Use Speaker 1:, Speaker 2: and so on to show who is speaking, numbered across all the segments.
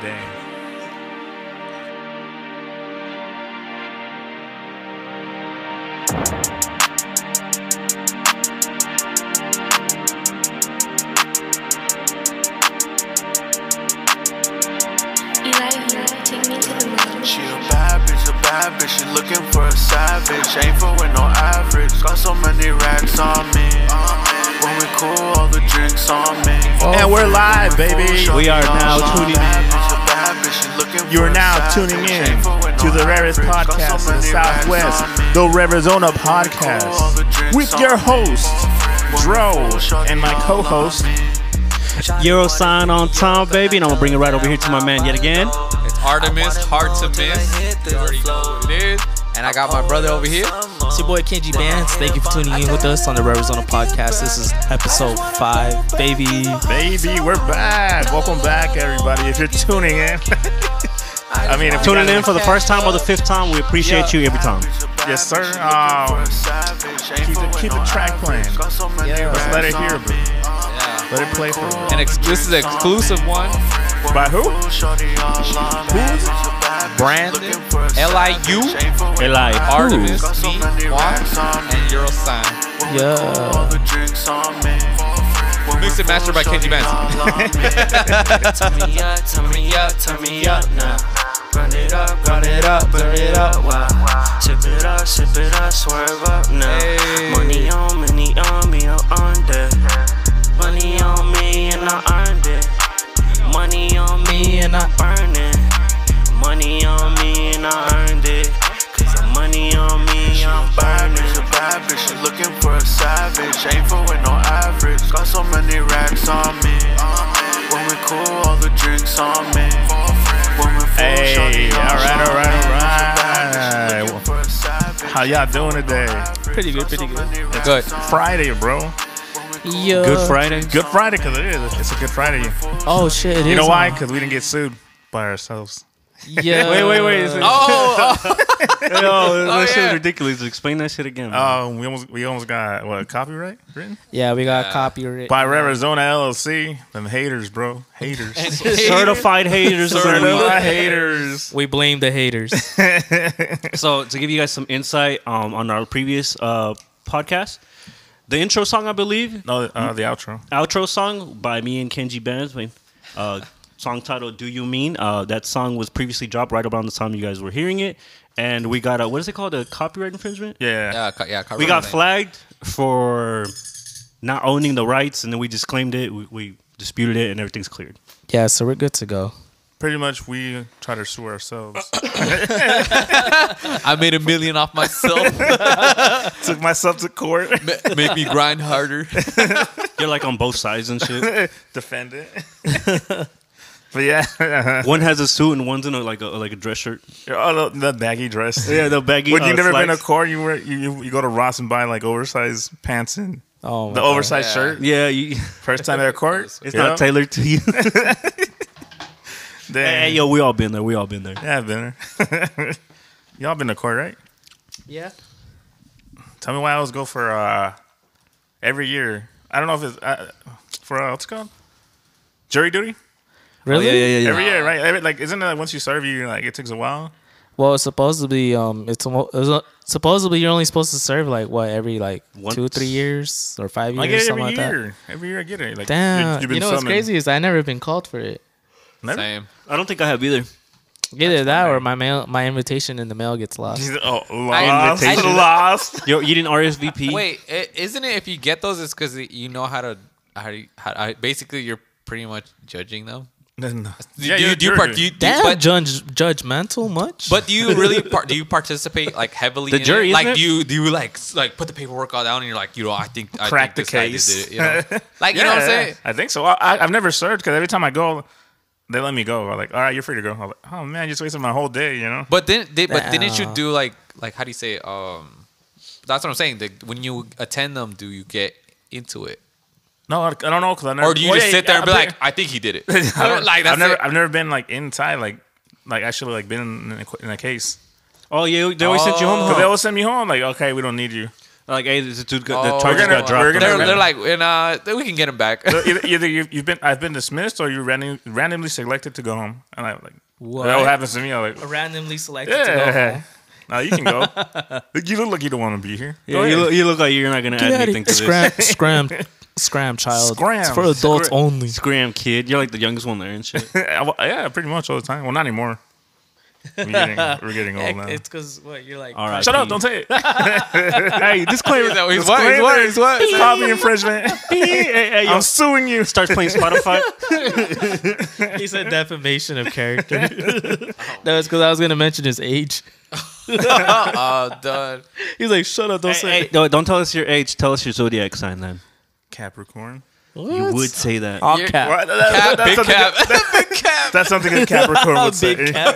Speaker 1: Dang.
Speaker 2: Eli, Eli, take me to the moon.
Speaker 3: She a bad bitch, a bad bitch. She looking for a savage. Ain't fooling no average. Got so many racks on me. When we cool, all the drinks on me.
Speaker 4: And we're live, baby.
Speaker 1: We are now tuning
Speaker 3: in.
Speaker 4: You are now tuning in to the rarest podcast in the Southwest, the Reverzona Podcast, with your host, Dro, and my co host,
Speaker 5: Euro sign on Tom, baby, and I'm gonna bring it right over here to my man yet again.
Speaker 6: It's Artemis, Hearts of Miss. You already know what it is. And I got my brother over here.
Speaker 7: It's your boy Kenji Bands. Thank you for tuning in with us on the Arizona podcast. This is episode five, baby.
Speaker 4: baby. We're back. Welcome back, everybody. If you're tuning in, I mean, if you
Speaker 5: Tuning
Speaker 4: got-
Speaker 5: in for the first time or the fifth time, we appreciate you every time.
Speaker 4: Yes, sir. Um, keep, the, keep the track playing. Let's let it hear, bro.
Speaker 6: Yeah.
Speaker 4: Let it play for you.
Speaker 6: And ex- this is an exclusive one.
Speaker 4: By who?
Speaker 6: Brandon, L-I-U,
Speaker 5: Eli,
Speaker 6: Artemis, me, Juan, and Euro sign.
Speaker 7: Yeah.
Speaker 6: Mix and master by Kenji Benson.
Speaker 8: me up, turn me up, turn me up now. Run it up, run it up, burn it up, wow. Tip it up, sip it up, swerve up now.
Speaker 6: Hey.
Speaker 8: Money on, money on me, I'm on that. Money on me and I earned it. Money on me and I earned it. Money on me and I earned it. Cause the money on me, I'm burning.
Speaker 3: She's a bad bitch, she looking for a savage. Ain't fooling no average. Got so many racks on me. When we cool, all the drinks on me. When we full,
Speaker 4: Hey,
Speaker 3: shawty, I'm
Speaker 4: all right, all right, all
Speaker 3: shawty. She's
Speaker 4: right.
Speaker 3: a bad bitch, she looking for a savage.
Speaker 4: How y'all doing today?
Speaker 7: Pretty good, pretty good.
Speaker 6: Good.
Speaker 4: Friday, bro.
Speaker 7: Yeah.
Speaker 5: Good Friday.
Speaker 4: Good Friday, because it is. It's a good Friday.
Speaker 7: Oh shit. it
Speaker 4: You know
Speaker 7: is
Speaker 4: why?
Speaker 7: on.
Speaker 4: Because we didn't get sued by ourselves.
Speaker 7: Yeah.
Speaker 5: Wait, wait, wait. Oh,
Speaker 6: Oh, oh,
Speaker 5: that shit
Speaker 6: yeah.
Speaker 5: was ridiculous. Explain that shit again.
Speaker 4: Um, we almost we almost got what copyright written
Speaker 7: Yeah, we got copyright.
Speaker 4: by Arizona LLC. Them haters, bro. Haters.
Speaker 5: Certified haters. of the week.
Speaker 4: Certified haters.
Speaker 7: We blame the haters.
Speaker 5: So to give you guys some insight um, on our previous uh, podcast, the intro song, I believe,
Speaker 4: No, uh, the outro.
Speaker 5: outro song by me and Kenji Benz. my, Uh, song title "Do You Mean?" Uh, that song was previously dropped right around the time you guys were hearing it, and we got a what is it called? A copyright infringement.
Speaker 4: Yeah.
Speaker 6: Yeah, co- yeah,
Speaker 5: We
Speaker 6: copyright.
Speaker 5: got flagged for not owning the rights, and then we disclaimed it. We, we disputed it, and everything's cleared.
Speaker 7: yeah, so we're good to go.
Speaker 4: Pretty much, we try to sue ourselves.
Speaker 6: I made a million off myself.
Speaker 4: Took myself to court.
Speaker 6: Ma- Make me grind harder.
Speaker 5: You're like on both sides and shit.
Speaker 4: Defend it. but yeah,
Speaker 5: One has a suit and one's in a, like a like a dress shirt.
Speaker 4: oh, the, the baggy dress.
Speaker 5: Yeah, the baggy.
Speaker 4: When
Speaker 5: uh,
Speaker 4: you've never been
Speaker 5: slacks.
Speaker 4: to court, you, wear, you you you go to Ross and buy like oversized pants and
Speaker 7: Oh, my
Speaker 4: the oversized
Speaker 6: Yeah.
Speaker 4: shirt.
Speaker 5: yeah, you,
Speaker 4: First time at a court,
Speaker 5: it's not tailored to you.
Speaker 4: Then,
Speaker 5: hey, yo, we all been there. We all been there.
Speaker 4: Yeah, I've been there. Y'all been to court, right?
Speaker 7: Yeah.
Speaker 4: Tell me why I always go for uh, every year. I don't know if it's uh, for uh, what's it called jury duty.
Speaker 7: Really?
Speaker 4: Every year, right? Every, like, isn't it like once you serve, you like it takes a while?
Speaker 7: Well, it's supposed to be um, it's, almo- it's a- supposedly you're only supposed to serve like what every like
Speaker 5: Once.
Speaker 7: two, three years or five years,
Speaker 4: I get it
Speaker 7: something
Speaker 4: every
Speaker 7: like that.
Speaker 4: year. Every year I get it. Like,
Speaker 7: Damn. You,
Speaker 4: been
Speaker 7: know what's
Speaker 4: summoned.
Speaker 7: crazy is I never been called for it.
Speaker 4: Never-
Speaker 6: Same.
Speaker 5: I don't think I have either.
Speaker 7: Either that or my mail, my invitation in the mail gets lost.
Speaker 4: He's- Oh, lost,
Speaker 6: I- I-
Speaker 4: lost.
Speaker 5: Yo, you didn't RSVP.
Speaker 6: Wait, i- isn't it if you get those, it's because you know how to, how to, how to, basically you're pretty much judging them?
Speaker 4: uh,
Speaker 6: Do you, do you, part, do you, do you-
Speaker 7: Damn,
Speaker 6: but,
Speaker 7: judge, judgmental much?
Speaker 6: But do you really par- do you participate like heavily?
Speaker 5: The
Speaker 6: in
Speaker 5: jury,
Speaker 6: it? like
Speaker 5: isn't it?
Speaker 6: do you do you like s- like put the paperwork all down and you're like you know I think I
Speaker 4: Crack
Speaker 6: think
Speaker 4: the
Speaker 6: this guy
Speaker 4: case.
Speaker 6: did it, you know? Like you know what I'm saying?
Speaker 4: I think so. I, I, I've never served because every time I go, they let me go. I'm like, all right, you're free to go. I'm like, oh man, you just wasted my whole day, you know?
Speaker 6: But then they, but didn't you
Speaker 7: Nah.
Speaker 6: do like like how do you say it? um? That's what I'm saying. Like, when you attend them, do you get into it,
Speaker 4: No, I, I don't know because I never.
Speaker 6: or do you
Speaker 4: Well,
Speaker 6: just
Speaker 4: yeah,
Speaker 6: sit there and be
Speaker 4: I've
Speaker 6: like,
Speaker 4: been-
Speaker 6: I think he did it?
Speaker 4: I don't-
Speaker 6: like that's
Speaker 4: I've never,
Speaker 6: it.
Speaker 4: I've never been like inside, like, like actually like been in a, in a case.
Speaker 5: Oh yeah, they always sent you home.
Speaker 4: But they
Speaker 5: huh?
Speaker 4: always send me home. Like, okay, we don't need you.
Speaker 5: Like, hey, this dude
Speaker 6: Oh,
Speaker 5: got, the charges
Speaker 4: we're gonna-
Speaker 5: got
Speaker 4: we're
Speaker 5: dropped.
Speaker 4: gonna-
Speaker 6: They're, they're like, and, uh, we can get him back.
Speaker 4: So either either you've, you've been I've been dismissed or you randomly randomly selected to go home. And I like
Speaker 7: What?
Speaker 4: that happens to me. I'm like,
Speaker 7: randomly selected to go
Speaker 4: yeah,
Speaker 7: home.
Speaker 4: now you can go. you look like you don't want to be here.
Speaker 5: yeah, you, look, you look like you're not gonna add anything to
Speaker 7: Scram,
Speaker 5: this.
Speaker 7: scram, scram, child.
Speaker 4: Scram.
Speaker 7: It's for adults
Speaker 4: Scram.
Speaker 7: only.
Speaker 5: Scram, kid. You're like the youngest one there and shit.
Speaker 4: I wa- yeah, pretty much all the time. Well, not anymore. We're getting, we're getting old now.
Speaker 7: It's because what you're like.
Speaker 5: All right.
Speaker 4: Shut up! Don't say it.
Speaker 5: Hey, disclaimer.
Speaker 6: He's what? He's what? He's what? He's what?
Speaker 4: Copy infringement.
Speaker 5: hey, hey, yo,
Speaker 4: I'm suing you.
Speaker 5: starts playing Spotify.
Speaker 7: He said defamation of character. Oh. no, it's because I was gonna mention his age.
Speaker 6: Oh, done.
Speaker 7: He's like, shut up, don't say.
Speaker 5: hey, no, don't tell us your age. Tell us your zodiac sign then.
Speaker 4: Capricorn.
Speaker 7: What?
Speaker 5: You would say that.
Speaker 7: All
Speaker 6: You're-
Speaker 7: cap.
Speaker 4: Well, that- that-
Speaker 6: Cap,
Speaker 4: that's,
Speaker 6: big
Speaker 4: something
Speaker 6: cap. big
Speaker 4: A,
Speaker 6: cap.
Speaker 4: that's something a Capricorn would say.
Speaker 7: Big cap.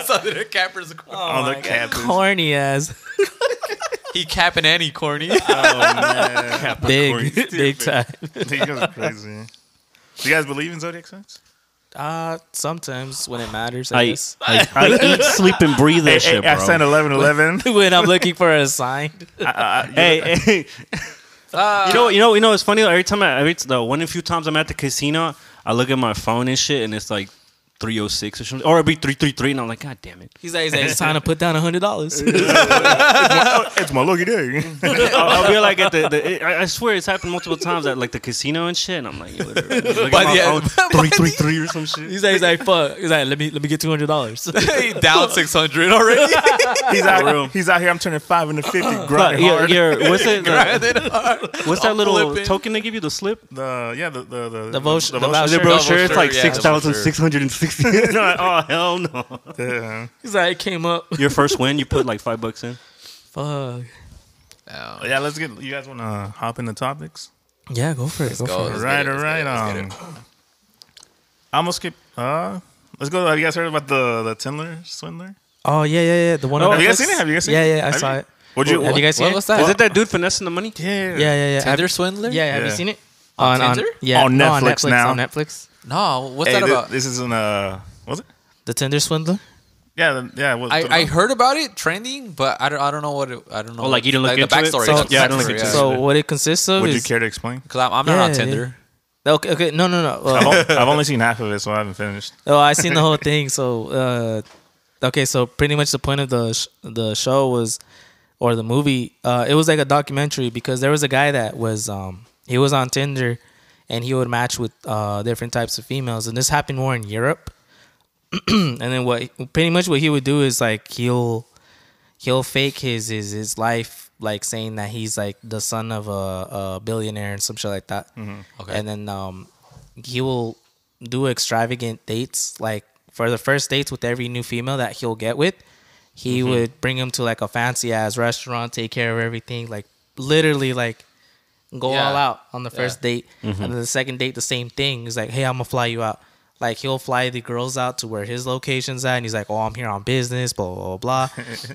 Speaker 6: Something that cappers corny.
Speaker 4: On the cap.
Speaker 7: Corny ass.
Speaker 4: Oh.
Speaker 6: He capping and he corny.
Speaker 7: Big, big time.
Speaker 4: you guys are crazy. Do you guys believe in zodiac signs?
Speaker 7: Uh, sometimes when it matters, I
Speaker 5: I,
Speaker 7: guess.
Speaker 5: I, I eat, sleep, and breathe that
Speaker 4: Hey,
Speaker 5: shit,
Speaker 4: I signed
Speaker 5: bro.
Speaker 4: eleven eleven.
Speaker 7: when I'm looking for a sign.
Speaker 5: Hey, hey. you know, you know, you know. It's funny. Every time I, every the one and few times I'm at the casino, I look at my phone and shit, and it's like 306 or something, or it'd be 333, and I'm like, God damn it.
Speaker 7: He's like, he's like it's time to put down a hundred dollars.
Speaker 4: it's my lucky day.
Speaker 5: I'll, I'll be like at the, the it, I I swear it's happened multiple times at like the casino and shit, and I'm like, yo, look at
Speaker 6: By
Speaker 5: my
Speaker 6: the
Speaker 5: phone,
Speaker 6: end-
Speaker 5: three three three or some shit.
Speaker 7: He's like, he's like, fuck. He's like, let me let me get two hundred dollars.
Speaker 6: he down 600 already.
Speaker 4: He's out. He's out here. I'm turning five into fifty. Grinding
Speaker 5: your,
Speaker 4: hard.
Speaker 5: your, what's it? the-
Speaker 6: Grinding hard.
Speaker 5: what's that little
Speaker 6: flipping.
Speaker 5: token they give you? The slip?
Speaker 4: The yeah the the the,
Speaker 7: The voucher- the
Speaker 5: The
Speaker 7: Sure,
Speaker 5: brochure?
Speaker 6: double
Speaker 5: It's like
Speaker 6: shirt, yeah,
Speaker 5: six
Speaker 6: double
Speaker 5: thousand six hundred and sixty. Oh hell no!
Speaker 4: Yeah.
Speaker 7: He's like, it came up.
Speaker 5: Your first win, you put like five bucks in.
Speaker 7: Fuck.
Speaker 6: Oh,
Speaker 4: yeah. Let's get. You guys want to hop into topics?
Speaker 7: Yeah, go for it.
Speaker 6: go.
Speaker 7: Go for it.
Speaker 4: All
Speaker 6: Let's
Speaker 4: right.
Speaker 6: get it,
Speaker 4: All
Speaker 6: let's
Speaker 4: right.
Speaker 6: get it, let's
Speaker 4: Um, I'm gonna skip. Uh, let's go. Have you guys heard about the the Tindler swindler?
Speaker 7: Oh yeah, yeah, yeah. The one.
Speaker 4: Oh,
Speaker 7: on
Speaker 4: have you guys
Speaker 7: Netflix?
Speaker 4: seen it? Have you guys seen
Speaker 7: yeah,
Speaker 4: it?
Speaker 7: Yeah, yeah. I
Speaker 4: Have
Speaker 7: saw
Speaker 4: you-
Speaker 7: it.
Speaker 4: Would you?
Speaker 7: Have you guys seen
Speaker 6: What
Speaker 7: it?
Speaker 6: was that?
Speaker 5: Is it that dude finessing the money?
Speaker 4: Yeah.
Speaker 7: Yeah, yeah, yeah.
Speaker 6: Tinder swindler?
Speaker 7: Yeah, have
Speaker 4: Yeah.
Speaker 7: you seen it?
Speaker 6: On Tinder?
Speaker 7: yeah,
Speaker 4: On
Speaker 7: no,
Speaker 4: Netflix now.
Speaker 7: On Netflix.
Speaker 6: No, what's
Speaker 4: Hey,
Speaker 6: that
Speaker 4: thi-
Speaker 6: about?
Speaker 4: this, is an uh. Was it?
Speaker 7: The Tinder swindler.
Speaker 4: Yeah. The, yeah. What, the-
Speaker 6: I, I heard about it trending, but I don't, I don't know what it, I don't know.
Speaker 5: Oh, like you didn't look
Speaker 6: the
Speaker 5: into it?
Speaker 6: backstory.
Speaker 5: So-
Speaker 6: the
Speaker 5: yeah, I
Speaker 6: backstory,
Speaker 5: didn't look into it.
Speaker 7: So what it consists of
Speaker 4: would you
Speaker 7: is
Speaker 4: care to explain?
Speaker 6: Cause I'm, I'm not
Speaker 7: Yeah,
Speaker 6: on
Speaker 7: yeah.
Speaker 6: Tinder.
Speaker 7: okay, okay, no, no, no.
Speaker 4: I've,
Speaker 7: Uh,
Speaker 4: on- I've only seen half of it, so I haven't finished.
Speaker 7: oh, I seen the whole thing. So uh, okay, so pretty much the point of the sh- the show was, or the movie, uh, it was like a documentary because there was a guy that was um he was on Tinder, and he would match with uh different types of females, and this happened more in Europe. and then what pretty much what he would do is like he'll he'll fake his his his life like saying that he's like the son of a, a billionaire and some shit like that.
Speaker 6: Mm-hmm. Okay.
Speaker 7: And then um he will do extravagant dates like for the first dates with every new female that he'll get with. He
Speaker 6: Mm-hmm.
Speaker 7: would bring him to like a fancy ass restaurant, take care of everything, like literally like go
Speaker 6: Yeah.
Speaker 7: all out on the first date. And then the second date, the same thing. He's like, hey, I'm gonna fly you out. Like he'll fly the girls out to where his location's at, and he's like, "Oh, I'm here on business." Blah blah blah. blah.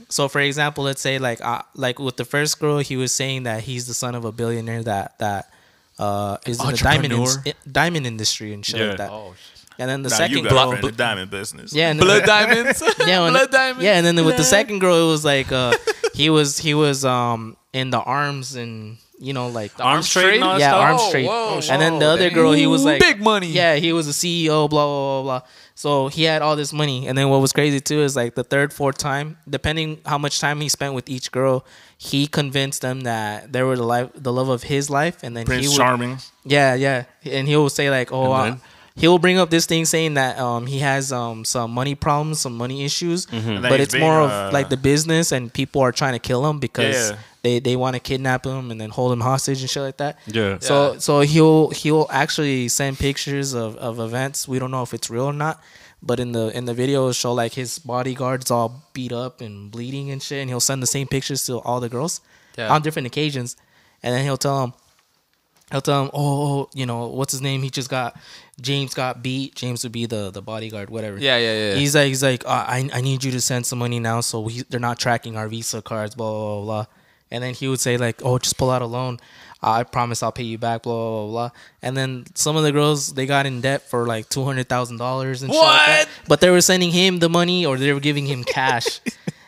Speaker 7: so, for example, let's say like uh, like with the first girl, he was saying that he's the son of a billionaire that that uh, is in the diamond ins- diamond industry and shit
Speaker 5: Yeah.
Speaker 7: like that.
Speaker 6: Oh,
Speaker 7: And then the
Speaker 4: Nah,
Speaker 7: second
Speaker 4: you
Speaker 7: girl,
Speaker 4: got a friend, the diamond business.
Speaker 7: yeah, and then
Speaker 6: blood diamonds.
Speaker 7: yeah, and
Speaker 6: blood diamonds.
Speaker 7: Yeah, and then with the second girl, it was like uh, he was he was um in the arms and you know like the
Speaker 5: Arms trade and all that
Speaker 7: yeah,
Speaker 5: stuff?
Speaker 7: arms
Speaker 4: Oh,
Speaker 6: Whoa,
Speaker 7: trade.
Speaker 6: whoa,
Speaker 7: and then the
Speaker 6: whoa,
Speaker 7: other
Speaker 6: dang.
Speaker 7: girl, he was like
Speaker 6: Big money.
Speaker 7: Yeah, he was a CEO, blah blah blah blah. So he had all this money, and then what was crazy too is like the third, fourth time, depending how much time he spent with each girl, he convinced them that they were the life, the love of his life, and then he
Speaker 4: Prince
Speaker 7: would,
Speaker 4: Charming.
Speaker 7: yeah, yeah. And he will say like, "Oh,
Speaker 5: And
Speaker 7: uh,
Speaker 5: then?
Speaker 7: he will bring up this thing saying that um he has um some money problems, some money issues,
Speaker 5: Mm-hmm.
Speaker 4: then
Speaker 7: but
Speaker 4: he's
Speaker 7: it's
Speaker 4: being,
Speaker 7: more
Speaker 4: uh,
Speaker 7: of like the business and people are trying to kill him because
Speaker 4: Yeah.
Speaker 7: they they want to kidnap him and then hold him hostage and shit like that."
Speaker 5: Yeah.
Speaker 7: So
Speaker 6: Yeah.
Speaker 7: so he'll he'll actually send pictures of of events. We don't know if it's real or not. But in the in the video, it'll show like his bodyguards all beat up and bleeding and shit, and he'll send the same pictures to all the girls
Speaker 6: Yeah.
Speaker 7: on different occasions, and then he'll tell them, he'll tell him, oh, oh, you know, what's his name? He just got James got beat. James would be the the bodyguard, whatever.
Speaker 6: Yeah, yeah, yeah.
Speaker 7: He's like, he's like, uh, I I need you to send some money now, so we they're not tracking our Visa cards, blah blah blah. blah. And then he would say like, oh, just pull out a loan. Uh, I promise I'll pay you back, blah blah blah. blah. And then some of the girls they got in debt for like two hundred thousand dollars and shit like that.
Speaker 6: What?
Speaker 7: But they were sending him the money or they were giving him cash.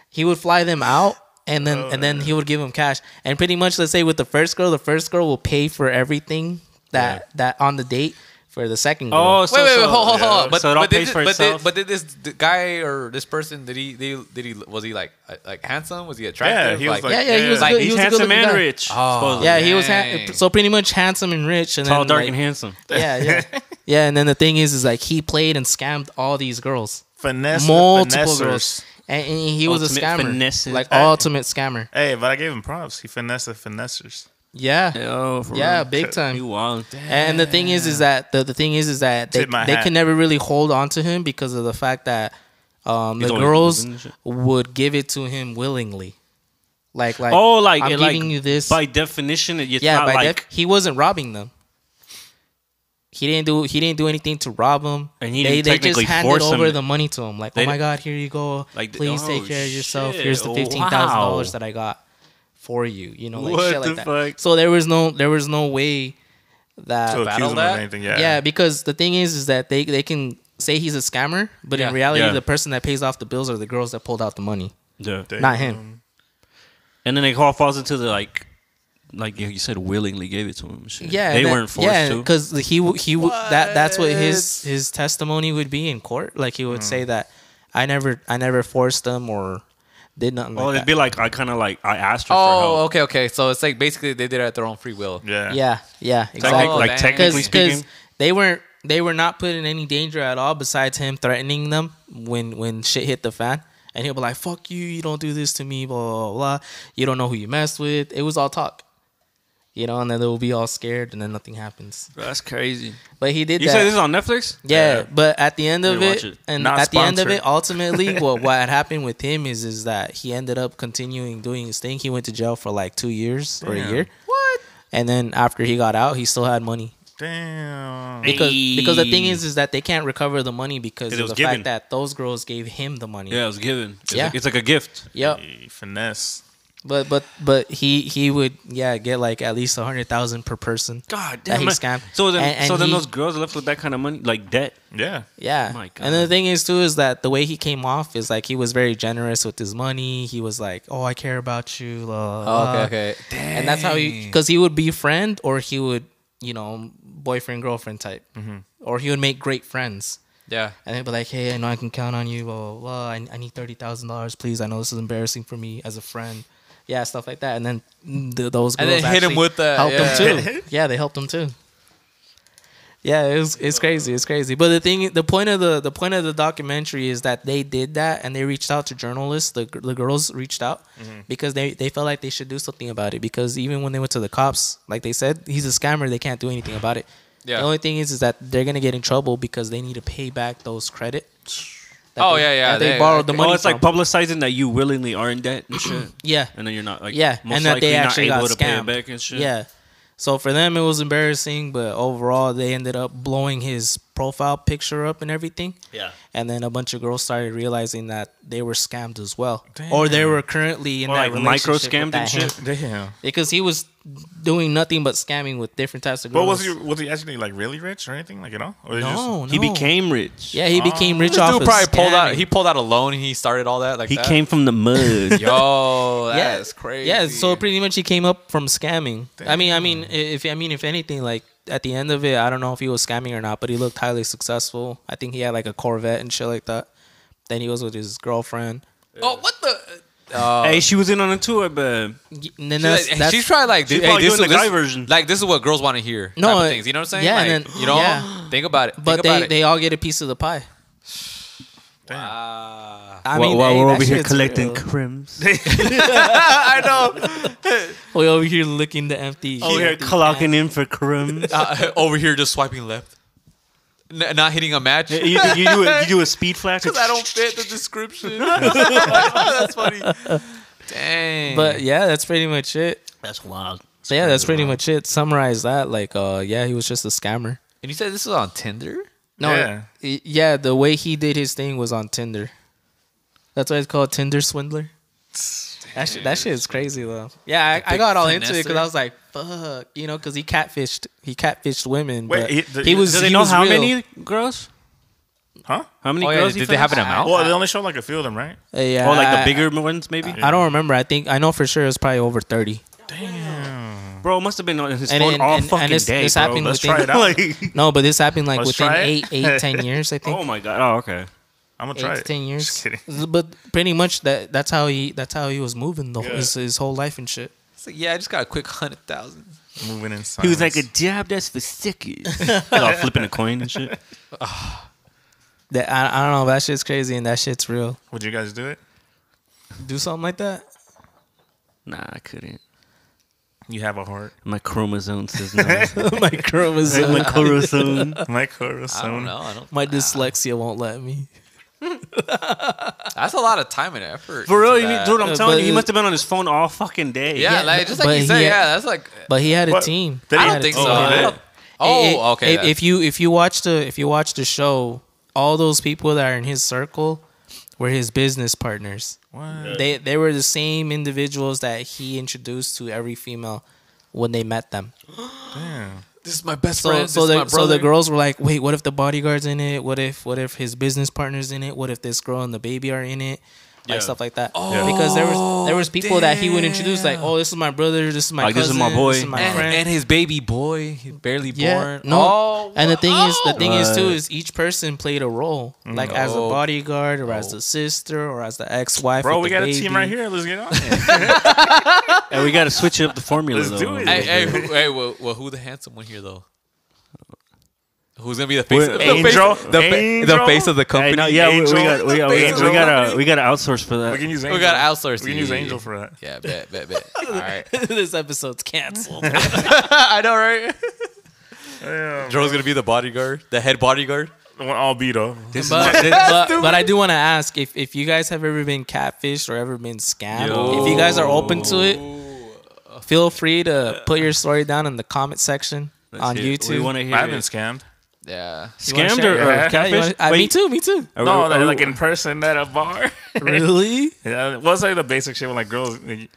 Speaker 7: he would fly them out and then and then he would give him cash. And pretty much, let's say with the first girl, the first girl will pay for everything that that on the date for the second girl.
Speaker 5: Oh, so,
Speaker 6: wait, wait,
Speaker 5: so-
Speaker 6: wait, hold, hold, hold. But,
Speaker 5: so it all
Speaker 6: but, did,
Speaker 5: pays for
Speaker 6: but,
Speaker 5: itself.
Speaker 6: did, but did this d- guy or this person did he did he, did he was he like uh, like handsome? Was he attractive?
Speaker 4: Yeah, he was like-
Speaker 7: yeah, yeah, he was
Speaker 6: Like,
Speaker 7: good.
Speaker 5: he's
Speaker 7: he was a
Speaker 5: handsome
Speaker 7: good-looking
Speaker 5: and
Speaker 7: guy.
Speaker 5: rich.
Speaker 6: Oh.
Speaker 5: supposedly.
Speaker 7: Yeah, he was
Speaker 6: Dang.
Speaker 7: ha- so pretty much handsome and rich, and
Speaker 5: tall,
Speaker 7: then,
Speaker 5: dark,
Speaker 7: like-
Speaker 5: and handsome.
Speaker 7: Yeah, yeah, yeah. And then the thing is, is like he played and scammed all these girls,
Speaker 4: Finesse,
Speaker 7: multiple
Speaker 4: finessers.
Speaker 7: girls, and, and he was
Speaker 5: Ultimate
Speaker 7: a scammer,
Speaker 5: finesses.
Speaker 7: like
Speaker 4: Hey.
Speaker 7: ultimate scammer.
Speaker 4: Hey, but I gave him props. He finessed the finessers.
Speaker 7: Yeah, yeah,
Speaker 5: Oh, for real.
Speaker 7: big
Speaker 5: You
Speaker 7: time.
Speaker 5: wild.
Speaker 7: And the thing is, is that the, the thing is, is that they,
Speaker 4: Tip my
Speaker 7: they
Speaker 4: hat.
Speaker 7: can never really hold on to him because of the fact that um, the
Speaker 5: He's always
Speaker 7: girls
Speaker 5: moving and shit.
Speaker 7: would give it to him willingly, like like
Speaker 5: Oh, like
Speaker 7: I'm
Speaker 5: it, like,
Speaker 7: giving you this
Speaker 5: by definition. It's
Speaker 7: yeah,
Speaker 5: not
Speaker 7: by
Speaker 5: like
Speaker 7: def- he wasn't robbing them. He didn't do he didn't do anything to rob them.
Speaker 5: And he
Speaker 7: they,
Speaker 5: didn't
Speaker 7: they just
Speaker 5: technically
Speaker 7: handed
Speaker 5: force
Speaker 7: over
Speaker 5: him.
Speaker 7: the money to him. Like,
Speaker 5: They
Speaker 7: oh my
Speaker 5: didn't-
Speaker 7: god, here you go.
Speaker 5: Like,
Speaker 7: Please
Speaker 5: oh,
Speaker 7: take care of yourself.
Speaker 5: shit.
Speaker 7: Here's the
Speaker 5: Oh,
Speaker 7: fifteen thousand
Speaker 5: wow.
Speaker 7: dollars that I got for you. You know, like
Speaker 5: What
Speaker 7: shit like
Speaker 5: the
Speaker 7: that.
Speaker 5: fuck?
Speaker 7: So there was no there was no way that
Speaker 4: So accuse
Speaker 6: battle
Speaker 4: him
Speaker 6: that?
Speaker 4: of anything.
Speaker 7: yeah.
Speaker 4: Yeah.
Speaker 7: because the thing is is that they they can say he's a scammer, but
Speaker 6: Yeah.
Speaker 7: in reality
Speaker 5: Yeah.
Speaker 7: the person that pays off the bills are the girls that pulled out the money.
Speaker 5: yeah.
Speaker 4: Damn.
Speaker 7: Not him.
Speaker 5: And then it all falls into the like, like you you said, willingly gave it to him. and Shit.
Speaker 7: Yeah,
Speaker 5: they
Speaker 7: that-
Speaker 5: weren't forced
Speaker 7: yeah,
Speaker 5: to.
Speaker 7: because he w- he w- that that's what his his testimony would be in court. Like he would
Speaker 5: Hmm.
Speaker 7: say that I never I never forced them or did nothing
Speaker 5: Well,
Speaker 7: like
Speaker 5: it'd
Speaker 7: that.
Speaker 5: Oh, be like I kind of like I asked her for
Speaker 6: Oh,
Speaker 5: help.
Speaker 6: okay, okay. So it's like basically they did it at their own free will.
Speaker 4: Yeah.
Speaker 7: yeah, yeah,
Speaker 5: Technic-
Speaker 7: exactly.
Speaker 6: Oh,
Speaker 5: like
Speaker 6: dang.
Speaker 5: technically
Speaker 7: because
Speaker 5: speaking,
Speaker 7: they weren't they were not put in any danger at all besides him threatening them when when shit hit the fan. And he'll be like, "Fuck you! You don't do this to me." Blah blah blah. You don't know who you messed with. It was all talk, you know. And then they'll be all scared, and then nothing happens.
Speaker 5: that's crazy.
Speaker 7: But he did.
Speaker 5: You
Speaker 7: that.
Speaker 5: said this is on Netflix?
Speaker 7: Yeah, but at the end of
Speaker 5: Didn't
Speaker 7: it,
Speaker 5: watch it.
Speaker 7: and
Speaker 4: Not
Speaker 7: at the end of
Speaker 4: sponsored.
Speaker 7: it, ultimately, what what had happened with him is is that he ended up continuing doing his thing. He went to jail for like two years or a
Speaker 4: Damn.
Speaker 7: year. What? And then after he got out, he still had money
Speaker 4: Damn.
Speaker 7: because because the thing
Speaker 5: Hey.
Speaker 7: is is that they can't recover the money because
Speaker 5: It
Speaker 7: of
Speaker 5: was
Speaker 7: the fact
Speaker 5: given.
Speaker 7: that those girls gave him the money.
Speaker 5: Yeah, it was given. It's
Speaker 7: Yeah.
Speaker 5: like, it's like a gift.
Speaker 7: Yep.
Speaker 4: Hey, finesse.
Speaker 7: But but but he he would yeah get like at least a hundred thousand per person.
Speaker 5: God
Speaker 7: That
Speaker 5: damn
Speaker 7: he
Speaker 5: it.
Speaker 7: scammed.
Speaker 5: So then,
Speaker 7: And- and
Speaker 5: so then
Speaker 7: he-
Speaker 5: those girls are left with that kind of money, like debt.
Speaker 4: Yeah.
Speaker 7: Yeah.
Speaker 5: My
Speaker 7: And the thing is too is that the way he came off is like he was very generous with his money. He was like, "Oh, I care about you." la, la,
Speaker 6: Oh,
Speaker 7: la."
Speaker 6: okay, okay.
Speaker 7: And that's how he cuz he would be friend or he would, you know, boyfriend girlfriend type. Or he would make great friends.
Speaker 6: Yeah.
Speaker 7: And they'd be like, "Hey, I know I can count on you. Blah, blah, blah. I, I need $30,000, please. I know this is embarrassing for me as a friend." Yeah, stuff like that. And then mm, th- those
Speaker 6: And
Speaker 7: girls
Speaker 6: then hit him
Speaker 7: actually
Speaker 6: with the-
Speaker 7: helped him
Speaker 6: yeah.
Speaker 7: too. Yeah, they helped him too. Yeah, it was, it's crazy. It's crazy. But the thing, the point of the the point of the documentary is that they did that and they reached out to journalists. The gr- the girls reached out because they they felt like they should do something about it. Because even when they went to the cops, like they said, he's a scammer. They can't do anything about it.
Speaker 6: Yeah.
Speaker 7: The only thing is, is that they're gonna get in trouble because they need to pay back those credit. that
Speaker 6: Oh,
Speaker 7: they-
Speaker 6: yeah, yeah,
Speaker 7: that They,
Speaker 6: they-
Speaker 7: borrowed the money.
Speaker 5: Oh, it's like
Speaker 7: from.
Speaker 5: publicizing that you willingly are in debt and shit.
Speaker 7: yeah,
Speaker 5: And then you're not like
Speaker 7: yeah,
Speaker 5: most
Speaker 7: and that
Speaker 5: likely
Speaker 7: they
Speaker 5: not
Speaker 7: actually
Speaker 5: able
Speaker 7: got
Speaker 5: to pay
Speaker 7: scammed.
Speaker 5: it back and shit.
Speaker 7: Yeah. So for them, it was embarrassing, but overall, they ended up blowing his profile picture up and everything.
Speaker 5: yeah.
Speaker 7: And then a bunch of girls started realizing that they were scammed as well, or they were currently in
Speaker 5: Or,
Speaker 7: that
Speaker 5: like,
Speaker 7: relationship
Speaker 5: micro
Speaker 7: with
Speaker 5: scammed
Speaker 7: that
Speaker 5: and shit?
Speaker 7: hand.
Speaker 4: Damn.
Speaker 7: because he was doing nothing but scamming with different types of
Speaker 4: But
Speaker 7: girls.
Speaker 4: was he was he actually like really rich or anything like at all? Or
Speaker 7: no,
Speaker 5: He
Speaker 7: no.
Speaker 5: became rich.
Speaker 7: Yeah, he became rich
Speaker 6: This
Speaker 7: off
Speaker 6: dude
Speaker 7: of
Speaker 6: probably pulled out.
Speaker 7: scamming.
Speaker 6: He pulled out a loan. He started all that like
Speaker 5: He
Speaker 6: that.
Speaker 5: came from the mud.
Speaker 6: Yo,
Speaker 7: Yeah.
Speaker 6: that's crazy.
Speaker 7: Yeah, so pretty much he came up from scamming. I mean, I mean, i- if I mean, if anything, like at the end of it, I don't know if he was scamming or not, but he looked highly successful. I think he had like a Corvette and shit like that. Then he was with his girlfriend.
Speaker 6: Oh, what the?
Speaker 5: hey, she was in on a tour, but
Speaker 7: Y- And then
Speaker 6: She's,
Speaker 7: that's,
Speaker 6: like,
Speaker 7: that's
Speaker 6: she's probably like,
Speaker 5: She's
Speaker 6: dude, hey,
Speaker 5: probably
Speaker 6: this, is
Speaker 5: doing the guy
Speaker 6: this-
Speaker 5: version.
Speaker 6: Like this is what girls want to hear.
Speaker 7: No,
Speaker 6: type of
Speaker 7: uh,
Speaker 6: things. You know what I'm saying?
Speaker 7: yeah,
Speaker 6: like,
Speaker 7: and then-
Speaker 6: you know,
Speaker 7: yeah.
Speaker 6: think about it.
Speaker 7: but
Speaker 6: think about
Speaker 7: they
Speaker 6: it.
Speaker 7: they all get a piece of the pie.
Speaker 6: Ah.
Speaker 7: I
Speaker 5: while,
Speaker 7: mean,
Speaker 5: while
Speaker 7: hey,
Speaker 5: we're
Speaker 7: that
Speaker 5: over here
Speaker 7: shit's
Speaker 5: collecting
Speaker 7: real.
Speaker 5: crims,
Speaker 6: I know.
Speaker 7: we over here looking the empty.
Speaker 5: over here clocking in for crims.
Speaker 6: Uh, over here, just swiping left, N- not hitting a match.
Speaker 5: you, you, you do a, you do a speed flash.
Speaker 6: Because I don't fit the description. that's funny. Dang.
Speaker 7: But yeah, that's pretty much it.
Speaker 5: That's wild.
Speaker 7: So yeah, that's pretty much it. Summarize that like, uh, yeah, he was just a scammer.
Speaker 6: and you said this was on Tinder?
Speaker 7: No,
Speaker 4: Yeah.
Speaker 7: y- yeah, the way he did his thing was on Tinder. That's why it's called Tinder Swindler. That shit, that shit is crazy though. Yeah, I, I got all into it because I was like, "Fuck," you know, because he catfished, he catfished women.
Speaker 4: Wait,
Speaker 7: but
Speaker 4: he-
Speaker 7: he,
Speaker 4: the-
Speaker 7: was.
Speaker 5: Do they
Speaker 7: he
Speaker 5: know
Speaker 7: was
Speaker 5: how
Speaker 7: real.
Speaker 5: many girls?
Speaker 4: Huh?
Speaker 5: How many
Speaker 6: Oh, yeah,
Speaker 5: girls
Speaker 6: did
Speaker 5: you
Speaker 6: they have an
Speaker 5: finished?
Speaker 6: amount?
Speaker 4: Well, they only showed like a few of them, right?
Speaker 7: Uh, yeah,
Speaker 4: Oh,
Speaker 5: Or like
Speaker 7: I-
Speaker 5: the bigger ones, maybe?
Speaker 7: I don't remember. I think I know for sure it's probably over thirty.
Speaker 5: Bro, it must have been on his
Speaker 7: And-
Speaker 5: phone
Speaker 7: and-
Speaker 5: all
Speaker 7: and- and
Speaker 5: fucking
Speaker 7: it's-
Speaker 5: day,
Speaker 7: it's
Speaker 5: bro.
Speaker 7: happening
Speaker 5: Let's
Speaker 7: within-
Speaker 5: try it out. Like-
Speaker 7: No, but this happened like
Speaker 4: Let's
Speaker 7: within
Speaker 4: try it.
Speaker 7: eight, eight, ten years. I think
Speaker 5: oh my god. Oh, okay.
Speaker 4: I'm gonna
Speaker 7: eight
Speaker 4: try
Speaker 7: to
Speaker 4: it.
Speaker 7: ten years.
Speaker 4: Just kidding.
Speaker 7: But pretty much that that's how he that's how he was moving the whole,
Speaker 4: Yeah.
Speaker 7: his, his whole life and shit.
Speaker 6: It's like, yeah, I just got a quick hundred thousand.
Speaker 4: Moving in silence.
Speaker 5: He was like a jab that's for sickies. Like, flipping a coin and shit.
Speaker 7: That I, I don't know. But that shit's crazy and that shit's real.
Speaker 4: Would you guys do it?
Speaker 7: Do something like that.
Speaker 5: Nah, I couldn't.
Speaker 4: You have a heart.
Speaker 5: My chromosome says no.
Speaker 7: my
Speaker 5: My
Speaker 7: chromosome,
Speaker 5: chromosome.
Speaker 4: My chorus.
Speaker 6: I don't know. I don't.
Speaker 7: my dyslexia won't let me.
Speaker 6: That's a lot of time and effort.
Speaker 5: For real,
Speaker 6: into
Speaker 5: you,
Speaker 6: that.
Speaker 5: dude, I'm
Speaker 7: Uh,
Speaker 5: telling
Speaker 7: but
Speaker 5: you, he
Speaker 7: it-
Speaker 5: must have been on his phone all fucking day.
Speaker 6: Yeah,
Speaker 7: Yeah,
Speaker 6: like just like
Speaker 7: but
Speaker 6: you
Speaker 7: he
Speaker 6: said,
Speaker 7: had-
Speaker 6: yeah, that's like.
Speaker 7: But he had a
Speaker 4: What?
Speaker 7: team.
Speaker 4: Did he?
Speaker 6: I
Speaker 7: He
Speaker 6: don't
Speaker 7: had a
Speaker 6: think
Speaker 7: team.
Speaker 6: so.
Speaker 4: Oh,
Speaker 6: I
Speaker 4: yeah.
Speaker 6: don't-
Speaker 7: It- it-
Speaker 6: Oh, okay.
Speaker 7: If,
Speaker 6: that-
Speaker 7: if you if you watch the if you watch the show, all those people that are in his circle were his business partners.
Speaker 4: What?
Speaker 7: They they were the same individuals that he introduced to every female when they met them.
Speaker 4: Damn.
Speaker 6: this is my best
Speaker 7: So
Speaker 6: friend.
Speaker 7: so
Speaker 6: this is my
Speaker 7: the, so the
Speaker 6: brother.
Speaker 7: girls were like, wait, what if the bodyguard's in it? What if what if his business partner's in it? What if this girl and the baby are in it? Like
Speaker 5: Yeah.
Speaker 7: stuff like that.
Speaker 6: Oh,
Speaker 7: because there was there was people that he would introduce like, oh, this is my brother, this is my
Speaker 5: Like, this is
Speaker 7: cousin,
Speaker 5: my boy."
Speaker 7: this is my
Speaker 6: and,
Speaker 7: friend.
Speaker 6: and his baby boy, he's barely born.
Speaker 7: No.
Speaker 6: Oh,
Speaker 7: and the thing is, the thing is too
Speaker 5: Right.
Speaker 7: is each person played a role, like as a
Speaker 6: Oh.
Speaker 7: bodyguard or as the sister or as the ex-wife.
Speaker 4: Bro,
Speaker 7: with
Speaker 4: we
Speaker 7: the
Speaker 4: got a
Speaker 7: baby.
Speaker 4: team right here. Let's get on it.
Speaker 5: And we got to switch up the formula.
Speaker 4: Let's
Speaker 5: though.
Speaker 4: do it.
Speaker 6: hey, hey, who, hey, well, well, who the handsome one here though? Who's gonna be the face?
Speaker 5: We're
Speaker 6: Of the
Speaker 4: Angel.
Speaker 6: face, the, fa- the
Speaker 4: Angel.
Speaker 6: face of the
Speaker 5: Hey,
Speaker 6: company.
Speaker 5: no, yeah, we, we
Speaker 4: Angel.
Speaker 5: got we got we got we got to we got to outsource for
Speaker 4: We can
Speaker 5: that.
Speaker 4: use Angel.
Speaker 6: we got outsourced.
Speaker 4: We can use Angel for that.
Speaker 6: Yeah, bet, bet, bet. All right,
Speaker 7: this episode's canceled.
Speaker 6: I know, right?
Speaker 4: Yeah.
Speaker 6: Joel's gonna be the bodyguard, the head bodyguard.
Speaker 4: We're all beat up.
Speaker 5: This
Speaker 7: but,
Speaker 5: is
Speaker 7: but, Uh, but I do want to ask if if you guys have ever been catfished or ever been scammed. If you guys are open to it,
Speaker 5: Uh,
Speaker 7: feel free to put your story down in the comment section on
Speaker 5: We
Speaker 7: YouTube.
Speaker 5: want to hear
Speaker 4: I've been
Speaker 5: it.
Speaker 4: scammed.
Speaker 6: Yeah.
Speaker 7: You wanna
Speaker 5: scammed
Speaker 7: share?
Speaker 5: or, or
Speaker 4: Yeah.
Speaker 7: Yeah, you wanna-
Speaker 5: catfish.
Speaker 7: uh, me
Speaker 5: Wait,
Speaker 7: too. Me too.
Speaker 5: are we-
Speaker 4: No,
Speaker 5: are
Speaker 4: they're
Speaker 5: we-
Speaker 4: like in person at a bar.
Speaker 7: Really?
Speaker 4: Yeah, it was like the basic shit with like girls. like-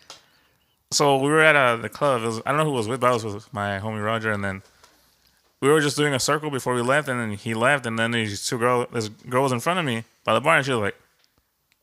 Speaker 4: So we were at uh, the club. It was, I don't know who was with, but I was with my homie Roger, and then we were just doing a circle before we left, and then he left, and then these two girl, this girl was in front of me by the bar, and she was like,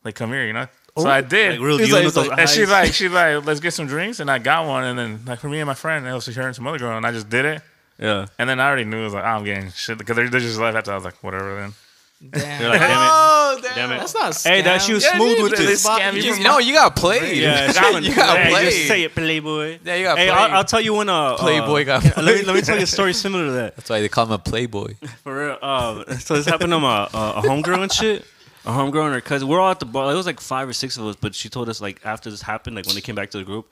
Speaker 4: "Like come here," you know.
Speaker 6: Oh,
Speaker 4: so I did.
Speaker 5: like, real
Speaker 7: It's like-
Speaker 5: dealing with those
Speaker 7: it's
Speaker 4: and
Speaker 5: eyes.
Speaker 4: she's like, she's like, let's get some drinks, and I got one, and then like for me and my friend, and it was her and some other girl, and I just did it,
Speaker 5: yeah.
Speaker 4: and then I already knew it was like, "Ah, I'm getting shit because they, they just left after. I was like, whatever then.
Speaker 5: They're
Speaker 7: Damn.
Speaker 5: like, damn
Speaker 6: Oh, damn.
Speaker 5: it, damn it.
Speaker 7: That's not. A
Speaker 5: Hey, that
Speaker 7: scam.
Speaker 5: she was smooth with
Speaker 4: they-
Speaker 5: this.
Speaker 4: they scam
Speaker 6: You,
Speaker 4: from-
Speaker 6: know, you got played.
Speaker 5: Yeah,
Speaker 6: you got
Speaker 5: Hey,
Speaker 6: played.
Speaker 5: Just say it, Playboy.
Speaker 6: Yeah, you got
Speaker 5: Hey,
Speaker 6: played.
Speaker 5: I'll, I'll tell you when uh, uh,
Speaker 6: Playboy got
Speaker 5: Yeah, let me
Speaker 6: played.
Speaker 5: let me tell you a story similar to that.
Speaker 6: That's why they call him a playboy.
Speaker 5: For real. Um, so this happened to my uh, a homegirl and shit. A homegirl and her cousin. We're all at the bar. It was like five or six of us, but she told us like after this happened, like when they came back to the group,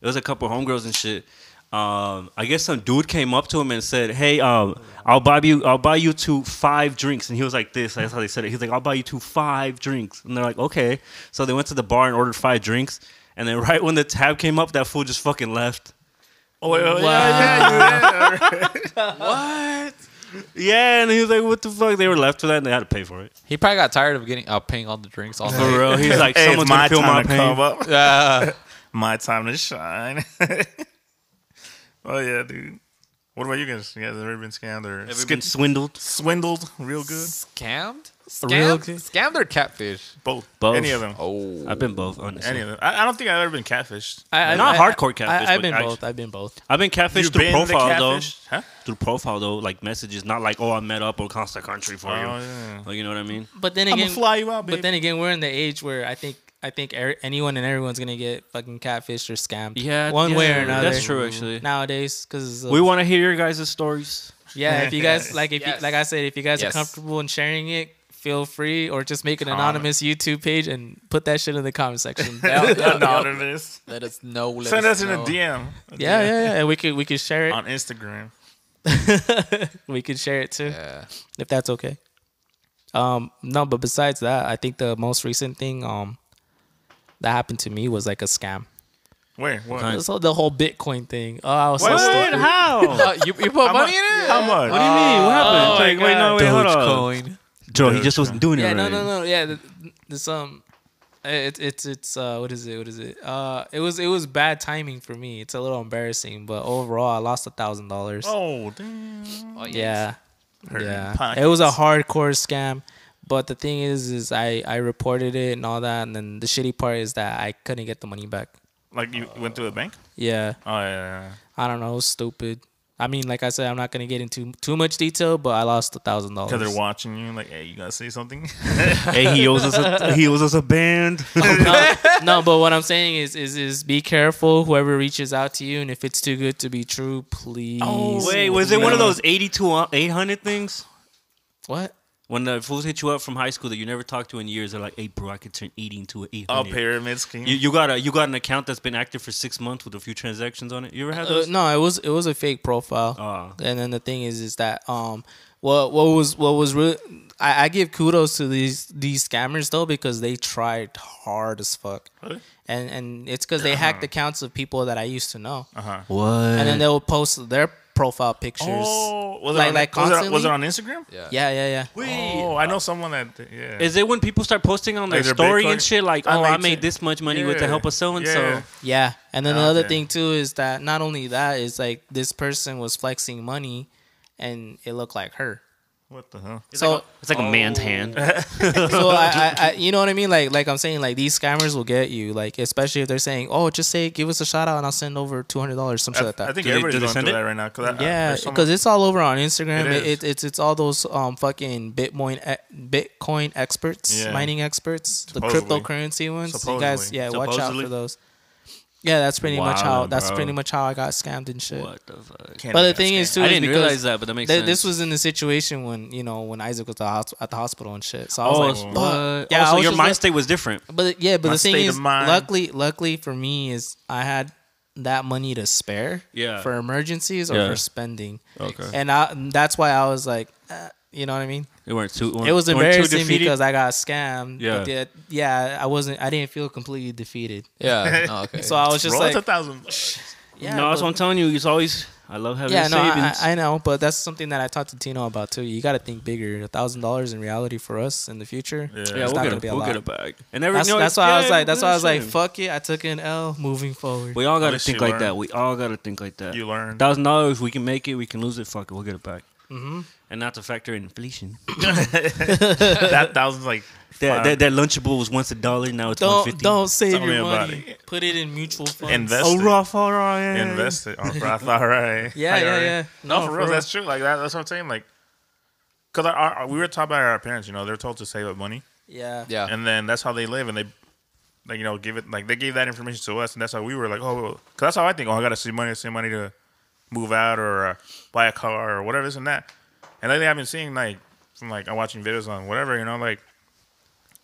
Speaker 5: it was a couple homegirls and shit. Um, I guess some dude came up to him and said, "Hey, um, I'll buy you, I'll buy you two five drinks." And he was like, "This." That's how they said it. He's like, "I'll buy you two five drinks," and they're like, "Okay." So they went to the bar and ordered five drinks, and then right when the tab came up, that fool just fucking left.
Speaker 4: Oh, wait, wait, wait.
Speaker 5: Yeah, and he was like, "What the fuck?" They were left for that, and they had to pay for it.
Speaker 6: He probably got tired of getting uh, paying all the drinks all
Speaker 5: For
Speaker 6: night.
Speaker 5: real, he's like,
Speaker 4: Hey, it's
Speaker 5: "Someone's gonna
Speaker 4: my
Speaker 5: feel my
Speaker 4: time to
Speaker 5: pain."
Speaker 4: come up.
Speaker 6: Yeah.
Speaker 4: my time to shine. oh yeah, dude. What about you guys? You guys ever been scammed or
Speaker 5: Ever
Speaker 4: sk-
Speaker 5: been swindled?
Speaker 4: swindled real good?
Speaker 6: scammed?
Speaker 7: Real
Speaker 6: Scammed?
Speaker 7: good.
Speaker 6: Scammed or catfish?
Speaker 4: Both.
Speaker 5: Both.
Speaker 4: Any of them.
Speaker 6: Oh.
Speaker 5: I've been both, honestly.
Speaker 4: Any of them. I, I don't think I've ever been catfished.
Speaker 7: I, I, I-
Speaker 5: Not hardcore catfish,
Speaker 7: I,
Speaker 5: but
Speaker 7: I've been
Speaker 5: actually-
Speaker 7: both. I've been both.
Speaker 5: I've been catfished through
Speaker 4: been the
Speaker 5: profile
Speaker 4: catfish?
Speaker 5: though.
Speaker 4: Huh?
Speaker 5: Through profile though, like messages, not like oh I met up or across the country for
Speaker 4: Oh,
Speaker 5: you.
Speaker 4: yeah.
Speaker 5: Like you know what I mean?
Speaker 7: But then
Speaker 4: I'm
Speaker 7: again,
Speaker 4: gonna fly you out, baby.
Speaker 7: But then again, we're in the age where I think I think er- anyone and everyone's gonna get fucking catfished or scammed. one way or another.
Speaker 5: That's true, actually.
Speaker 7: Nowadays, because
Speaker 5: we want to hear your guys' stories.
Speaker 7: yeah, if you guys like, if
Speaker 6: Yes.
Speaker 7: you, like I said, if you guys
Speaker 6: Yes.
Speaker 7: are comfortable in sharing it, feel free, or just make an
Speaker 4: Comment.
Speaker 7: anonymous YouTube page and put that shit in the comment section. yeah,
Speaker 6: Yeah, yeah, yeah.
Speaker 4: Anonymous.
Speaker 6: Let us know. Let
Speaker 4: Send us in a
Speaker 6: know.
Speaker 4: DM. A
Speaker 7: yeah,
Speaker 4: DM
Speaker 7: yeah, and we could we could share it.
Speaker 4: On Instagram.
Speaker 7: we could share it too.
Speaker 6: Yeah.
Speaker 7: if that's okay. Um, no, but besides that, I think the most recent thing um that happened to me was like a scam.
Speaker 4: Where? What?
Speaker 5: Kind.
Speaker 7: So the whole Bitcoin thing. Oh, I was
Speaker 4: What?
Speaker 7: so
Speaker 4: What?
Speaker 7: stupid.
Speaker 5: How?
Speaker 6: Uh, you, you put
Speaker 4: How
Speaker 6: money
Speaker 4: much?
Speaker 6: in it?
Speaker 4: How much? Oh,
Speaker 5: what do you mean? What happened?
Speaker 7: my
Speaker 5: like, wait, no,
Speaker 7: God.
Speaker 5: wait, hold on.
Speaker 6: Dogecoin.
Speaker 5: Joe, he just wasn't doing it
Speaker 7: Yeah,
Speaker 5: right.
Speaker 7: no, no, no. Yeah, th- this um, it, it's it's uh, what is it? What is it? Uh, it was it was bad timing for me. It's a little embarrassing, but overall, I lost a thousand dollars.
Speaker 4: Oh damn.
Speaker 7: Yeah,
Speaker 4: Hurt
Speaker 7: yeah.
Speaker 4: pockets.
Speaker 7: It was a hardcore scam, But the thing is, is I I reported it and all that, and then the shitty part is that I couldn't get the money back.
Speaker 4: Like you went through the bank?
Speaker 7: Yeah,
Speaker 4: Oh yeah, yeah, yeah.
Speaker 7: I don't know, it was stupid. I mean, like I said, I'm not gonna get into too much detail, but I lost a thousand
Speaker 4: Because they're
Speaker 7: dollars.
Speaker 4: watching you. Like, hey, you gotta say something.
Speaker 5: hey, he owes us a he owes us a band.
Speaker 7: No, but what I'm saying is, is, is be careful. Whoever reaches out to you, and if it's too good to be true, please.
Speaker 4: Oh,
Speaker 5: Wait, was it one of those eighty-two uh, eight hundred things?
Speaker 7: What?
Speaker 5: When the fools hit you up from high school that you never talked to in years, they're like, "Hey, bro, I could turn eighty into an eight
Speaker 4: All
Speaker 5: hundred.
Speaker 4: pyramid scheme.
Speaker 5: You, you got a you got an account that's been active for six months with a few transactions on it. You ever had
Speaker 7: Uh,
Speaker 5: those?
Speaker 7: no, it was it was a fake profile.
Speaker 5: Ah.
Speaker 7: And then the thing is, is that um, what what was what was real? I, I give kudos to these these scammers though because they tried hard as fuck. And and it's because they
Speaker 4: Uh-huh.
Speaker 7: hacked accounts of people that I used to know,
Speaker 5: what?
Speaker 7: and then they would post their profile pictures.
Speaker 4: oh, was it
Speaker 7: Like-
Speaker 4: on,
Speaker 7: like
Speaker 4: was, it, was it
Speaker 7: constantly?
Speaker 4: on Instagram?
Speaker 6: Yeah.
Speaker 7: Yeah, yeah, yeah.
Speaker 4: Oh, I know someone that. Yeah.
Speaker 5: Is it when people start posting on their
Speaker 4: Like their
Speaker 5: story
Speaker 4: Bitcoin?
Speaker 5: and shit like,
Speaker 4: I
Speaker 5: "Oh,
Speaker 4: made
Speaker 5: I made
Speaker 4: it."
Speaker 5: this much money with the
Speaker 4: Yeah.
Speaker 5: help of so and
Speaker 4: Yeah.
Speaker 5: so"?
Speaker 7: Yeah, and then the other
Speaker 4: Okay.
Speaker 7: thing too is that not only that is like this person was flexing money, and it looked like her.
Speaker 4: What the hell?
Speaker 7: so
Speaker 5: It's like a man's hand.
Speaker 7: so I, I, I, you know what I mean? Like, like I'm saying, like these scammers will get you. Like, especially if they're saying, "Oh, just say, give us a shout out, and I'll send over two hundred dollars, some shit
Speaker 4: I,
Speaker 7: like that."
Speaker 4: I think
Speaker 5: Do they-
Speaker 4: everybody's
Speaker 5: do they
Speaker 4: going
Speaker 5: send
Speaker 4: through
Speaker 5: it?
Speaker 4: that right now. Cause I- I-
Speaker 7: yeah,
Speaker 4: there's someone-
Speaker 7: because it's all over on
Speaker 4: It
Speaker 7: Instagram. It
Speaker 4: is.
Speaker 7: it, it's it's all those um fucking Bitcoin e- Bitcoin experts,
Speaker 4: Yeah.
Speaker 7: mining experts, the
Speaker 4: Supposedly.
Speaker 7: cryptocurrency ones. You guys,
Speaker 4: Supposedly.
Speaker 7: yeah, watch out
Speaker 5: Supposedly.
Speaker 7: for those. Yeah, that's pretty much how.
Speaker 5: Wow,
Speaker 7: That's
Speaker 5: bro.
Speaker 7: pretty much how I got scammed and shit.
Speaker 5: what the fuck?
Speaker 4: Can't
Speaker 7: But the
Speaker 4: be that
Speaker 7: thing is,
Speaker 4: scam.
Speaker 7: too,
Speaker 5: I
Speaker 7: is
Speaker 5: didn't
Speaker 7: because
Speaker 5: realize that, but that makes
Speaker 7: th-
Speaker 5: sense.
Speaker 7: This was in the situation when you know when Isaac was at the, hosp- at the hospital and shit. So I was
Speaker 5: oh,
Speaker 7: like,
Speaker 5: what?
Speaker 7: "Fuck."
Speaker 5: yeah.
Speaker 7: I
Speaker 5: Also,
Speaker 7: was
Speaker 5: your
Speaker 7: just
Speaker 5: mind
Speaker 7: like-
Speaker 5: state was different.
Speaker 7: but yeah, but
Speaker 4: My
Speaker 7: the thing
Speaker 4: state of
Speaker 7: is,
Speaker 4: mind.
Speaker 7: luckily, luckily for me is I had that money to spare.
Speaker 5: Yeah.
Speaker 7: For emergencies or
Speaker 5: Yeah.
Speaker 7: for spending.
Speaker 5: Okay.
Speaker 7: And I, that's why I was like, eh, you know what I mean?
Speaker 5: It weren't too.
Speaker 7: It was
Speaker 5: weren't too
Speaker 7: embarrassing
Speaker 5: defeated?
Speaker 7: because I got scammed.
Speaker 5: Yeah.
Speaker 7: But the- yeah, I wasn't. I didn't feel completely defeated.
Speaker 6: Yeah. Oh, okay.
Speaker 7: So I was just
Speaker 4: Roll
Speaker 7: like,
Speaker 4: it's a thousand. bucks.
Speaker 7: yeah,
Speaker 5: no, that's
Speaker 7: but-
Speaker 5: what I'm telling you. It's always I love having
Speaker 7: yeah, no, I,
Speaker 5: savings.
Speaker 7: I I know, but that's something that I talked to Tino about too. You got to think bigger. A thousand dollars in reality for us in the future, yeah,
Speaker 5: yeah,
Speaker 7: it's
Speaker 5: we'll
Speaker 7: not
Speaker 5: get,
Speaker 7: gonna
Speaker 5: a,
Speaker 7: be a
Speaker 5: we'll
Speaker 7: lot.
Speaker 5: get a bag. And every,
Speaker 7: That's,
Speaker 5: no,
Speaker 7: that's
Speaker 5: it's-
Speaker 7: why I
Speaker 5: yeah,
Speaker 7: was like, that's why I was like,
Speaker 5: same.
Speaker 7: fuck it. I took an L. Moving forward.
Speaker 5: We all gotta
Speaker 4: least
Speaker 5: think
Speaker 4: you
Speaker 5: like that.
Speaker 4: learn.
Speaker 5: We all gotta think like that.
Speaker 4: You learn.
Speaker 5: Thousand dollars, we can make it. We can lose it. Fuck it, we'll get it back.
Speaker 7: Mm-hmm.
Speaker 5: And not to factor in inflation.
Speaker 4: that thousand's like.
Speaker 5: that,
Speaker 4: five.
Speaker 5: that that lunchable was once a dollar. Now it's one
Speaker 7: Don't
Speaker 5: fifty.
Speaker 7: don't save
Speaker 4: Tell me
Speaker 7: your
Speaker 4: about
Speaker 7: money.
Speaker 4: it.
Speaker 7: Put it in mutual funds.
Speaker 4: Invest
Speaker 5: Oh,
Speaker 4: it.
Speaker 5: rough, all right.
Speaker 4: Invest it. Oh, Roth IRA.
Speaker 7: Yeah, yeah, yeah.
Speaker 4: No,
Speaker 7: No,
Speaker 4: for
Speaker 7: for
Speaker 4: real,
Speaker 7: real.
Speaker 4: that's true. Like that, that's what I'm saying. Like, because our, our, we were taught by our parents, you know, they're told to save up money,
Speaker 7: Yeah.
Speaker 6: yeah.
Speaker 4: and then that's how they live, and they, like, you know, give it like they gave that information to us, and that's how we were like, oh, because that's how I think. Oh, I gotta save money, save money to move out or uh, buy a car or whatever this and that. And lately, I've been seeing like from like I'm watching videos on whatever, you know, like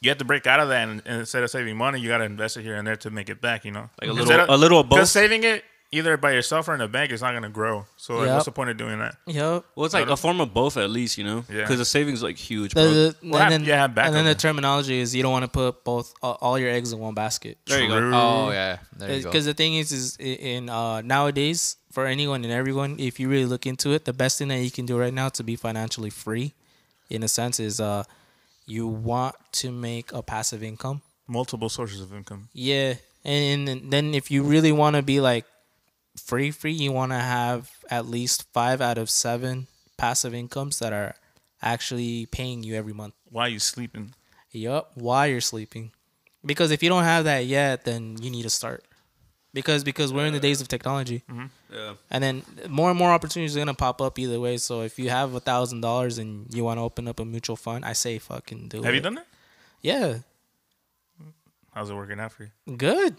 Speaker 4: you have to break out of that, and, and instead of saving money, you gotta invest it here and there to make it back, you know,
Speaker 5: Like a little-
Speaker 4: Instead of-
Speaker 5: a little of both.
Speaker 4: 'cause saving it either by yourself or in a bank is not gonna grow. So like,
Speaker 7: Yep.
Speaker 4: what's the point of doing that?
Speaker 7: Yep.
Speaker 5: Well, it's like a form of both, at least you know,
Speaker 4: Yeah.
Speaker 5: because the savings like huge.
Speaker 7: The,
Speaker 5: bro.
Speaker 7: the,
Speaker 4: Well,
Speaker 7: and
Speaker 4: I-
Speaker 7: then,
Speaker 4: yeah, I have
Speaker 7: and then the
Speaker 4: backup.
Speaker 7: terminology is you don't want to put both uh, all your eggs in one basket.
Speaker 5: there you go. Uh,
Speaker 4: True.
Speaker 6: oh yeah. There you go.
Speaker 7: Because Uh, the thing is, is i- in uh, nowadays for anyone and everyone, if you really look into it, the best thing that you can do right now to be financially free, in a sense, is uh, you want to make a passive income.
Speaker 4: multiple sources of income.
Speaker 7: Yeah, and, and then if you really want to be like free, free, you want to have at least five out of seven passive incomes that are actually paying you every month.
Speaker 4: Why you sleeping?
Speaker 7: Yup, while you're sleeping, because if you don't have that yet, then you need to start. Because because we're in the days of technology,
Speaker 5: Yeah.
Speaker 7: and then more and more opportunities are gonna pop up either way. So if you have a thousand dollars and you want to open up a mutual fund, I say fucking do it.
Speaker 4: Have you done that?
Speaker 7: Yeah,
Speaker 4: How's it working out for you?
Speaker 7: good.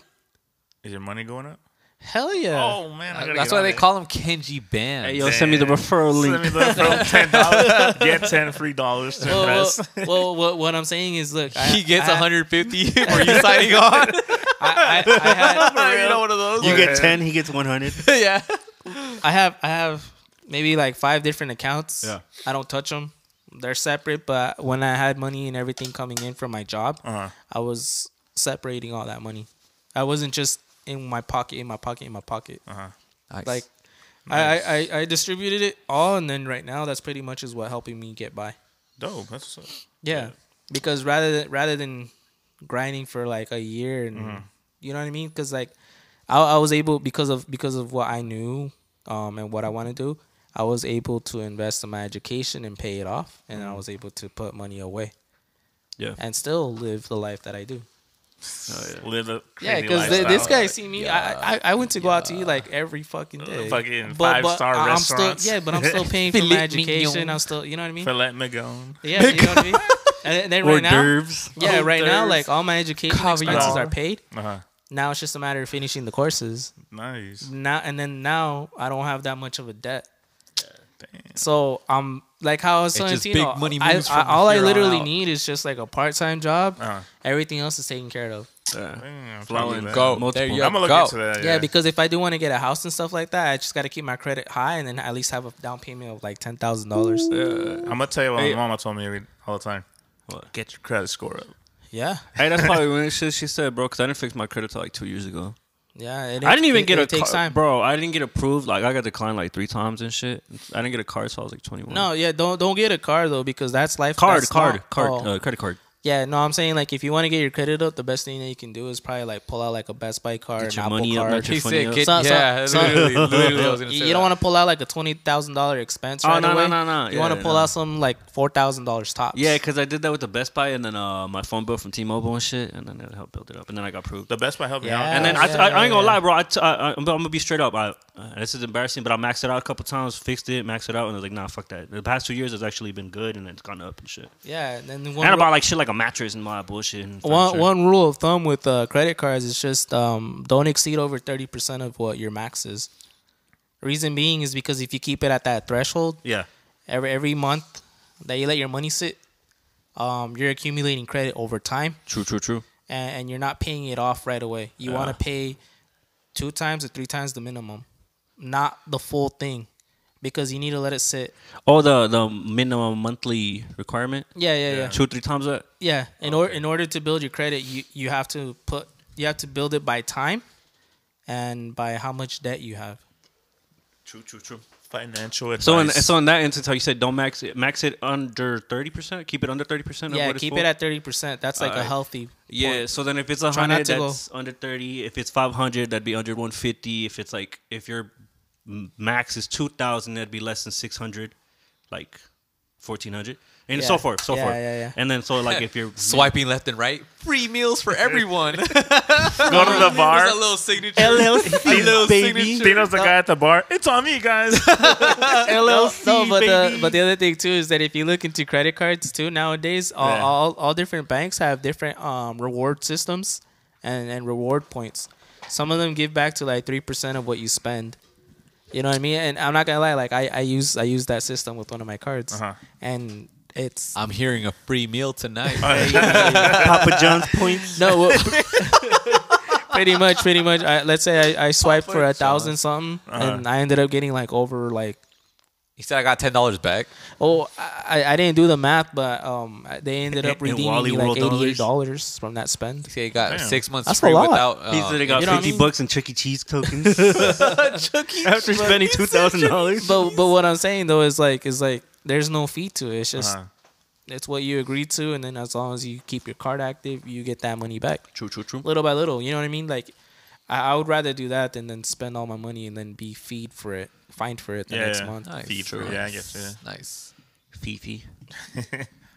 Speaker 4: Is your money going up?
Speaker 7: Hell yeah.
Speaker 4: Oh man, I gotta
Speaker 6: uh, That's
Speaker 4: get
Speaker 6: why
Speaker 4: on
Speaker 6: they
Speaker 4: it.
Speaker 6: call him Kenji Band.
Speaker 5: Hey, yo, send me the
Speaker 4: Damn.
Speaker 5: referral link.
Speaker 4: Send me the from ten dollars. Get ten free dollars to
Speaker 7: well, well,
Speaker 4: invest.
Speaker 7: well, well, what I'm saying is, look, I,
Speaker 6: he gets
Speaker 7: I,
Speaker 6: 150 for you signing on.
Speaker 7: I, I, I, had,
Speaker 6: you know one of those.
Speaker 5: You
Speaker 4: Yeah.
Speaker 5: get ten, he gets one hundred.
Speaker 6: yeah.
Speaker 7: I have, I have maybe like five different accounts.
Speaker 5: Yeah.
Speaker 7: I don't touch them; they're separate. But when I had money and everything coming in from my job,
Speaker 4: Uh-huh.
Speaker 7: I was separating all that money. I wasn't just in my pocket, in my pocket, in my pocket. Like, I, I, I, I distributed it all, and then right now, that's pretty much is what helping me get by.
Speaker 4: Dope. That's what's up.
Speaker 7: Yeah, because rather than rather than grinding for like a year and you know what I mean, because like I, I was able because of because of what I knew um and what I want to do, I was able to invest in my education and pay it off, and I was able to put money away.
Speaker 5: Yeah.
Speaker 7: and still live the life that I do.
Speaker 4: Live the
Speaker 7: Yeah,
Speaker 4: crazy
Speaker 7: because this
Speaker 4: lifestyle.
Speaker 7: guy see me. I, I I went to go out to eat like every fucking day.
Speaker 4: fucking
Speaker 7: But- but
Speaker 4: five-star
Speaker 7: I- I'm
Speaker 4: restaurants.
Speaker 7: Still, yeah, but I'm still paying for my
Speaker 6: Filet
Speaker 7: education.
Speaker 6: mignon.
Speaker 7: I'm still, you know what I mean?
Speaker 4: Filet mignon.
Speaker 7: Yeah, you know what I mean. And then
Speaker 5: Hors
Speaker 7: right now,
Speaker 5: d'oeuvres.
Speaker 7: yeah, right now,
Speaker 4: d'oeuvres.
Speaker 7: like all my education expenses
Speaker 4: Caviar.
Speaker 7: are paid.
Speaker 4: Uh huh.
Speaker 7: Now it's just a matter of finishing the courses.
Speaker 4: Nice.
Speaker 7: Now and then now I don't have that much of a debt.
Speaker 4: Damn.
Speaker 7: So I'm like how I was telling
Speaker 6: just
Speaker 7: Tino,
Speaker 6: big money
Speaker 7: I,
Speaker 6: moves
Speaker 7: I,
Speaker 6: from
Speaker 7: all I
Speaker 6: here on
Speaker 7: literally
Speaker 6: out.
Speaker 7: need is just like a part time job.
Speaker 4: Uh-huh.
Speaker 7: Everything else is taken care of.
Speaker 5: Yeah.
Speaker 4: Damn,
Speaker 5: Flowing.
Speaker 4: probably
Speaker 6: Go.
Speaker 4: that.
Speaker 5: Multiple.
Speaker 6: There you
Speaker 4: I'm gonna look
Speaker 6: go.
Speaker 4: into that.
Speaker 7: Yeah, because if I do want to get a house and stuff like that, I just got to keep my credit high and then at least have a down payment of like ten thousand dollars.
Speaker 4: I'm gonna tell you what
Speaker 5: Hey.
Speaker 4: my mama told me every, all the time. Get your credit score up.
Speaker 7: Yeah,
Speaker 5: Hey, that's probably when she, she said, bro, because I didn't fix my credit till like two years ago.
Speaker 7: yeah. It,
Speaker 5: I didn't even
Speaker 7: it-
Speaker 5: get
Speaker 7: it
Speaker 5: a
Speaker 7: takes
Speaker 5: car,
Speaker 7: time,
Speaker 5: bro. I didn't get approved. Like I got declined like three times and shit. I didn't get a card, so I was like twenty one.
Speaker 7: No, yeah, don't don't get a car though because that's life.
Speaker 5: card,
Speaker 7: that's
Speaker 5: card,
Speaker 7: not-
Speaker 5: card,
Speaker 7: oh.
Speaker 5: uh, credit card.
Speaker 7: yeah, no, I'm saying like if you want to get your credit up, the best thing that you can do is probably like pull out like a Best Buy card,
Speaker 5: Get
Speaker 7: an
Speaker 5: your
Speaker 7: Apple
Speaker 5: money up,
Speaker 7: card.
Speaker 5: not your
Speaker 6: He
Speaker 5: funny
Speaker 6: said,
Speaker 5: up.
Speaker 6: get,
Speaker 7: So- so-
Speaker 6: yeah,
Speaker 7: so-
Speaker 6: literally, literally, I was gonna
Speaker 7: You,
Speaker 6: say
Speaker 7: you don't
Speaker 6: that.
Speaker 7: want to pull out like a twenty thousand dollar expense.
Speaker 5: Oh,
Speaker 7: right
Speaker 5: no, no,
Speaker 7: away.
Speaker 5: no, no.
Speaker 7: You
Speaker 5: Yeah,
Speaker 7: want to pull
Speaker 5: no.
Speaker 7: out some like four thousand dollars tops.
Speaker 5: Yeah, because I did that with the Best Buy and then uh, my phone bill from T-Mobile and shit, and then it helped build it up, and then I got approved.
Speaker 4: The best by helping
Speaker 7: Yeah.
Speaker 4: out.
Speaker 5: And then I,
Speaker 7: Oh, Yeah,
Speaker 5: I, I ain't gonna
Speaker 7: yeah.
Speaker 5: lie, bro. I t- I, I, I'm gonna be straight up. I, uh, this is embarrassing, but I maxed it out a couple times, fixed it, maxed it out, and I was like, nah, fuck that. The past two years has actually been good, and it's gone up and shit.
Speaker 7: yeah. And then
Speaker 5: and I
Speaker 7: one,
Speaker 5: bought like shit like a mattress and all that bullshit. And
Speaker 7: one,
Speaker 5: furniture.
Speaker 7: one rule of thumb with uh, credit cards is just um, don't exceed over 30% of what your max is. Reason being is because if you keep it at that threshold
Speaker 5: Yeah.
Speaker 7: every every month that you let your money sit, um, you're accumulating credit over time
Speaker 5: True. True. True.
Speaker 7: and, and you're not paying it off right away. You want to pay two times or three times the minimum, not the full thing because you need to let it sit.
Speaker 5: Oh, the the minimum monthly requirement.
Speaker 7: Yeah, yeah, yeah.
Speaker 5: Two three times that.
Speaker 7: Yeah, in order in order to build your credit, you you have to put you have to build it by time and by how much debt you have.
Speaker 4: True, true, true. Financial advice.
Speaker 5: So in, so in that instance, how you said don't max it, max it under thirty percent. Keep it under thirty percent.
Speaker 7: yeah, keep it at thirty percent. That's like a
Speaker 5: Alright.
Speaker 7: healthy.
Speaker 5: Yeah. So then if it's a
Speaker 7: Try not
Speaker 5: hundred,
Speaker 7: to go-
Speaker 5: that's under thirty. If it's five hundred, that'd be under one fifty. If it's like if your m- max is two thousand, that'd be less than six hundred, like fourteen hundred, and so
Speaker 7: Yeah.
Speaker 5: forth, so
Speaker 7: Yeah,
Speaker 5: forth.
Speaker 7: yeah, yeah.
Speaker 5: And then so like if you're
Speaker 6: Swiping left and right, free meals for everyone.
Speaker 4: go to the bar.
Speaker 6: There's a little signature.
Speaker 5: LLC,
Speaker 6: a little
Speaker 5: baby.
Speaker 6: signature.
Speaker 4: Dino's the guy at the bar. It's on me, guys.
Speaker 7: LLC, no, but the
Speaker 5: baby.
Speaker 7: but the other thing too is that if you look into credit cards too nowadays, all
Speaker 4: Yeah.
Speaker 7: all, all different banks have different um, reward systems and and reward points. Some of them give back to like three percent of what you spend. You know what I mean? And I'm not gonna lie, like I, I use I use that system with one of my cards,
Speaker 4: Uh-huh.
Speaker 7: and it's
Speaker 6: I'm hearing a free meal tonight.
Speaker 5: Papa John's points.
Speaker 7: No, well, pretty much, pretty much. I, let's say I, I swiped for a thousand something,
Speaker 4: Uh-huh.
Speaker 7: and I ended up getting like over like
Speaker 6: He said I got ten dollars back.
Speaker 7: oh I, I didn't do the math, but um I- they ended up
Speaker 5: In
Speaker 7: redeeming
Speaker 5: Wally
Speaker 7: me like
Speaker 5: World dollars?
Speaker 7: eighty eight dollars from that spend.
Speaker 6: He said he got
Speaker 4: Damn.
Speaker 6: six months
Speaker 7: That's a
Speaker 6: free
Speaker 7: lot.
Speaker 6: without. Uh,
Speaker 5: He's literally got
Speaker 7: you know what I
Speaker 5: fifty
Speaker 7: mean?
Speaker 5: bucks in Chuck E. Cheese tokens after spending two thousand dollars.
Speaker 7: But but what I'm saying though is like is like there's no fee to it. It's just
Speaker 4: Uh-huh.
Speaker 7: it's what you agreed to, and then as long as you keep your card active, you get that money back
Speaker 5: True, true, true.
Speaker 7: little by little. You know what I mean? Like I, I would rather do that than then spend all my money and then be feed for it, fined for it the
Speaker 4: Yeah,
Speaker 7: next
Speaker 4: yeah.
Speaker 7: month.
Speaker 6: nice.
Speaker 4: Feature. Yeah, I guess, yeah.
Speaker 6: Nice.
Speaker 5: Fifi.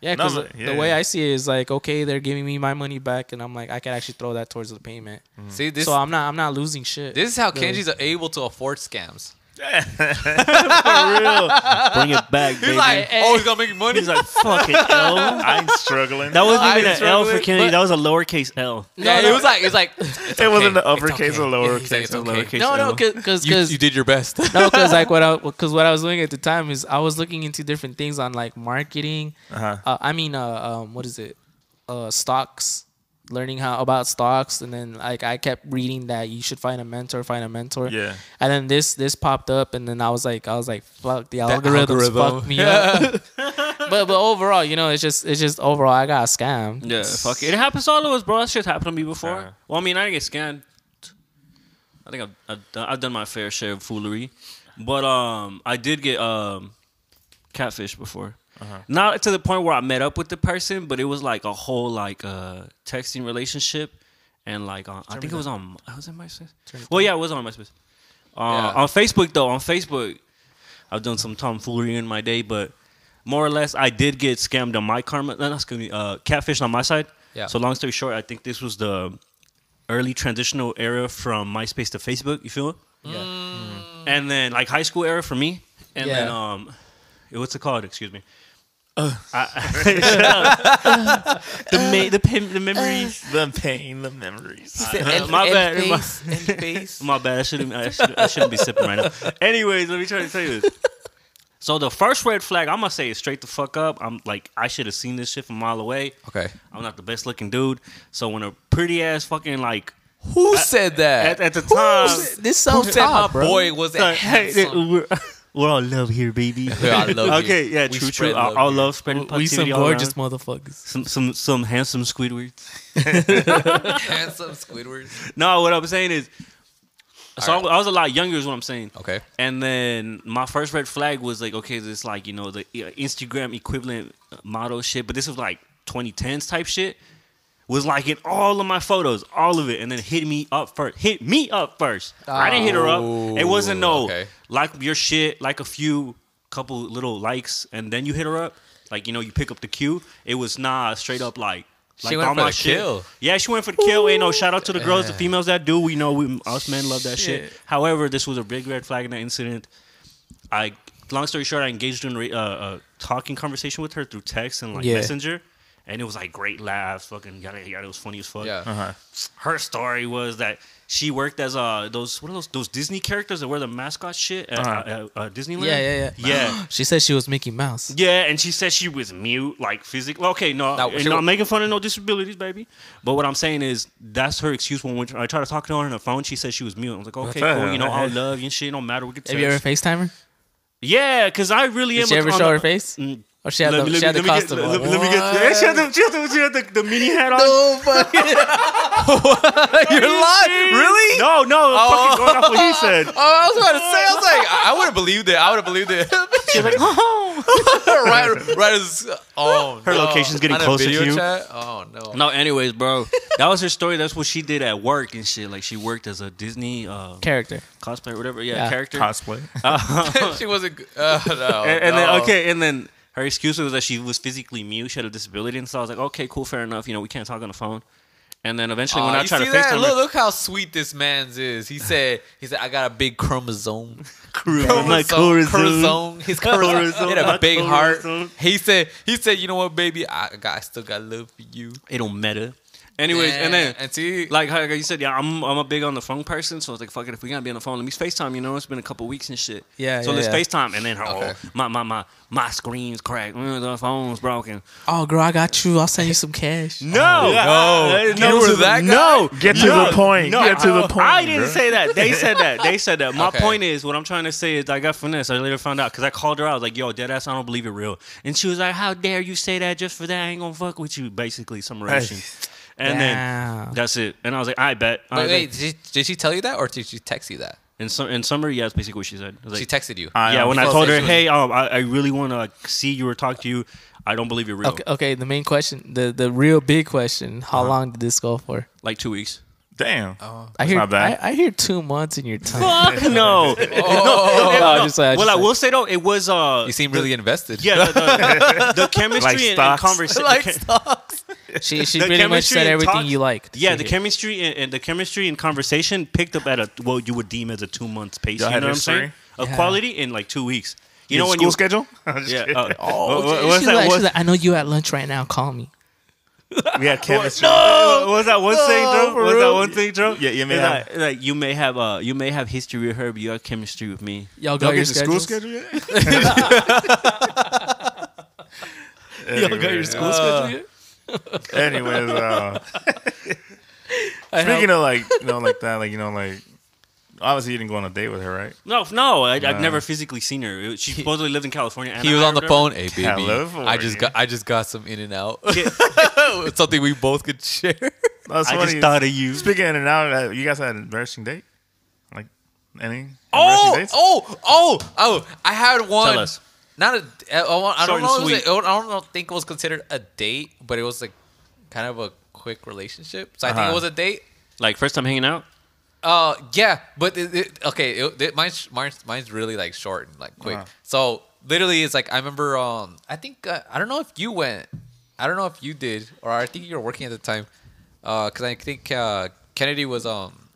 Speaker 7: Yeah,
Speaker 4: No,
Speaker 7: because
Speaker 4: but- yeah,
Speaker 7: the way
Speaker 4: yeah.
Speaker 7: I see it is like, okay, they're giving me my money back, and I'm like, I can actually throw that towards the payment.
Speaker 6: Mm. See this.
Speaker 7: so I'm not, I'm not losing shit.
Speaker 6: this is how
Speaker 7: really.
Speaker 6: Kenji's able to afford scams.
Speaker 4: Uh-huh.
Speaker 5: Bring it back, baby.
Speaker 6: He's like, oh, he's gonna make money.
Speaker 5: He's like, fuck it, L.
Speaker 4: I ain't struggling.
Speaker 5: That wasn't
Speaker 6: I
Speaker 5: even
Speaker 6: was
Speaker 5: an L for
Speaker 6: struggling,
Speaker 5: Kennedy.
Speaker 6: but-
Speaker 5: That was a lowercase L.
Speaker 6: yeah,
Speaker 7: no,
Speaker 6: it
Speaker 7: no.
Speaker 6: was like, it's like, it's
Speaker 4: it wasn't
Speaker 6: okay.
Speaker 4: the
Speaker 6: It's
Speaker 4: uppercase
Speaker 6: okay.
Speaker 4: or
Speaker 6: He's like,
Speaker 4: lowercase.
Speaker 6: it's
Speaker 4: or
Speaker 6: okay.
Speaker 5: Lowercase
Speaker 7: no, no,
Speaker 5: L.
Speaker 7: because because
Speaker 6: You, you did your best.
Speaker 7: no, because like what I because what I was doing at the time is I was looking into different things on like marketing.
Speaker 4: Uh-huh.
Speaker 7: Uh, I mean, uh, um, what is it? Uh, stocks. Learning how about stocks, and then like I kept reading that you should find a mentor, find a mentor.
Speaker 4: Yeah.
Speaker 7: And then this this popped up, and then I was like, I was like, fuck, the algorithms
Speaker 6: algorithm.
Speaker 7: fucked me up. but but overall, you know, it's just it's just overall, I got scammed.
Speaker 5: Yeah, fuck it. It happens to all of us, bro. That shit happened to me before.
Speaker 4: Yeah.
Speaker 5: Well, I mean, I didn't get scanned. I think I've, I've, done, I've done my fair share of foolery, but um, I did get um, catfish before. Not to the point where I met up with the person, but it was like a whole like uh, texting relationship, and like on, I think it was on was it MySpace? Well, yeah, it was on MySpace. Uh,
Speaker 6: Yeah.
Speaker 5: On Facebook though, on Facebook, I've done some tomfoolery in my day, but more or less, I did get scammed on my karma. No, not excuse me, uh, catfish on my side.
Speaker 6: Yeah.
Speaker 5: So long story short, I think this was the early transitional era from MySpace to Facebook. You feel it?
Speaker 7: Yeah.
Speaker 5: And then like high school era for me. And then
Speaker 7: Yeah.
Speaker 5: um, what's it called? Excuse me. Uh, the ma- the, pim- the memories.
Speaker 4: The pain, the memories.
Speaker 5: Uh, my bad. my-
Speaker 6: face.
Speaker 5: My bad. I shouldn't. I, should, I shouldn't be sipping right now. Anyways, let me try to tell you this. So the first red flag, I'm gonna say it straight the fuck up. I'm like, I should have seen this shit from a mile away.
Speaker 6: Okay.
Speaker 5: I'm not the best looking dude. So when a pretty ass fucking like
Speaker 6: Who said that?
Speaker 5: at, at the time,
Speaker 7: This sounds
Speaker 6: Who said my
Speaker 7: top, bro.
Speaker 6: boy was a handsome?
Speaker 5: we're, we're all love here, baby.
Speaker 6: Yeah, I love
Speaker 5: okay,
Speaker 6: you.
Speaker 5: yeah,
Speaker 6: We
Speaker 5: true,
Speaker 6: spread
Speaker 5: true. All,
Speaker 6: love
Speaker 5: all
Speaker 6: here.
Speaker 5: love spreading
Speaker 7: We some
Speaker 5: positivity all around.
Speaker 7: gorgeous motherfuckers.
Speaker 5: some some some handsome Squidwards.
Speaker 6: handsome Squidward.
Speaker 5: No, what I'm saying is, so I
Speaker 6: Alright.
Speaker 5: was- I was a lot younger. Is what I'm saying.
Speaker 6: Okay.
Speaker 5: And then my first red flag was like, okay, this like you know the uh, Instagram equivalent model shit, but this was like 2010s type shit. Was like in all of my photos, all of it, and then hit me up first. Hit me up first. I didn't hit her up. It wasn't no
Speaker 6: Oh, okay.
Speaker 5: like your shit, like a few couple little likes, and then you hit her up. Like you know, you pick up the cue. It was nah, straight up like.
Speaker 6: She
Speaker 5: Like
Speaker 6: went
Speaker 5: all
Speaker 6: for
Speaker 5: my
Speaker 6: the
Speaker 5: shit.
Speaker 6: kill.
Speaker 5: Yeah, she went for the kill. Ain't no shout out to the girls, the females that do. We know we us men love that shit. However, this was a big red flag in that incident. I long story short, I engaged in a uh, uh, talking conversation with her through text and like
Speaker 7: Yeah.
Speaker 5: messenger, and it was like great laughs, fucking yada yada, yada. It was funny as fuck.
Speaker 6: Yeah.
Speaker 4: Uh-huh.
Speaker 5: Her story was that she worked as uh those what are those those Disney characters that wear the mascot shit at, uh, uh, uh, Disneyland.
Speaker 7: Uh-huh. Yeah, yeah, yeah.
Speaker 5: yeah.
Speaker 7: She said she was Mickey Mouse.
Speaker 5: Yeah, and she said she was mute, like physically. Okay, no,
Speaker 6: Now,
Speaker 5: and
Speaker 6: she-
Speaker 5: not making fun of no disabilities, baby. But what I'm saying is that's her excuse when we- I try to talk to her on the phone. She said she was mute. I was like, okay,
Speaker 4: fair.
Speaker 5: cool. You know, I love you and shit. No matter what.
Speaker 7: Have you ever FaceTime her?
Speaker 5: Yeah, because I really
Speaker 7: Did
Speaker 5: am.
Speaker 7: she
Speaker 5: a-
Speaker 7: ever
Speaker 5: on
Speaker 7: show
Speaker 5: the-
Speaker 7: her face?
Speaker 5: Mm.
Speaker 7: Or she had the,
Speaker 5: Let me- let
Speaker 7: she had
Speaker 5: me-
Speaker 7: the
Speaker 5: let me get-
Speaker 7: costume
Speaker 5: Let
Speaker 7: on?
Speaker 5: me- let me get. Yeah, She had the- she had the- she had the the mini hat on.
Speaker 7: Oh
Speaker 6: You're lying. Really?
Speaker 5: No, no, I'm fucking going off what he said.
Speaker 6: Oh, I was about to say. I was like, I, I would have believed it. I would have believed it.
Speaker 5: She's like, "Oh."
Speaker 6: right, right. As, oh,
Speaker 5: Her
Speaker 6: no.
Speaker 5: location's getting
Speaker 6: On a
Speaker 5: closer to
Speaker 6: video
Speaker 5: you.
Speaker 6: Chat? Oh no.
Speaker 5: No, anyways, bro, that was her story. That's what she did at work and shit. Like she worked as a Disney uh,
Speaker 7: Character.
Speaker 5: cosplayer, whatever. Yeah,
Speaker 7: Yeah.
Speaker 5: character.
Speaker 4: Cosplay.
Speaker 6: she wasn't. g- Uh, no,
Speaker 5: and, and
Speaker 6: no.
Speaker 5: then okay, and then her excuse was that she was physically mute, she had a disability, and so I was like, okay, cool, fair enough. You know, we can't talk on the phone. And then eventually, when
Speaker 6: Aw,
Speaker 5: I
Speaker 6: you
Speaker 5: tried to
Speaker 6: see that?
Speaker 5: FaceTime
Speaker 6: Look,
Speaker 5: her,
Speaker 6: look how sweet this man's is. He said, he said, I got a big chromosome.
Speaker 5: I'm
Speaker 6: Chromosome.
Speaker 5: like, "Chromosome."
Speaker 6: Chromosome. His chromosome. He had a
Speaker 5: Chromosome.
Speaker 6: big heart.
Speaker 5: Chromosome.
Speaker 6: He said, he said, you know what, baby, I got, I still got love for you.
Speaker 5: it don't matter. Anyways, and
Speaker 6: Yeah,
Speaker 5: then
Speaker 6: and see,
Speaker 5: like how you said, yeah, I'm I'm a big on the phone person, so I was like, fuck it, if we gotta be on the phone, let me FaceTime. You know, it's been a couple weeks and shit.
Speaker 7: Yeah,
Speaker 5: So
Speaker 7: yeah,
Speaker 5: let's
Speaker 7: yeah.
Speaker 5: FaceTime, and then her,
Speaker 6: Okay.
Speaker 5: oh, my my my my screen's cracked, Mm, the phone's broken. Oh,
Speaker 7: Oh, girl, I got you. I'll send you some cash.
Speaker 5: No,
Speaker 6: no. You were that guy?
Speaker 5: No,
Speaker 4: Get to
Speaker 5: no,
Speaker 4: the point.
Speaker 5: No,
Speaker 4: Get to the point,
Speaker 5: I didn't
Speaker 4: bro.
Speaker 5: say that. They said that. They said that. My
Speaker 6: Okay.
Speaker 5: point is, what I'm trying to say is, I got finesse. I later found out because I called her out. I was like, "Yo, dead ass, I don't believe it real." And she was like, "How dare you say that? Just for that, I ain't gonna fuck with you." Basically, summarization. And
Speaker 7: Wow.
Speaker 5: then that's it. And I was like, "I bet." I
Speaker 6: wait,
Speaker 5: was
Speaker 6: wait,
Speaker 5: Like,
Speaker 6: did she, did she tell you that or did she text you that?
Speaker 5: in, sum- in summary, yeah, that's basically what she said. I was
Speaker 6: She
Speaker 5: like,
Speaker 6: texted you. Oh,
Speaker 5: yeah, when I
Speaker 6: Well,
Speaker 5: told her,
Speaker 6: she was-
Speaker 5: "Hey, um, I, I really want to like, see you or talk to you," I don't believe it real.
Speaker 7: Okay, okay, the main question, the, the real big question, how
Speaker 5: Uh-huh.
Speaker 7: long did this go for?
Speaker 5: Like two weeks.
Speaker 4: Damn.
Speaker 7: I hear
Speaker 4: not bad.
Speaker 7: I, I hear two months in your time.
Speaker 5: Fuck no.
Speaker 7: Oh, I just, I just,
Speaker 5: well, I will say though, it was uh,
Speaker 6: you seem really invested.
Speaker 5: Yeah, the, the, the chemistry
Speaker 4: Like
Speaker 5: and, and
Speaker 4: stocks.
Speaker 5: conversation.
Speaker 7: she she
Speaker 5: the
Speaker 7: pretty much
Speaker 5: chemistry
Speaker 7: said
Speaker 5: and
Speaker 7: everything
Speaker 5: talk-
Speaker 7: you liked.
Speaker 5: yeah,
Speaker 7: She
Speaker 5: the
Speaker 7: did.
Speaker 5: chemistry and, and the chemistry and conversation picked up at a what you would deem as a two month pace.
Speaker 4: Y'all
Speaker 5: you
Speaker 4: had
Speaker 5: know what I'm
Speaker 4: history?
Speaker 5: saying? Of
Speaker 7: Yeah.
Speaker 5: quality in like two weeks. You know when
Speaker 4: school
Speaker 5: you
Speaker 4: schedule?
Speaker 5: yeah.
Speaker 4: yeah.
Speaker 7: She-
Speaker 5: uh, what- what- what's
Speaker 7: Oh, she's
Speaker 5: that?
Speaker 7: like- she's
Speaker 5: What's
Speaker 7: like, I know you at lunch right now. Call me.
Speaker 4: We had chemistry.
Speaker 7: "Oh,
Speaker 5: no, was that one thing, Joe?
Speaker 4: for
Speaker 5: Was that
Speaker 4: real.
Speaker 5: one thing, Joe?
Speaker 4: Yeah, you may
Speaker 5: It's
Speaker 4: have-
Speaker 5: like, like you may have uh, you may have history with her, but you have chemistry with me.
Speaker 7: Y'all got
Speaker 4: Y'all
Speaker 7: your
Speaker 4: get the school
Speaker 7: schedules?
Speaker 4: schedule yet?
Speaker 7: Y'all got your school schedule yet?
Speaker 4: Anyways, uh,
Speaker 7: I
Speaker 4: speaking
Speaker 7: help-
Speaker 4: of like, you know, like that, like, you know, like, obviously you didn't go on a date with her, right?
Speaker 5: No, no, I,
Speaker 4: Nah.
Speaker 5: I've never physically seen her. It- She supposedly lived in California.
Speaker 6: He was
Speaker 5: Anaheim
Speaker 6: on the phone.
Speaker 5: or whatever.
Speaker 6: Hey, baby, I
Speaker 4: California.
Speaker 6: just got, I just got some in and out.
Speaker 5: Yeah.
Speaker 6: Something we both could share.
Speaker 4: That's
Speaker 5: I
Speaker 4: funny.
Speaker 5: just thought of you.
Speaker 4: Speaking of now, uh, you guys had an embarrassing date? Like, any? embarrassing
Speaker 6: Oh,
Speaker 4: dates?
Speaker 6: oh, oh, oh! I had one.
Speaker 5: Tell us.
Speaker 6: Not a. I don't- I
Speaker 5: Short
Speaker 6: don't
Speaker 5: and
Speaker 6: know. It was
Speaker 5: sweet.
Speaker 6: a, I don't know, think it was considered a date, but it was like kind of a quick relationship. So I think
Speaker 4: Uh-huh.
Speaker 6: it was a date.
Speaker 5: Like first time hanging out.
Speaker 6: Uh, yeah, but it, it, okay, it, it, mine's mine's mine's really like short and like quick.
Speaker 4: Uh-huh.
Speaker 6: So literally it's like I remember um I think uh, I don't know if you went I don't know if you did or I think you were working at the time uh cuz I think uh Kennedy was um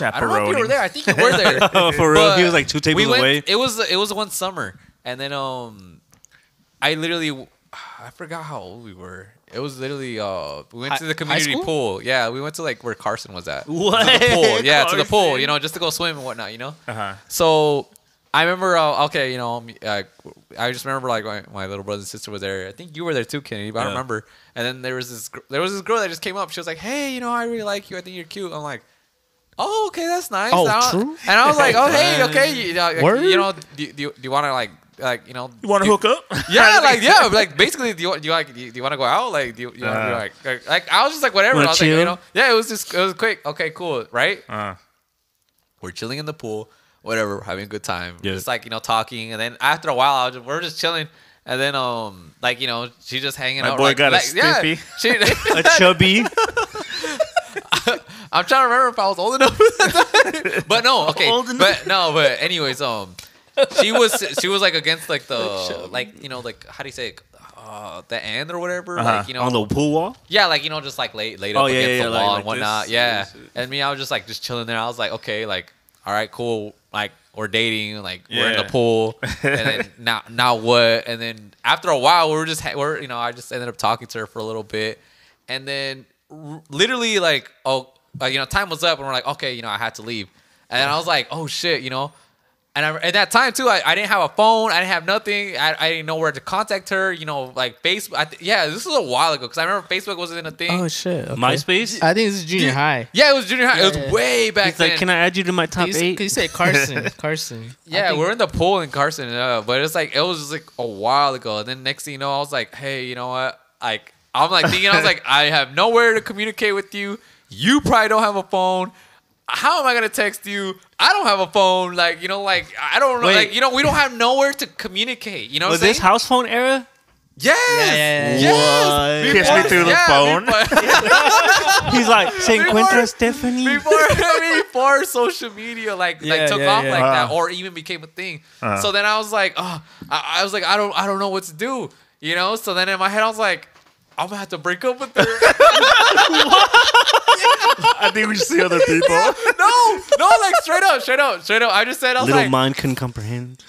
Speaker 6: I don't know if you
Speaker 4: Chaperone.
Speaker 6: were there. I think you were there.
Speaker 5: Oh, For real, he
Speaker 6: But
Speaker 5: was like two tables
Speaker 6: we went-
Speaker 5: away.
Speaker 6: It was it was one summer, and then um, I literally I forgot how old we were. It was literally uh, we went
Speaker 7: Hi-
Speaker 6: to the
Speaker 7: high
Speaker 6: community
Speaker 7: school?
Speaker 6: pool. Yeah, we went to like where Carson was at.
Speaker 5: What?
Speaker 6: To the pool. Yeah, to the pool. You know, just to go swim and whatnot. You know.
Speaker 4: Uh-huh.
Speaker 6: So I remember. Uh, okay, you know, um, uh, I just remember like my, my little brother and sister was there. I think you were there too, Kennedy. But I don't
Speaker 5: Yeah.
Speaker 6: remember. And then there was this gr- there was this girl that just came up. She was like, "Hey, you know, I really like you. I think you're cute." I'm like. Oh, okay, that's nice.
Speaker 7: Oh,
Speaker 6: And I was-
Speaker 7: true?
Speaker 6: And I was like, oh, hey, okay, you know, like,
Speaker 7: Word?
Speaker 6: you know, do, do, do you want to like, like, you know,
Speaker 4: You want to
Speaker 6: do-
Speaker 4: hook up?
Speaker 6: Yeah, like, yeah, like, basically, do you, do you like, do you, want to go out? Like, do you, you,
Speaker 4: Uh.
Speaker 6: know, like, like, like, I was just like, whatever.
Speaker 5: Wanna
Speaker 6: I was like,
Speaker 5: chill?
Speaker 6: you know, yeah, it was just, it was quick. Okay, cool, right?
Speaker 4: Uh,
Speaker 6: we're chilling in the pool, whatever, we're having a good time.
Speaker 5: Yeah.
Speaker 6: Just like, you know, talking. And then after a while, I was just, we're just chilling. And then, um, like, you know, she just hanging
Speaker 4: My
Speaker 6: out.
Speaker 4: boy
Speaker 6: like,
Speaker 4: got a
Speaker 6: like, yeah,
Speaker 4: stiffy.
Speaker 6: she,
Speaker 5: a chubby.
Speaker 6: I'm trying to remember if I was old enough. but no, okay.
Speaker 5: Old enough.
Speaker 6: But no, but anyways, um, she was she was like against like the like you know like how do you say it? uh the end or whatever like you know
Speaker 5: on the pool wall.
Speaker 6: yeah, like you know, just like laid laid
Speaker 5: Oh,
Speaker 6: up
Speaker 5: yeah,
Speaker 6: against
Speaker 5: yeah,
Speaker 6: the
Speaker 5: like-
Speaker 6: wall
Speaker 5: like
Speaker 6: and whatnot.
Speaker 5: this.
Speaker 6: yeah,
Speaker 5: This-
Speaker 6: and me, I was just like just chilling there. I was like, okay, like all right, cool. Like we're dating, like we're in
Speaker 4: Yeah.
Speaker 6: the pool, and then now now what? And then after a while, we were just ha- we're you know, I just ended up talking to her for a little bit, and then r- literally like oh, uh, you know, time was up, and we're like, okay, you know, I had to leave, and then I was like, oh shit, you know. And I, at that time too, I, I didn't have a phone. I didn't have nothing. I, I didn't know where to contact her. You know, like Facebook. I th- yeah, this was a while ago because I remember Facebook wasn't a thing.
Speaker 7: Oh shit. Okay.
Speaker 5: MySpace.
Speaker 7: I think this is junior high.
Speaker 6: Yeah, it was junior high.
Speaker 7: Yeah,
Speaker 6: it
Speaker 7: yeah.
Speaker 6: was way back
Speaker 5: He's
Speaker 6: then.
Speaker 5: like, can I add you to my top
Speaker 7: You,
Speaker 5: eight?
Speaker 7: said, you said Carson. Carson. I
Speaker 6: yeah,
Speaker 7: think-
Speaker 6: we're in the pool in Carson, uh, but it's like it was just like a while ago. And then next thing you know, I was like, hey, you know what? Like I'm like thinking, I was like, I have nowhere to communicate with you. You probably don't have a phone. How am I gonna text you? I don't have a phone. Like you know, like I don't know.
Speaker 5: Wait.
Speaker 6: Like you know, we don't have nowhere to communicate. You know, what
Speaker 5: Was
Speaker 6: I'm
Speaker 5: this
Speaker 6: saying?
Speaker 5: house phone era?
Speaker 6: Yes.
Speaker 7: yeah, yeah, yeah.
Speaker 6: Yes.
Speaker 5: What?
Speaker 4: Kiss me through the phone.
Speaker 6: phone.
Speaker 5: He's like, se encuentra Stephanie.
Speaker 6: before before social media like
Speaker 7: Yeah,
Speaker 6: like took
Speaker 7: yeah,
Speaker 6: off
Speaker 7: yeah.
Speaker 6: like that
Speaker 4: Wow.
Speaker 6: or even became a thing.
Speaker 4: Uh.
Speaker 6: So then I was like, oh, I, I was like, I don't I don't know what to do, you know. So then in my head I was like, I'm gonna have to break up with her.
Speaker 4: I think we should see other people.
Speaker 6: no, no, like straight up, straight up, straight up. I just said I was
Speaker 5: Little
Speaker 6: like,
Speaker 5: mind couldn't comprehend.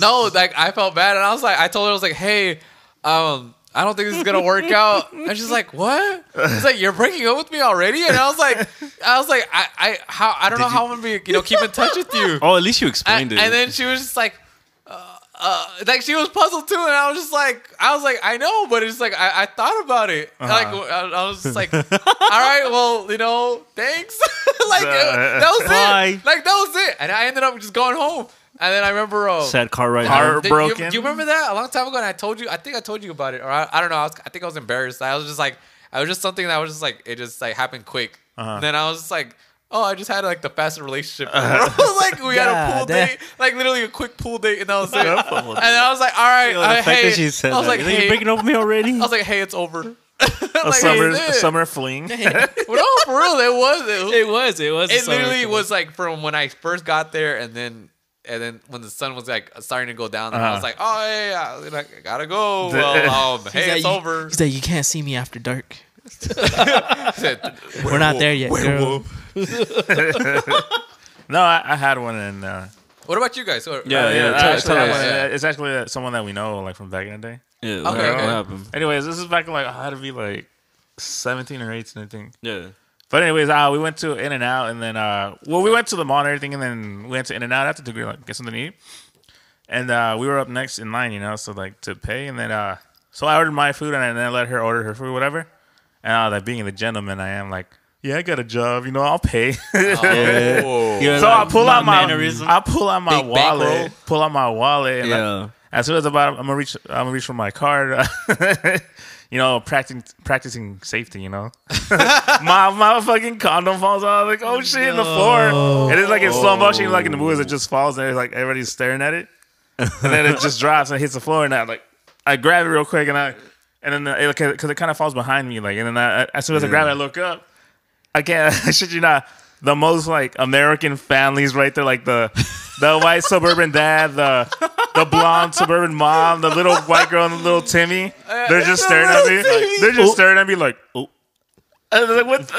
Speaker 6: no, like I felt bad and I was like, I told her I was like, hey, um. I don't think this is gonna work out. And she's like, "What?" It's like you're breaking up with me already, and I was like, "I was like, I, I, how, I don't know how I'm gonna be, you know, keep in touch with you."
Speaker 5: Oh, at least you
Speaker 6: and,
Speaker 5: explained it.
Speaker 6: and then she was just like, uh, uh, like she was puzzled too, and I was just like, I was like, I know, but it's like I, I thought about it.
Speaker 5: Uh-huh.
Speaker 6: Like I, I was just like, all right, well, you know, thanks. like
Speaker 4: Uh,
Speaker 6: uh, that was
Speaker 5: bye.
Speaker 6: it. Like that was it, and I ended up just going home. And then I remember, uh,
Speaker 5: sad car ride.
Speaker 4: Car-
Speaker 5: home.
Speaker 6: do you,
Speaker 4: Heartbroken.
Speaker 6: do you remember that a long time ago? And I told you, I think I told you about it, or I, I don't know. I, was, I think I was embarrassed. I was just like, I was just something that was just like, it just like happened quick.
Speaker 5: Uh-huh.
Speaker 6: And then I was just like, oh, I just had like the fastest relationship. ever. like we had a pool
Speaker 7: God damn.
Speaker 6: date, like literally a quick pool date, and that was it. and
Speaker 4: Couple.
Speaker 6: then I was like, all right,
Speaker 5: Yo, the
Speaker 6: uh,
Speaker 5: fact
Speaker 6: hey,
Speaker 5: that she said
Speaker 6: I was
Speaker 5: that.
Speaker 6: like,
Speaker 5: You're like,
Speaker 6: hey,
Speaker 5: you're breaking up with me already.
Speaker 6: I was like, hey, it's over.
Speaker 4: A
Speaker 6: like,
Speaker 4: summer,
Speaker 6: it's
Speaker 4: a
Speaker 6: it.
Speaker 4: summer fling.
Speaker 6: Well, no, for real, it was. It, was-
Speaker 7: It was. It was. a
Speaker 6: it
Speaker 7: summer
Speaker 6: literally
Speaker 7: thing.
Speaker 6: was like from when I first got there, and then and then when the sun was like starting to go down, and I was
Speaker 4: Uh-huh.
Speaker 6: like, oh yeah, yeah, like I gotta go. Well, um,
Speaker 7: He's
Speaker 6: hey, it's
Speaker 7: like, you-
Speaker 6: over.
Speaker 7: He's like, you can't see me after dark.
Speaker 6: Said,
Speaker 7: We're not there yet, girl.
Speaker 4: No, I, I had one in. Uh,
Speaker 6: what about you guys? Or-
Speaker 5: Yeah, yeah,
Speaker 4: I
Speaker 5: tell-
Speaker 4: actually
Speaker 5: tell
Speaker 4: had
Speaker 5: us.
Speaker 4: one,
Speaker 6: Yeah.
Speaker 4: uh, It's actually uh, someone that we know, like from back in the day.
Speaker 5: yeah,
Speaker 6: what- okay. what
Speaker 5: happened?
Speaker 4: Anyways, this is back in like I had to be like seventeen or eighteen, I think.
Speaker 5: Yeah.
Speaker 4: But anyways, uh, we went to In and Out, and then uh, well, we went to the mall and everything, and then we went to In and Out after to like get something to eat, and uh, we were up next in line, you know, so like to pay, and then uh, so I ordered my food, and I- and then I let her order her food, whatever, and uh, like being the gentleman I am, like. Yeah, I got a job. You know, I'll pay.
Speaker 5: Yeah,
Speaker 4: so I
Speaker 5: like,
Speaker 4: pull out my,
Speaker 5: mannerism.
Speaker 4: I pull out my
Speaker 6: Big bankroll.
Speaker 4: wallet, pull out my wallet, and I-
Speaker 5: Yeah.
Speaker 4: as soon as I'm about, I'm gonna reach. I'm gonna reach for my card. uh, you know, practicing practicing safety. You know, my my fucking condom falls out. I'm like, oh shit, in the floor. And it's like in slow motion, like in the movies, it just falls and it's like everybody's staring at it, and then it just drops and hits the floor. And I like, I grab it real quick and I, and then uh, it because it kind of falls behind me, like, and then I, as soon as I grab it, I look up. I can't. I shit you not. The most like American families right there, like the the white suburban dad, the the blonde suburban mom, the little white girl, and the little Timmy. They're just staring at me. Like, they're just staring at me like, oh. I was like, what? The,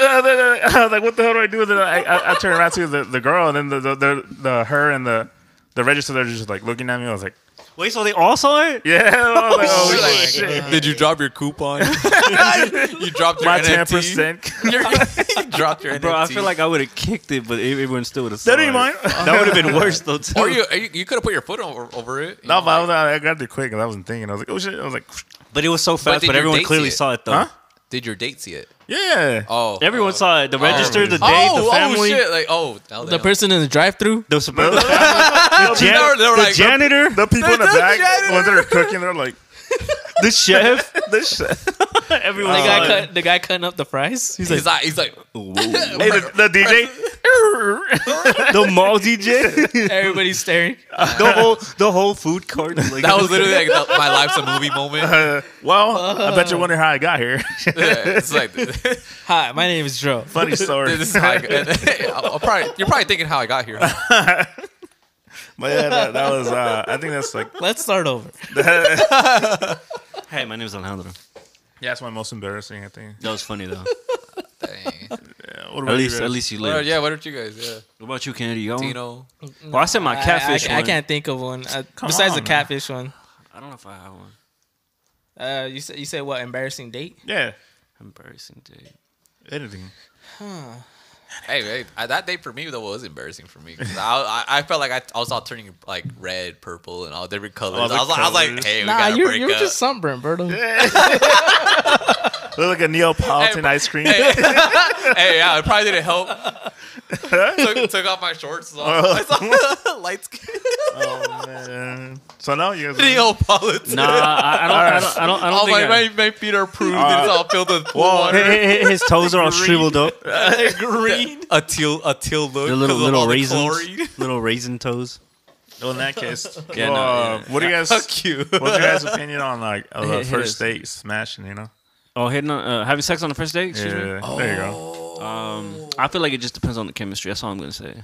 Speaker 4: I was like, what the hell do I do? Then I, I, I turn around to the, the girl, and then the the, the, the her and the the register. They're just like looking at me. I was like,
Speaker 5: Wait, so they all saw it?
Speaker 4: yeah. I was like, oh,
Speaker 6: You're like,
Speaker 4: shit.
Speaker 6: Did you drop your coupon? you dropped your
Speaker 4: My ten
Speaker 6: NFT.
Speaker 4: percent.
Speaker 6: you dropped your
Speaker 5: Bro,
Speaker 6: NFT.
Speaker 5: I feel like I would have kicked it, but e- everyone still would have.
Speaker 4: That ain't mine.
Speaker 5: That would have been worse though. Too.
Speaker 6: or you you, you could have put your foot over, over it. you
Speaker 4: No,
Speaker 6: know,
Speaker 4: but I,
Speaker 6: like-
Speaker 4: was, I grabbed it quick and I wasn't thinking. I was like, oh shit. I was like,
Speaker 5: But it was so fast,
Speaker 6: did
Speaker 5: but,
Speaker 6: your
Speaker 5: everyone
Speaker 6: date
Speaker 5: clearly
Speaker 6: see it?
Speaker 5: saw it though.
Speaker 4: huh?
Speaker 6: did your date see it?
Speaker 4: Yeah.
Speaker 6: Oh,
Speaker 5: Everyone
Speaker 6: oh.
Speaker 5: saw it. The register, the date,
Speaker 6: oh,
Speaker 5: the
Speaker 6: oh
Speaker 5: family,
Speaker 6: shit! Like oh, hell
Speaker 7: The
Speaker 6: damn.
Speaker 7: person in the drive-through.
Speaker 5: the suburban, the, jan-
Speaker 6: They were- they were
Speaker 5: the
Speaker 6: like-
Speaker 5: janitor,
Speaker 4: The people in the
Speaker 6: That's
Speaker 4: back,
Speaker 6: Janet.
Speaker 4: when they're cooking, they're like,
Speaker 5: the chef.
Speaker 4: this shit.
Speaker 5: Everyone
Speaker 7: The
Speaker 5: saw
Speaker 7: guy,
Speaker 5: it.
Speaker 7: cut, the guy cutting up the fries. He's like,
Speaker 6: He's like, he's like
Speaker 4: Hey, the, the DJ.
Speaker 5: the
Speaker 4: Oh,
Speaker 5: mall DJ,
Speaker 7: everybody's staring.
Speaker 5: the whole the whole food court. Like,
Speaker 6: that was literally like the, my life's a movie moment.
Speaker 4: well, I
Speaker 5: Uh-huh.
Speaker 4: bet you're wondering how I got here.
Speaker 6: Yeah, it's like this
Speaker 7: Hi, my name is Joe.
Speaker 4: Funny story.
Speaker 6: is how I, I'll probably you're probably thinking how I got here. Uh,
Speaker 4: but yeah, that, that was. Uh, I think that's like.
Speaker 7: Let's start over.
Speaker 5: hey, my name's Alejandro.
Speaker 4: Yeah, that's my most embarrassing. I think.
Speaker 5: That was funny though.
Speaker 6: Dang.
Speaker 4: Yeah, what about
Speaker 5: at
Speaker 4: you
Speaker 5: least
Speaker 4: guys?
Speaker 5: at least you
Speaker 6: What are-
Speaker 5: lived.
Speaker 6: yeah, what are you guys? Yeah,
Speaker 5: What about you, Kennedy? You got one?
Speaker 6: Tino.
Speaker 5: Well, I said my
Speaker 7: I-
Speaker 5: catfish.
Speaker 7: I, I,
Speaker 5: one.
Speaker 7: can't think of one uh, besides
Speaker 4: on,
Speaker 7: the catfish one.
Speaker 5: I don't know if I have one.
Speaker 7: Uh, you said you said what embarrassing date?
Speaker 4: Yeah,
Speaker 5: Embarrassing date.
Speaker 4: anything.
Speaker 6: Hey, hey, I- that day for me though was embarrassing for me 'cause I, I I felt like I, I was all turning like red, purple, and all different colors.
Speaker 4: All the
Speaker 6: I, was, like- I was like,
Speaker 4: colors.
Speaker 6: hey, we
Speaker 7: Nah,
Speaker 6: gotta
Speaker 7: you're
Speaker 6: break
Speaker 7: you're
Speaker 6: up.
Speaker 7: just sunburned, Berto.
Speaker 4: Look like a Neapolitan ice cream.
Speaker 6: hey, yeah, it probably didn't help. took, took off my shorts. So
Speaker 5: Uh-huh.
Speaker 6: I saw light skin
Speaker 4: Oh, man. So now you guys.
Speaker 6: Neapolitan.
Speaker 5: Nah, I, I don't. I don't. I don't, I don't
Speaker 6: all
Speaker 5: think.
Speaker 6: my,
Speaker 5: I- Uh,
Speaker 6: my, my feet are pruned. and it's all filled with blue
Speaker 5: Hey,
Speaker 6: water.
Speaker 5: hey, hey, his toes are all shriveled up.
Speaker 6: green, a teal, a teal look.
Speaker 5: The little
Speaker 6: 'cause of
Speaker 5: little
Speaker 6: all the
Speaker 5: raisins,
Speaker 6: chlorine.
Speaker 5: little raisin toes.
Speaker 4: Well, in that case,
Speaker 5: Yeah, no,
Speaker 4: well, uh,
Speaker 5: yeah.
Speaker 4: what do you guys?
Speaker 6: Fuck you.
Speaker 4: What's your guys' opinion on like uh,
Speaker 5: Hit-
Speaker 4: the
Speaker 5: hit
Speaker 4: first
Speaker 5: us.
Speaker 4: date smashing? You know.
Speaker 5: Oh, hitting on, uh, having sex on the first date. Excuse me.
Speaker 4: Yeah. There you go.
Speaker 5: Um, I feel like it just depends on the chemistry. That's all I'm gonna say.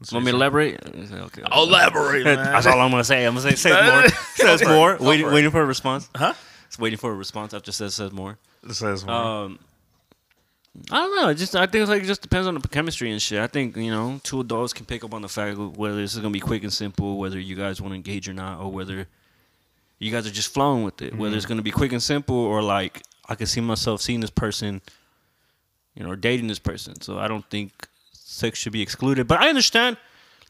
Speaker 4: That's
Speaker 5: Want me to elaborate? Okay.
Speaker 4: Elaborate, man.
Speaker 5: That's all I'm gonna say. I'm gonna say, say more. says more. Waiting, waiting for a response.
Speaker 4: Huh?
Speaker 5: It's waiting for a response after says says more.
Speaker 4: It says more.
Speaker 5: Um, I don't know. It Just I think it's like it just depends on the chemistry and shit. I think you know two adults can pick up on the fact of whether this is gonna be quick and simple, whether you guys want to engage or not, or whether you guys are just flowing with it. Whether it's gonna be quick and simple or like I can see myself seeing this person, you know, or dating this person. So I don't think sex should be excluded. But I understand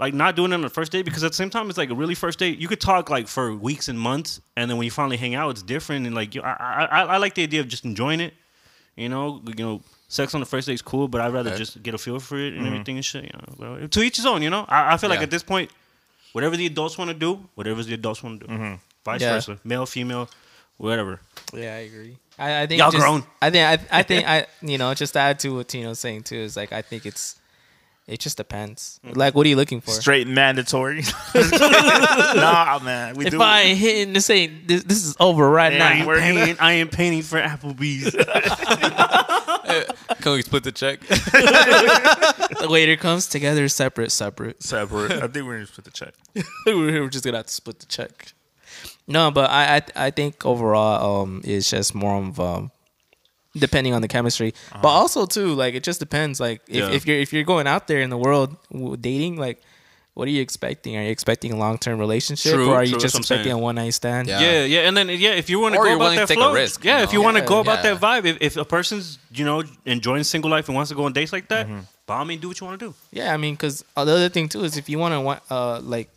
Speaker 5: like not doing it on the first date because at the same time it's like a really first date. You could talk like for weeks and months, and then when you finally hang out, it's different. And like you, I, I, I I like the idea of just enjoying it. You know, you know, sex on the first date's cool, but I'd rather
Speaker 6: Okay.
Speaker 5: just get a feel for it and everything and shit. You know, Well, to each his own. You know, I, I feel like
Speaker 6: Yeah.
Speaker 5: at this point, whatever the adults want to do, whatever the adults want to do, vice
Speaker 7: Yeah.
Speaker 5: versa, male, female, whatever.
Speaker 7: Yeah, I agree. I, I think
Speaker 5: Y'all
Speaker 7: just-
Speaker 5: grown.
Speaker 7: I think I, I think I you know just to add to what Tino's saying too is like I think it's it just depends. Like, what are you looking for?
Speaker 4: Straight mandatory. nah, man. We
Speaker 7: if
Speaker 4: do.
Speaker 7: I ain't hitting this ain't this, this is over right
Speaker 4: Yeah,
Speaker 7: now.
Speaker 5: I am
Speaker 4: we're gonna-
Speaker 5: painting. I am painting for Applebee's.
Speaker 6: Can we split the check?
Speaker 7: The waiter comes together, separate, separate.
Speaker 4: separate. I think we're gonna split the check.
Speaker 7: we're we're just gonna have to split the check. No, but I I, I think overall um it's just more of um depending on the chemistry, but also too like it just depends like if,
Speaker 5: Uh-huh. Yeah.
Speaker 7: if you're if you're going out there in the world w- dating like. What are you expecting? Are you expecting a long term relationship,
Speaker 5: True,
Speaker 7: or are you
Speaker 5: true,
Speaker 7: just
Speaker 5: that's what I'm
Speaker 7: expecting a
Speaker 5: saying.
Speaker 7: one night stand?
Speaker 6: Yeah.
Speaker 5: Yeah, yeah, and then yeah, if you want to
Speaker 6: Or
Speaker 5: go
Speaker 6: you're
Speaker 5: about
Speaker 6: willing to
Speaker 5: that
Speaker 6: take a
Speaker 5: flow,
Speaker 6: risk,
Speaker 5: yeah,
Speaker 6: you
Speaker 5: if you
Speaker 6: know?
Speaker 5: want to
Speaker 7: Yeah,
Speaker 5: go about
Speaker 6: yeah.
Speaker 5: that vibe, if, if a person's you know enjoying single life and wants to go on dates like that, by all means, do what you want to do.
Speaker 7: Yeah, I mean, because the other thing too is if you want to, uh, like,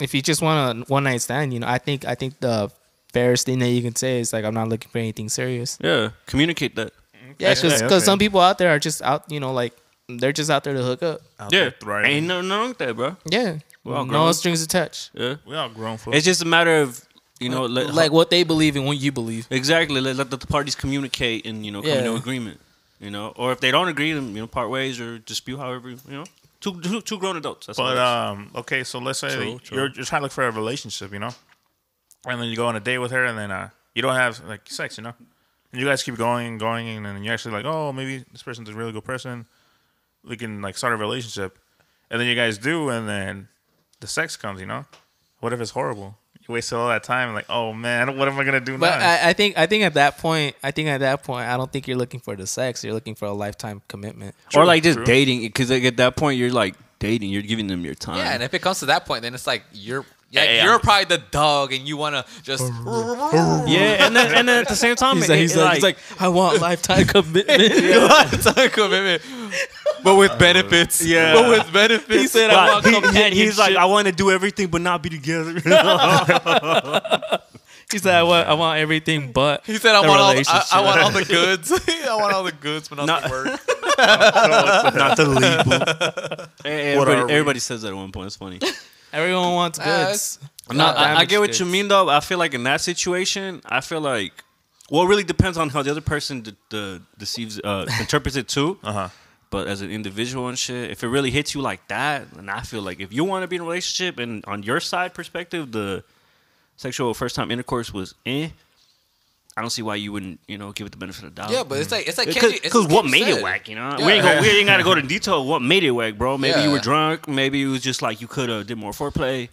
Speaker 7: if you just want a one night stand, you know, I think I think the fairest thing that you can say is like, I'm not looking for anything serious.
Speaker 5: Yeah, communicate that.
Speaker 7: Yeah, because
Speaker 4: Yeah, okay.
Speaker 7: some people out there are just out, you know, like they're just out there to hook up.
Speaker 4: Out
Speaker 5: Yeah,
Speaker 4: there thriving.
Speaker 5: ain't nothing wrong with that, bro.
Speaker 7: Yeah,
Speaker 5: Well,
Speaker 7: no
Speaker 5: girl.
Speaker 7: strings attached.
Speaker 5: Yeah,
Speaker 4: We all grown folks.
Speaker 5: it's just a matter of you know let,
Speaker 7: Like what they believe and what you believe.
Speaker 5: exactly let, let the parties communicate and you know come to
Speaker 7: Yeah.
Speaker 5: agreement. You know, or if they don't agree, then you know part ways or dispute, however you know. Two, two, two grown adults. That's all
Speaker 4: But
Speaker 5: it is.
Speaker 4: um, okay, so let's say
Speaker 5: True, true.
Speaker 4: you're you're trying to look for a relationship, you know, and then you go on a date with her, and then uh, you don't have like sex, you know, and you guys keep going and going, and then you're actually like, oh, maybe this person's a really good person, we can like start a relationship, and then you guys do, and then the sex comes, you know, What if it's horrible? You wasted all that time. Like, oh man, what am I gonna do
Speaker 7: But uh,
Speaker 4: now?
Speaker 7: I, I think I think at that point, I think at that point, I don't think you're looking for the sex. You're looking for a lifetime commitment.
Speaker 5: or like just
Speaker 4: true.
Speaker 5: dating because like, at that point you're like dating you're giving them your time
Speaker 6: Yeah, and if it comes to that point, then it's like you're yeah,
Speaker 5: Yeah, yeah.
Speaker 6: you're probably the dog, and you want to just
Speaker 5: Yeah, and then and then at the same time
Speaker 7: He's like, he's,
Speaker 5: it- it,
Speaker 7: like, he's like, I want lifetime commitment.
Speaker 6: it's a commitment, but with benefits.
Speaker 5: yeah.
Speaker 6: but with benefits.
Speaker 7: He said, "I
Speaker 5: Right.
Speaker 7: want
Speaker 5: He- he-
Speaker 7: companionship."
Speaker 5: he's like I want to do everything but not be together
Speaker 7: He said, "I want, I want everything, but
Speaker 6: He said, "I
Speaker 7: the
Speaker 6: want all, I,
Speaker 7: relationship."
Speaker 6: I want all the goods. I want all the goods, but not,
Speaker 5: Not-
Speaker 6: the work."
Speaker 5: not the label
Speaker 4: What
Speaker 5: everybody,
Speaker 4: are we?
Speaker 5: everybody says that at one point it's funny
Speaker 7: everyone wants goods."
Speaker 5: No,
Speaker 7: Not
Speaker 5: I, I
Speaker 7: damaged
Speaker 5: get what
Speaker 7: goods.
Speaker 5: you mean though. I feel like in that situation, I feel like well, it really depends on how the other person de- de- deceives, uh, interprets it too.
Speaker 4: Uh-huh.
Speaker 5: But as an individual and shit, if it really hits you like that, and I feel like if you want to be in a relationship and on your side perspective, the sexual first time intercourse was eh. I don't see why you wouldn't, you know, give it the benefit of the doubt.
Speaker 6: Yeah, but it's like it's like Kenji- it's
Speaker 5: Because
Speaker 6: like
Speaker 5: what
Speaker 6: Kenji
Speaker 5: made
Speaker 6: said.
Speaker 5: it whack, you know?
Speaker 6: Yeah.
Speaker 5: We ain't gonna, we ain't gotta go to detail what made it whack, bro. Maybe you
Speaker 6: Yeah.
Speaker 5: were drunk. Maybe it was just like you could have did more foreplay.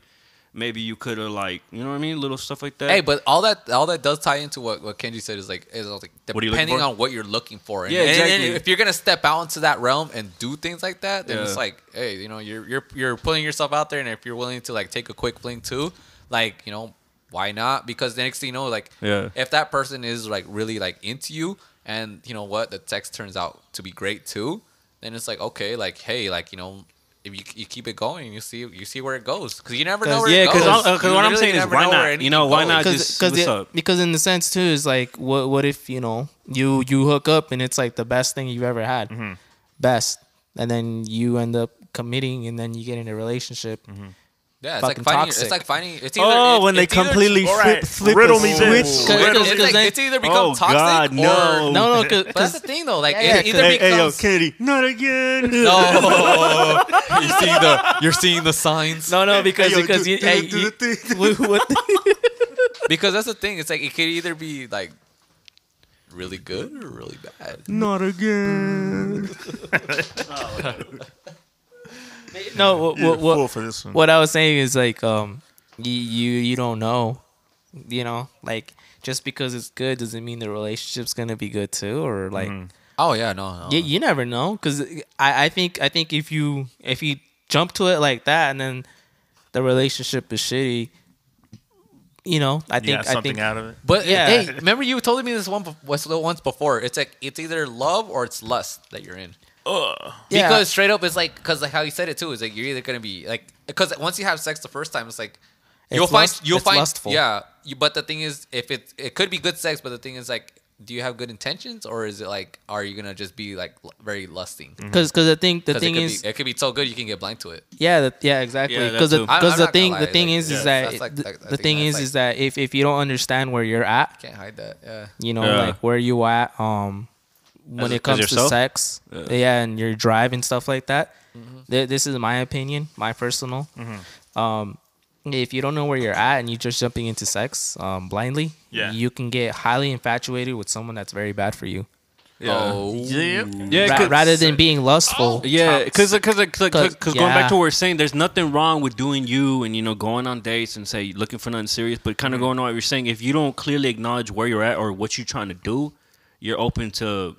Speaker 5: Maybe you could have like you know what I mean, little stuff like that.
Speaker 6: Hey, but all that all that does tie into what, what Kenji said is like is like
Speaker 5: What are you looking
Speaker 6: depending
Speaker 5: for?
Speaker 6: on what you're looking for. And,
Speaker 5: Yeah,
Speaker 6: and- and
Speaker 5: exactly.
Speaker 6: if you're gonna step out into that realm and do things like that, then
Speaker 5: Yeah.
Speaker 6: it's like, hey, you know, you're you're you're putting yourself out there, and if you're willing to like take a quick fling too, like you know, why not? Because the next thing you know, like
Speaker 5: Yeah.
Speaker 6: if that person is like really like into you, and you know what, the text turns out to be great too, then it's like okay, like hey, like you know. If you, you keep it going, you see you see where it goes because you never know
Speaker 7: 'Cause-
Speaker 6: where
Speaker 5: yeah,
Speaker 6: it goes.
Speaker 5: because
Speaker 6: You
Speaker 5: what I'm
Speaker 6: really
Speaker 5: saying is
Speaker 6: never
Speaker 5: why
Speaker 6: know where
Speaker 5: not? You
Speaker 6: anything
Speaker 5: know why
Speaker 6: goes.
Speaker 5: not
Speaker 7: Because,
Speaker 5: just
Speaker 7: cause
Speaker 5: what's
Speaker 7: it-
Speaker 5: up?
Speaker 7: because in the sense too is like, what, what if you know you you hook up and it's like the best thing you've ever had,
Speaker 5: Mm-hmm.
Speaker 7: best, and then you end up committing and then you get in a relationship.
Speaker 5: Mm-hmm.
Speaker 6: Yeah, it's like
Speaker 7: fucking
Speaker 6: finding.
Speaker 7: toxic.
Speaker 6: It's like finding. It's either,
Speaker 5: Oh,
Speaker 6: it-
Speaker 5: when they
Speaker 6: it's either-
Speaker 5: completely
Speaker 4: all
Speaker 5: flip,
Speaker 4: right,
Speaker 5: flip
Speaker 4: riddle
Speaker 5: a
Speaker 4: me this.
Speaker 5: switch.
Speaker 7: Cause-
Speaker 6: It's,
Speaker 7: cause-
Speaker 6: it's
Speaker 7: cause
Speaker 6: like,
Speaker 7: then-
Speaker 6: it's either become
Speaker 5: Oh,
Speaker 6: toxic
Speaker 5: God,
Speaker 6: or
Speaker 5: no.
Speaker 7: No, no, cause,
Speaker 6: But that's the thing though. Like
Speaker 7: Yeah,
Speaker 6: it either
Speaker 5: Hey, hey, yo,
Speaker 6: becomes.
Speaker 5: Kennedy, not again.
Speaker 6: no, you're seeing the you're seeing the signs.
Speaker 7: no, no, because
Speaker 5: Hey, yo,
Speaker 7: because
Speaker 5: do-
Speaker 7: you,
Speaker 5: do-
Speaker 7: hey,
Speaker 5: do
Speaker 7: you-
Speaker 5: the thing.
Speaker 7: what- what-
Speaker 6: because that's the thing. It's like it could either be like really good or really bad.
Speaker 5: not again.
Speaker 7: no, what,
Speaker 4: You're a
Speaker 7: what, what-
Speaker 4: fool for this one.
Speaker 7: what I was saying is like um you you, you don't know. You know, like just because it's good doesn't mean the relationship's gonna be good too, or like
Speaker 5: Mm-hmm.
Speaker 6: Oh yeah, no, no.
Speaker 7: yeah, you never know. Because I, I think I think if you if you jump to it like that and then the relationship is shitty, you know, I
Speaker 4: You
Speaker 7: think
Speaker 4: got
Speaker 7: I
Speaker 4: something
Speaker 7: think
Speaker 4: out of it.
Speaker 6: But
Speaker 7: Yeah.
Speaker 6: hey, remember you told me this one bef- was the once before. It's like it's either love or it's lust that you're in.
Speaker 7: Yeah.
Speaker 6: Because straight up, it's like because like how you said it too is like you're either gonna be like because once you have sex the first time, it's like
Speaker 7: It's
Speaker 6: you'll
Speaker 7: lust-
Speaker 6: find you'll
Speaker 7: it's
Speaker 6: find
Speaker 7: lustful.
Speaker 6: yeah. You, but the thing is, if it it could be good sex, but the thing is like, do you have good intentions or is it like are you gonna just be like l- very lusting?
Speaker 7: because because I think Mm. the
Speaker 6: Because it
Speaker 7: thing
Speaker 6: could
Speaker 7: is
Speaker 6: be, it could be so good you can get blind to it.
Speaker 7: yeah the, yeah exactly
Speaker 5: Yeah, that
Speaker 7: because
Speaker 5: too.
Speaker 6: I'm-
Speaker 7: because
Speaker 6: I'm
Speaker 7: the
Speaker 6: not gonna
Speaker 7: thing the
Speaker 6: lie,
Speaker 7: thing
Speaker 6: like,
Speaker 7: is
Speaker 6: yeah,
Speaker 7: is that
Speaker 6: that's like-
Speaker 7: the,
Speaker 6: like, I
Speaker 7: the
Speaker 6: think
Speaker 7: thing is
Speaker 6: that's
Speaker 7: is that if if you don't understand where you're at,
Speaker 6: Can't hide that. Yeah.
Speaker 7: you know,
Speaker 5: Yeah.
Speaker 7: like where you at um when
Speaker 5: As- as
Speaker 7: it comes to
Speaker 5: yourself?
Speaker 7: sex, yeah. and your drive and stuff like that.
Speaker 5: Mm-hmm.
Speaker 7: Th- this is my opinion, my personal. Um, if you don't know where you're at and you're just jumping into sex um, blindly,
Speaker 4: Yeah.
Speaker 7: you can get highly infatuated with someone that's very bad for you.
Speaker 6: Oh.
Speaker 5: Yeah,
Speaker 7: Ra-
Speaker 5: 'cause- Oh.
Speaker 7: rather than being lustful,
Speaker 5: Yeah, because because
Speaker 7: Cause-
Speaker 5: because going back
Speaker 7: yeah.
Speaker 5: to what we're saying, there's nothing wrong with doing you and you know going on dates and say looking for nothing serious, but kind of going on what you're saying. If you don't clearly acknowledge where you're at or what you're trying to do, you're open to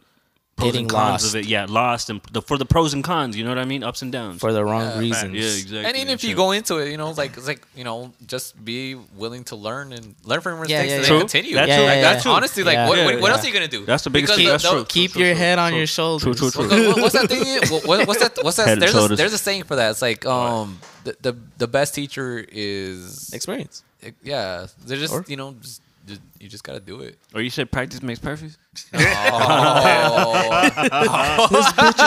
Speaker 5: pros
Speaker 7: Getting
Speaker 5: and cons
Speaker 7: lost.
Speaker 5: of it. Yeah, lost and the, for the pros and cons. You know what I mean? Ups and downs.
Speaker 7: for the wrong reasons.
Speaker 5: yeah, exactly.
Speaker 6: And even if you
Speaker 5: shit.
Speaker 6: go into it, you know, like it's like you know, just be willing to learn and learn from your mistakes and then
Speaker 7: Yeah, yeah, yeah. True.
Speaker 6: continue.
Speaker 5: That's
Speaker 6: Like,
Speaker 7: true. Yeah, yeah,
Speaker 6: that's
Speaker 7: yeah.
Speaker 6: honestly like
Speaker 7: Yeah.
Speaker 6: what,
Speaker 7: Yeah,
Speaker 6: what, what
Speaker 7: yeah.
Speaker 6: else are you gonna do?
Speaker 5: That's the biggest.
Speaker 6: Because
Speaker 5: that's
Speaker 6: the-
Speaker 5: true.
Speaker 6: the-
Speaker 7: Keep
Speaker 5: True,
Speaker 7: your
Speaker 5: true,
Speaker 7: head
Speaker 5: true,
Speaker 7: on
Speaker 5: true.
Speaker 7: your shoulders.
Speaker 5: True, true, true.
Speaker 6: What- what- what's that thing? What- what- what's that? What's that?
Speaker 5: Head and
Speaker 6: There's a,
Speaker 5: shoulders.
Speaker 6: there's a saying for that. It's like um, the the, the best teacher is eh,
Speaker 7: Experience.
Speaker 6: yeah. They're just
Speaker 7: Or-
Speaker 6: you know just, just- you just gotta do it.
Speaker 5: Or Oh, you said practice makes perfect.
Speaker 6: Oh,
Speaker 7: this bitch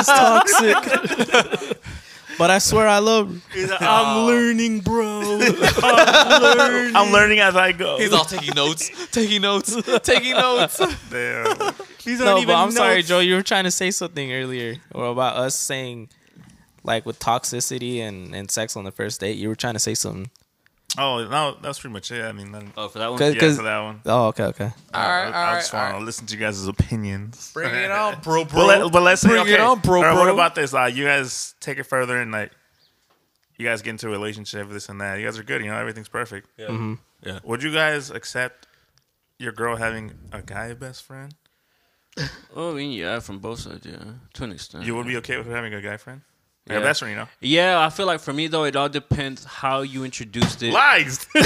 Speaker 7: is toxic. but I swear I love her.
Speaker 5: I'm learning, bro.
Speaker 4: I'm learning as I go.
Speaker 6: he's all taking notes, taking notes, taking notes.
Speaker 4: Damn.
Speaker 5: These
Speaker 7: No, but I'm sorry, Joe. You were trying to say something earlier, or about us saying, like with toxicity and, and sex on the first date. You were trying to say something.
Speaker 4: Oh no, that's pretty much it. I mean, then,
Speaker 5: Oh, for that one.
Speaker 7: Cause,
Speaker 4: yeah,
Speaker 7: 'cause-
Speaker 4: for that one.
Speaker 7: oh, okay, okay.
Speaker 6: All
Speaker 4: I-
Speaker 6: right, all
Speaker 4: I, I
Speaker 6: right,
Speaker 4: just
Speaker 6: all
Speaker 4: want
Speaker 6: right.
Speaker 4: to listen to you guys' opinions.
Speaker 6: Bring it on, bro, bro.
Speaker 4: But, let, but let's say,
Speaker 6: Bring
Speaker 4: okay,
Speaker 6: it on, bro,
Speaker 4: or What
Speaker 6: bro.
Speaker 4: about this? Uh, you guys take it further and like, you guys get into a relationship, this and that. You guys are good. You know, everything's perfect.
Speaker 5: Yeah.
Speaker 6: Mm-hmm.
Speaker 4: Would you guys accept your girl having a guy best friend?
Speaker 5: Oh, I mean, yeah, from both sides, yeah, to an extent.
Speaker 4: You would be okay with her having a guy friend? Like
Speaker 5: Yeah.
Speaker 4: A best friend, you know?
Speaker 5: yeah, I feel like for me though, it all depends how you introduced it.
Speaker 4: Lies! Liar!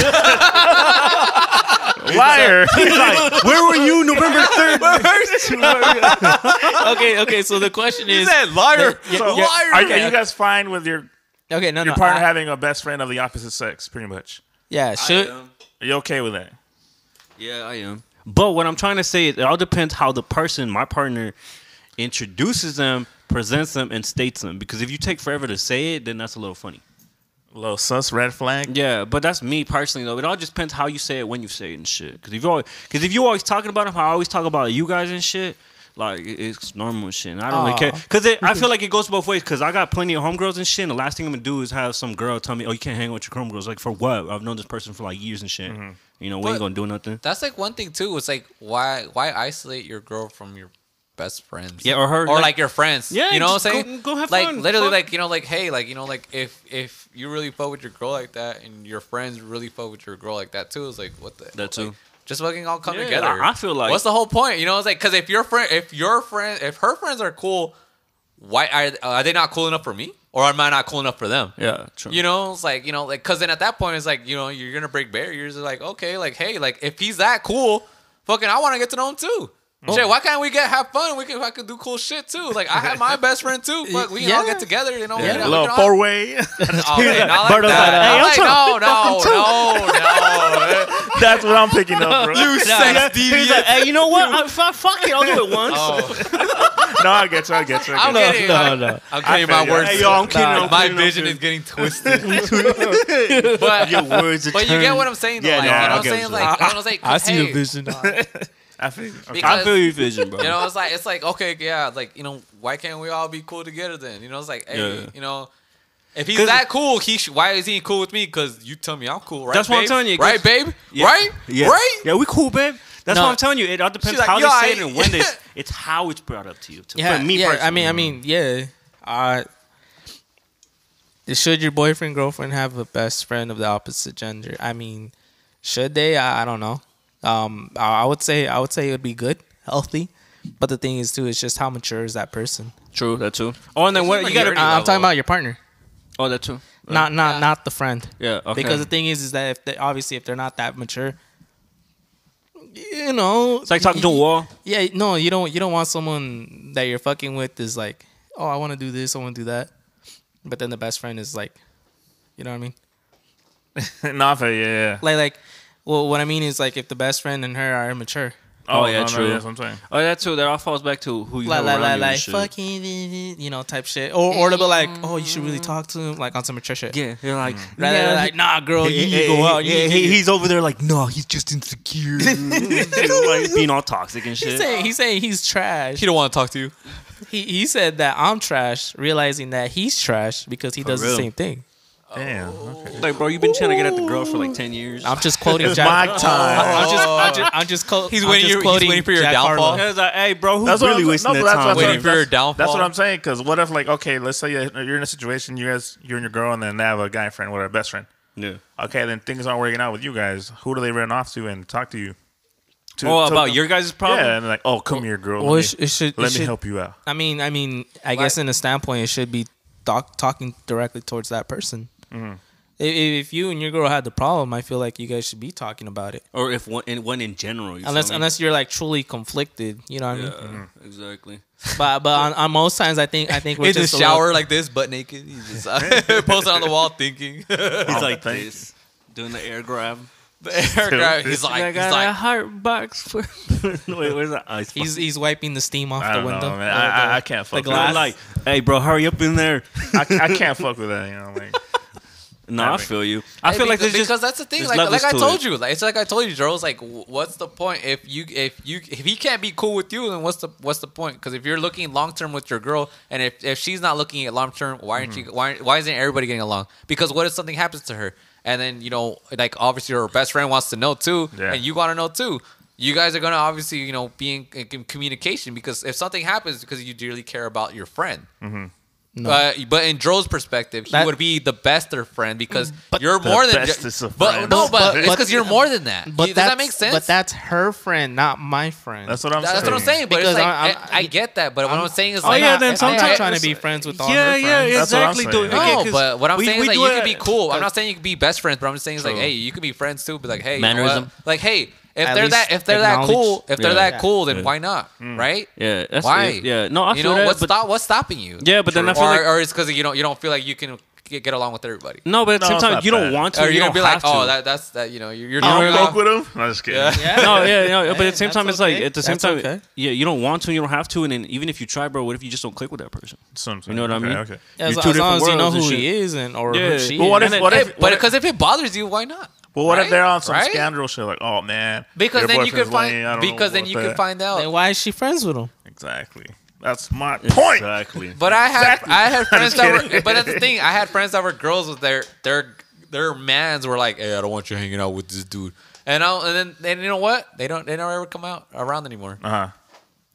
Speaker 5: Where were you November third?
Speaker 7: okay, okay. So the question is,
Speaker 6: said liar,
Speaker 4: So,
Speaker 6: liar.
Speaker 4: Are, are you guys fine with your,
Speaker 7: okay, no,
Speaker 4: your
Speaker 7: no.
Speaker 4: partner
Speaker 7: I-
Speaker 4: having a best friend of the opposite sex, pretty much?
Speaker 7: yeah, should
Speaker 4: Are you okay with that?
Speaker 5: Yeah, I am. But what I'm trying to say, is it all depends how the person, my partner, introduces them, presents them, and states them. Because if you take forever to say it, then that's a little funny.
Speaker 4: Little sus red flag?
Speaker 5: Yeah, but that's me personally though. It all just depends how you say it, when you say it, and shit. Because if you always, because if you always talking about it, how I always talk about you guys and shit. Like it- it's normal shit. And I don't really care
Speaker 7: Aw.
Speaker 5: because I feel like it goes both ways. Because I got plenty of homegirls and shit. And the last thing I'm gonna do is have some girl tell me, "Oh, you can't hang with your homegirls." Like for what? I've known this person for like years and shit.
Speaker 6: Mm-hmm.
Speaker 5: You know, we
Speaker 6: But-
Speaker 5: ain't gonna do nothing.
Speaker 6: That's like one thing too. It's like why why isolate your girl from your best friends?
Speaker 5: Yeah, or her-
Speaker 6: or like,
Speaker 5: like-
Speaker 6: your friends.
Speaker 5: Yeah,
Speaker 6: you know what I'm
Speaker 5: just go-
Speaker 6: saying?
Speaker 5: go have
Speaker 6: like
Speaker 5: fun.
Speaker 6: literally,
Speaker 5: Fuck.
Speaker 6: like you know, like hey, like you know, like if if you really fuck with your girl like that, and your friends really fuck with your girl like that too, it's like what the
Speaker 5: That too.
Speaker 6: like, just fucking all come
Speaker 5: Yeah,
Speaker 6: together.
Speaker 5: I- I feel like-
Speaker 6: what's the whole point? You know, it's like because if your friend, if your friend, if her friends are cool, why are, are they not cool enough for me, or am I not cool enough for them?
Speaker 5: Yeah, true.
Speaker 6: You know, it's like you know, like because then at that point it's like you know you're gonna break barriers. It's like okay, like hey, like if he's that cool, fucking I want to get to know him too. Shit, why can't we get have fun? We can fucking do cool shit too. Like I have my best friend too. Fuck, we can all
Speaker 7: Yeah.
Speaker 6: get together. You know,
Speaker 4: A
Speaker 6: yeah.
Speaker 4: little four way.
Speaker 6: Oh, man, not like
Speaker 5: Birdo's
Speaker 6: that.
Speaker 5: like, "Hey,
Speaker 6: I'm
Speaker 5: I'm
Speaker 6: like, no,
Speaker 5: trying
Speaker 6: no, no, no.
Speaker 4: That's what I'm picking up, bro.
Speaker 6: Sex
Speaker 5: He's like, hey, you know what? I, fuck, fuck it. I'll do it once.
Speaker 6: Oh,
Speaker 4: No, I get you. I get you. I
Speaker 6: I'm
Speaker 4: get
Speaker 6: kidding.
Speaker 7: no, no.
Speaker 6: I'm kidding.
Speaker 4: feel
Speaker 6: My
Speaker 4: you.
Speaker 6: words.
Speaker 4: Hey, yo, I'm kidding, I'm
Speaker 6: my
Speaker 4: kidding, I'm
Speaker 6: vision
Speaker 4: kidding.
Speaker 6: is getting twisted. but
Speaker 5: Your words are
Speaker 6: but you get what I'm saying. Though,
Speaker 5: Yeah,
Speaker 6: like,
Speaker 5: no,
Speaker 6: you know
Speaker 5: I
Speaker 6: what I'm
Speaker 5: get
Speaker 6: saying?
Speaker 5: what
Speaker 6: Like,
Speaker 5: you're
Speaker 6: you know what I'm saying? 'Cause, hey,
Speaker 7: vision.
Speaker 4: you. I feel you. Okay.
Speaker 6: Because-
Speaker 5: I feel you, vision, bro.
Speaker 6: You know, it's like it's like okay, yeah, like you know, why can't we all be cool together then? You know, it's like hey,
Speaker 5: Yeah.
Speaker 6: you know, if he's
Speaker 5: 'Cause-
Speaker 6: that cool, he sh- why is he cool with me? Because you tell me I'm cool, right?
Speaker 5: That's what I'm
Speaker 6: babe?
Speaker 5: telling you, 'cause-
Speaker 6: right, babe?
Speaker 5: Yeah.
Speaker 6: Right,
Speaker 5: Yeah.
Speaker 6: right.
Speaker 5: Yeah, we cool, babe. That's
Speaker 7: No.
Speaker 5: what I'm telling you. It all depends
Speaker 6: like,
Speaker 5: how
Speaker 6: "Yo,
Speaker 5: they say it
Speaker 6: I-
Speaker 5: and when they. It's how it's brought up to you. To,
Speaker 7: Yeah,
Speaker 5: for me,
Speaker 7: yeah. I
Speaker 5: personally.
Speaker 7: mean, I mean, yeah. Uh, should your boyfriend girlfriend have a best friend of the opposite gender? I mean, should they? I, I don't know. Um, I, I would say I would say it would be good, healthy. But the thing is, too, it's just how mature is that person?
Speaker 5: true. That too. Oh, and then
Speaker 6: It's
Speaker 5: what?
Speaker 6: just
Speaker 5: You
Speaker 6: like
Speaker 5: gotta.
Speaker 6: you're-
Speaker 7: Uh, I'm talking about your partner,
Speaker 5: oh, that too.
Speaker 7: not not not the friend.
Speaker 5: Yeah. Okay.
Speaker 7: Because the thing is, is that if they, obviously if they're not that mature, you know,
Speaker 5: it's like talking to a wall.
Speaker 7: Yeah, no, you don't. You don't want someone that you're fucking with is like, oh, I want to do this, I want to do that, but then the best friend is like, you know what I mean?
Speaker 4: no, I feel you, yeah, yeah.
Speaker 7: Like, like, well, what I mean is like, if the best friend and her are immature,
Speaker 5: Oh,
Speaker 4: no,
Speaker 5: yeah,
Speaker 4: no,
Speaker 5: true.
Speaker 4: that's what I'm saying.
Speaker 5: Oh, that too. That all falls back to who you
Speaker 7: like,
Speaker 5: have
Speaker 7: like,
Speaker 5: around
Speaker 7: like,
Speaker 5: you
Speaker 7: like
Speaker 5: and shit.
Speaker 7: fucking, you know, type shit, or or they'll be like, oh, you should really talk to him, like on some mature shit.
Speaker 5: Yeah, you're like,
Speaker 7: Right,
Speaker 5: yeah,
Speaker 7: like, like, nah, girl, you
Speaker 5: Hey,
Speaker 7: need
Speaker 5: hey,
Speaker 7: to go out.
Speaker 5: hey,
Speaker 7: You need to
Speaker 5: hey,
Speaker 7: get-
Speaker 5: he's over there like, no, he's just insecure, like being all toxic and
Speaker 7: He's
Speaker 5: shit.
Speaker 7: saying he's saying he's trash.
Speaker 6: He don't want to talk to you.
Speaker 7: He he said that I'm trash, realizing that he's trash because he does the
Speaker 5: real.
Speaker 7: same thing.
Speaker 4: Damn. Okay.
Speaker 5: Like, bro, you've been trying to get at the girl for like ten years.
Speaker 7: I'm just quoting
Speaker 4: It's
Speaker 7: Jack.
Speaker 4: my time.
Speaker 7: I'm just, I'm just, I'm just co-
Speaker 6: He's
Speaker 7: I'm
Speaker 6: waiting
Speaker 7: just
Speaker 6: you- he's
Speaker 7: quoting
Speaker 6: waiting for your
Speaker 7: Jack
Speaker 6: downfall.
Speaker 7: Harlow.
Speaker 5: Yeah, it's like, hey, bro, who's
Speaker 4: That's what
Speaker 5: really
Speaker 4: I'm-
Speaker 5: wasting
Speaker 4: no,
Speaker 5: their
Speaker 4: but that's
Speaker 5: time?
Speaker 4: what I'm
Speaker 6: Waiting for your downfall.
Speaker 4: That's what I'm saying. Because what if, like, okay, let's say you're you're in a situation, you guys, you're and your girl, and then they have a guy friend or a best friend.
Speaker 5: Yeah.
Speaker 4: Okay, then things aren't working out with you guys. Who do they run off to and talk to you? To,
Speaker 5: Oh,
Speaker 4: to-
Speaker 5: about your guys' problem.
Speaker 4: yeah, and they're like, oh, come here, girl.
Speaker 7: Well,
Speaker 4: let
Speaker 7: it
Speaker 4: me,
Speaker 7: sh- it should-
Speaker 4: let
Speaker 7: it
Speaker 4: me
Speaker 7: should-
Speaker 4: help you out.
Speaker 7: I mean, I mean, I guess in a standpoint, it should be talk, talking directly towards that person. If, if you and your girl had the problem, I feel like you guys should be talking about it.
Speaker 5: or if one in, one in general. You
Speaker 7: Unless,
Speaker 5: feel me?
Speaker 7: unless you're like truly conflicted, you know what I mean.
Speaker 5: yeah, exactly.
Speaker 7: But, but on, on most times, I think, I think we're
Speaker 6: In the
Speaker 7: just a
Speaker 6: shower
Speaker 7: little-
Speaker 6: like this, butt naked. He's just posted on the wall thinking.
Speaker 5: He's like
Speaker 4: thank you.
Speaker 5: this, doing the air grab.
Speaker 6: the air grab. He's
Speaker 5: I
Speaker 6: like, he's
Speaker 5: got a
Speaker 6: like,
Speaker 5: heart box for. Wait, where's that? Oh, it's
Speaker 7: he's he's wiping the steam off
Speaker 4: I
Speaker 7: the
Speaker 4: don't
Speaker 7: window.
Speaker 4: know, man. I, I, I can't fuck
Speaker 5: fucking-
Speaker 4: with that.
Speaker 5: I'm like, hey, bro, hurry up in there.
Speaker 4: I, I can't fuck with that. You know, like,
Speaker 5: No, I
Speaker 4: Epic.
Speaker 5: feel you. I
Speaker 6: Hey,
Speaker 5: feel like
Speaker 6: because,
Speaker 5: there's
Speaker 6: because
Speaker 5: just
Speaker 6: that's the thing.
Speaker 5: there's
Speaker 6: Like,
Speaker 5: levels
Speaker 6: like I
Speaker 5: to
Speaker 6: told
Speaker 5: it.
Speaker 6: you, like it's like I told you, Joe's like, w- what's the point if you if you if he can't be cool with you, then what's the what's the point? Because if you're looking long term with your girl, and if, if she's not looking at long term, why aren't
Speaker 5: Mm-hmm.
Speaker 6: you why why isn't everybody getting along? Because what if something happens to her, and then you know, like obviously her best friend wants to know too,
Speaker 4: Yeah.
Speaker 6: and you want to know too. You guys are gonna obviously you
Speaker 5: Mm-hmm.
Speaker 6: know be in, in communication because if something happens, because you dearly care about your friend Uh,
Speaker 7: No.
Speaker 6: But but in Dro's perspective, he
Speaker 7: That- Mm.
Speaker 6: would be the bester friend because you're more than
Speaker 4: bestest of
Speaker 6: but
Speaker 4: friends.
Speaker 6: no, but,
Speaker 7: But-
Speaker 6: it's
Speaker 7: but-
Speaker 6: because you're more than that.
Speaker 7: But
Speaker 6: Does
Speaker 7: that's,
Speaker 6: that make sense?
Speaker 7: But that's her friend, not my friend.
Speaker 4: That's what I'm
Speaker 6: That's
Speaker 4: saying.
Speaker 6: what I'm saying. But
Speaker 7: Because
Speaker 6: it's like
Speaker 7: I'm-
Speaker 6: I, I
Speaker 7: I'm-
Speaker 6: get that. But what I'm saying is
Speaker 5: Oh,
Speaker 6: like
Speaker 5: yeah, then
Speaker 6: it's like-
Speaker 7: I'm not
Speaker 5: sometimes-
Speaker 7: trying to be friends with all
Speaker 5: yeah,
Speaker 7: her
Speaker 5: yeah,
Speaker 7: friends.
Speaker 4: That's what I'm
Speaker 5: exactly.
Speaker 4: saying.
Speaker 5: dude.
Speaker 6: No,
Speaker 5: Again, 'cause
Speaker 6: but what I'm
Speaker 5: we-
Speaker 6: saying
Speaker 5: we
Speaker 6: is like
Speaker 5: do
Speaker 6: you
Speaker 5: it-
Speaker 6: could be cool. I'm not saying you could be best friends, but I'm just saying it's like,
Speaker 4: True.
Speaker 6: hey, you could be friends too. But like, hey, you know what?
Speaker 5: Mannerism.
Speaker 6: Like, hey, if
Speaker 7: At
Speaker 6: they're
Speaker 7: least
Speaker 6: that if they're that
Speaker 7: acknowledge-
Speaker 6: cool, if they're
Speaker 5: Yeah.
Speaker 6: that cool, then
Speaker 5: Yeah. Mm.
Speaker 6: why not? Right?
Speaker 5: Yeah, that's
Speaker 6: why?
Speaker 5: it. Yeah, no, I
Speaker 6: you
Speaker 5: feel
Speaker 6: know
Speaker 5: that,
Speaker 6: what's
Speaker 5: but-
Speaker 6: stop what's stopping you?
Speaker 5: Yeah, but then I feel
Speaker 6: or,
Speaker 5: like-
Speaker 6: or it's because you don't you don't feel like you can get, get along with everybody.
Speaker 5: No, but at the
Speaker 4: No,
Speaker 5: same
Speaker 4: it's
Speaker 5: time,
Speaker 4: not
Speaker 5: you don't
Speaker 4: bad.
Speaker 5: want to.
Speaker 6: Or you're
Speaker 5: you
Speaker 6: gonna
Speaker 5: don't
Speaker 6: be like,
Speaker 5: have to.
Speaker 6: oh, that that's that. You know, you're you're
Speaker 4: I
Speaker 6: you're
Speaker 4: don't
Speaker 6: not-
Speaker 4: fuck with him. No, just kidding.
Speaker 6: Yeah.
Speaker 5: no, yeah, no. but at the same
Speaker 7: that's
Speaker 5: time, it's like
Speaker 7: okay.
Speaker 5: at the same
Speaker 7: That's
Speaker 5: time,
Speaker 7: okay.
Speaker 5: yeah, you don't want to, you don't have to, and then even if you try, bro, what if you just don't click with that person?
Speaker 4: That's what I'm
Speaker 5: You
Speaker 4: saying.
Speaker 5: know what I
Speaker 4: Okay,
Speaker 5: mean?
Speaker 4: Okay.
Speaker 7: As,
Speaker 5: You're
Speaker 7: as
Speaker 5: two
Speaker 7: long
Speaker 5: different
Speaker 7: as you know
Speaker 5: worlds
Speaker 7: who
Speaker 5: and
Speaker 7: he
Speaker 5: shit.
Speaker 7: is and or
Speaker 5: Yeah.
Speaker 7: who she
Speaker 4: But what
Speaker 7: is.
Speaker 4: if- what if-
Speaker 6: but because if it bothers you, why not?
Speaker 4: Well, what
Speaker 6: Right?
Speaker 4: if they're on some
Speaker 6: Right?
Speaker 4: scandal shit? Like, oh man,
Speaker 6: Because
Speaker 4: your
Speaker 6: then you could
Speaker 4: boyfriend's lame, I
Speaker 6: find
Speaker 4: don't know
Speaker 6: because then
Speaker 4: about
Speaker 6: you could
Speaker 4: that.
Speaker 6: find out.
Speaker 7: then why is she friends with him?
Speaker 4: exactly. That's my point.
Speaker 5: Exactly.
Speaker 6: But I had I had friends that were
Speaker 4: kidding.
Speaker 6: but that's the thing, I had friends that were girls with their their their mans were like, Hey, I don't want you hanging out with this dude. And I and then and you know what? They don't they don't ever come out around anymore.
Speaker 4: Uh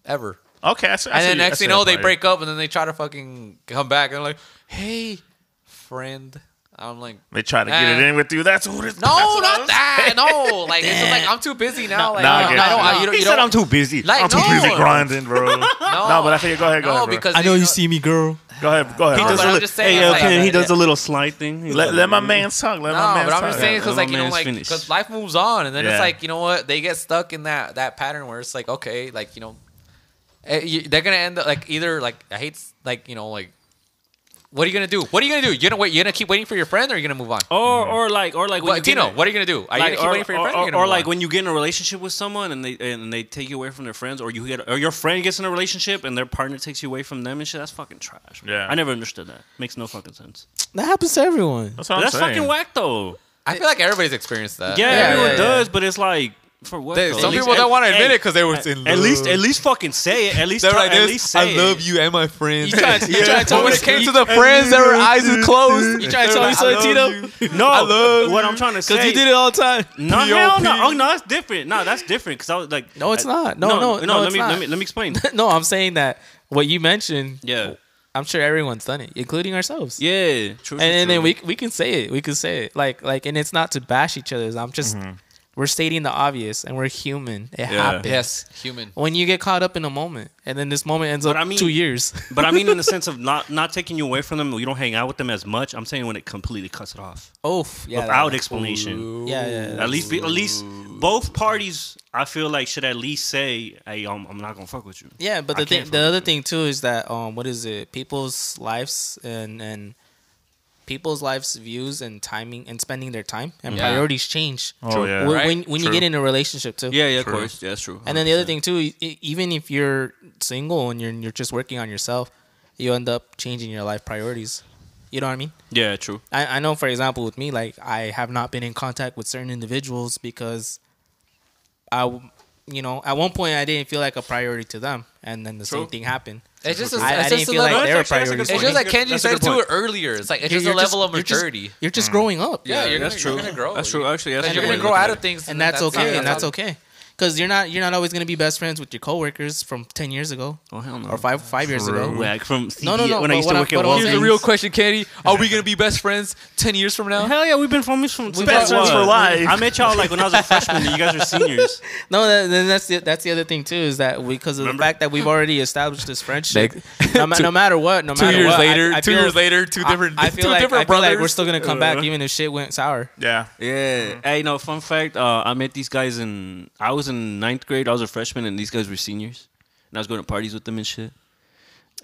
Speaker 6: Ever.
Speaker 4: huh. Okay. I see, I
Speaker 6: And
Speaker 4: see
Speaker 6: then
Speaker 4: I
Speaker 6: next
Speaker 4: see
Speaker 6: thing you know,
Speaker 4: that
Speaker 6: they
Speaker 4: part.
Speaker 6: break up and then they try to fucking come back and they're like, Hey, friend. I'm like
Speaker 4: They try to get
Speaker 6: Uh,
Speaker 4: it in with you. That's what it's.
Speaker 6: No, not that. No. Like it's just like I'm too busy now. Like
Speaker 4: Nah, I
Speaker 6: I
Speaker 4: get
Speaker 6: don't,
Speaker 4: it.
Speaker 6: I- you don't,
Speaker 5: he
Speaker 6: you
Speaker 5: said
Speaker 6: don't,
Speaker 5: I'm too busy.
Speaker 6: like,
Speaker 4: I'm too
Speaker 6: no.
Speaker 4: busy grinding, bro. no, but I think go ahead, go
Speaker 6: no,
Speaker 4: ahead, bro.
Speaker 6: because
Speaker 7: I know you see me, girl.
Speaker 4: Go ahead, go ahead.
Speaker 6: No,
Speaker 4: bro.
Speaker 6: but I'm just saying,
Speaker 5: hey,
Speaker 6: it's
Speaker 5: uh,
Speaker 6: like-
Speaker 5: can- he does a little slide thing. He's
Speaker 4: let,
Speaker 5: like,
Speaker 4: let my man talk. Let my
Speaker 6: No,
Speaker 4: man
Speaker 6: but
Speaker 4: talk.
Speaker 6: I'm just saying
Speaker 5: Yeah,
Speaker 6: because
Speaker 5: my
Speaker 6: like you know,
Speaker 5: man's
Speaker 6: like
Speaker 5: finished.
Speaker 6: because life moves on, and then it's
Speaker 4: Yeah.
Speaker 6: like you know what they get stuck in that that pattern where it's like okay, like you know, eh, you- they're gonna end up like either like I hate s- like you know like what are you gonna do? What are you gonna do? You're gonna wait. You're gonna keep waiting for your friend, or you're gonna move on?
Speaker 5: or or like or like when you
Speaker 6: what,
Speaker 5: get
Speaker 6: Tino,
Speaker 5: in-
Speaker 6: what are you gonna do? Are you gonna
Speaker 5: Like,
Speaker 6: keep
Speaker 5: or,
Speaker 6: waiting for your
Speaker 5: or-
Speaker 6: friend? or
Speaker 5: or-
Speaker 6: you're gonna
Speaker 5: or
Speaker 6: move
Speaker 5: like
Speaker 6: on?
Speaker 5: when you get in a relationship with someone and they and they take you away from their friends, or you get or your friend gets in a relationship and their partner takes you away from them and shit. That's fucking trash. bro.
Speaker 4: Yeah.
Speaker 5: I never understood that. Makes no fucking sense.
Speaker 7: That happens to everyone.
Speaker 4: That's what I'm
Speaker 5: that's
Speaker 4: saying.
Speaker 5: fucking whack though.
Speaker 6: I feel like everybody's experienced that.
Speaker 5: Yeah, everyone
Speaker 7: yeah,
Speaker 5: does, but it's like for what?
Speaker 6: They-
Speaker 5: though?
Speaker 6: some
Speaker 5: At least-
Speaker 6: people don't want to
Speaker 5: hey,
Speaker 6: admit it because they were in love.
Speaker 5: At least, at least, fucking say it. At least,
Speaker 6: they're
Speaker 5: tell-
Speaker 6: like
Speaker 5: at
Speaker 6: this.
Speaker 5: least say
Speaker 6: I love
Speaker 5: it.
Speaker 6: you and my friends.
Speaker 7: try to- you try to tell
Speaker 6: but when
Speaker 7: me
Speaker 6: it came
Speaker 7: so-
Speaker 6: to the friends, their eyes is closed. You
Speaker 7: try to tell me so, Tito?
Speaker 5: No, what I'm trying to say.
Speaker 7: Because you did it all the time.
Speaker 5: No, hell no. Oh no, that's different. No, that's different. Cause I was like,
Speaker 7: No, it's
Speaker 5: I-
Speaker 7: not. No, no, no,
Speaker 5: let
Speaker 7: it's
Speaker 5: me
Speaker 7: not.
Speaker 5: let me let me explain.
Speaker 7: no, I'm saying that what you mentioned,
Speaker 5: Yeah,
Speaker 7: I'm sure everyone's done it, including ourselves.
Speaker 5: yeah. True,
Speaker 7: And, and then we we can say it. We can say it. Like like and it's not to bash each other. I'm just we're stating the obvious and we're human. It happens.
Speaker 6: Yes, human.
Speaker 7: When you get caught up in a moment and then this moment ends up
Speaker 5: I mean-
Speaker 7: two years.
Speaker 5: But I mean, in the sense of not not taking you away from them, you don't hang out with them as much. I'm saying when it completely cuts it off
Speaker 7: oh yeah.
Speaker 5: without
Speaker 7: that-
Speaker 5: explanation.
Speaker 7: yeah, yeah, yeah.
Speaker 5: At least, be, at least both parties, I feel like should at least say, "Hey, I'm, I'm not gonna fuck with you."
Speaker 7: Yeah, but
Speaker 5: I
Speaker 7: the thing,
Speaker 5: can't
Speaker 7: the
Speaker 5: fuck
Speaker 7: other thing too is that um, what is it? People's lives and and people's lives views and timing and spending their time and
Speaker 6: Yeah.
Speaker 7: priorities change.
Speaker 4: Oh yeah.
Speaker 7: When
Speaker 6: Right?
Speaker 7: when, when you
Speaker 4: True.
Speaker 7: get in a relationship too.
Speaker 5: Yeah, yeah, of
Speaker 4: True.
Speaker 5: course, yeah, that's true.
Speaker 7: And then the other thing too, e- e- even if you're single and you're you're just working on yourself, you end up changing your life priorities. You know what I mean?
Speaker 5: yeah, true.
Speaker 7: I, I know, for example, with me, like I have not been in contact with certain individuals because I, w- you know, at one point I didn't feel like a priority to them, and then the same
Speaker 5: True.
Speaker 7: thing happened.
Speaker 6: It's just, a,
Speaker 7: I, I
Speaker 6: it's
Speaker 7: didn't
Speaker 6: just a
Speaker 7: feel like
Speaker 6: level.
Speaker 7: they were
Speaker 5: That's actually-
Speaker 7: priorities.
Speaker 5: that's
Speaker 6: It's
Speaker 7: to me.
Speaker 5: actually
Speaker 6: just like
Speaker 5: That's a
Speaker 6: Kenji
Speaker 5: good
Speaker 6: said too
Speaker 5: point.
Speaker 6: earlier. It's like it's
Speaker 7: You're-
Speaker 6: just
Speaker 7: you're
Speaker 6: a level of
Speaker 7: you're just-
Speaker 6: maturity.
Speaker 7: You're just, growing up,
Speaker 6: yeah, you're
Speaker 5: that's
Speaker 6: gonna, you're
Speaker 5: true.
Speaker 6: gonna grow.
Speaker 5: That's true. Actually, that's
Speaker 6: And
Speaker 5: a
Speaker 6: you're gonna
Speaker 5: good way to
Speaker 6: grow
Speaker 5: look
Speaker 6: out of
Speaker 5: at it.
Speaker 6: things,
Speaker 7: and that's, okay,
Speaker 6: yeah,
Speaker 7: and that's
Speaker 6: how-
Speaker 7: okay. Because you're not you're not always gonna be best friends with your coworkers from ten years ago
Speaker 5: Oh hell no.
Speaker 7: or five five years ago.
Speaker 5: Whack from
Speaker 7: No, no,
Speaker 5: CBS
Speaker 7: no,
Speaker 5: When I
Speaker 7: but
Speaker 5: used
Speaker 7: what
Speaker 5: to
Speaker 7: I'm- what I'm
Speaker 5: work at Walgreens.
Speaker 6: Here's the
Speaker 7: things.
Speaker 6: real question, Kenny. Are we gonna be best friends ten years from now?
Speaker 5: Hell yeah, we've been homies from since
Speaker 4: Best friends
Speaker 5: I was-
Speaker 4: for life.
Speaker 5: I met y'all like when I was a freshman. and You guys are seniors.
Speaker 7: No, that, then that's the that's the other thing too is that because of the fact that we've already established this friendship, no, ma- no matter what, no
Speaker 6: Two
Speaker 7: matter
Speaker 6: years
Speaker 7: what, I-
Speaker 6: later,
Speaker 7: I
Speaker 6: two
Speaker 7: feel-
Speaker 6: years later, two
Speaker 7: I-
Speaker 6: different,
Speaker 7: I, feel
Speaker 6: two
Speaker 7: like,
Speaker 6: different
Speaker 7: I feel like
Speaker 6: brothers.
Speaker 7: we're still gonna come back
Speaker 5: Uh.
Speaker 7: even if shit went sour.
Speaker 4: yeah.
Speaker 5: Yeah. Uh-huh. Hey, no, fun fact. Uh, I met these guys in. I was in ninth grade. I was a freshman, and these guys were seniors. And I was going to parties with them and shit.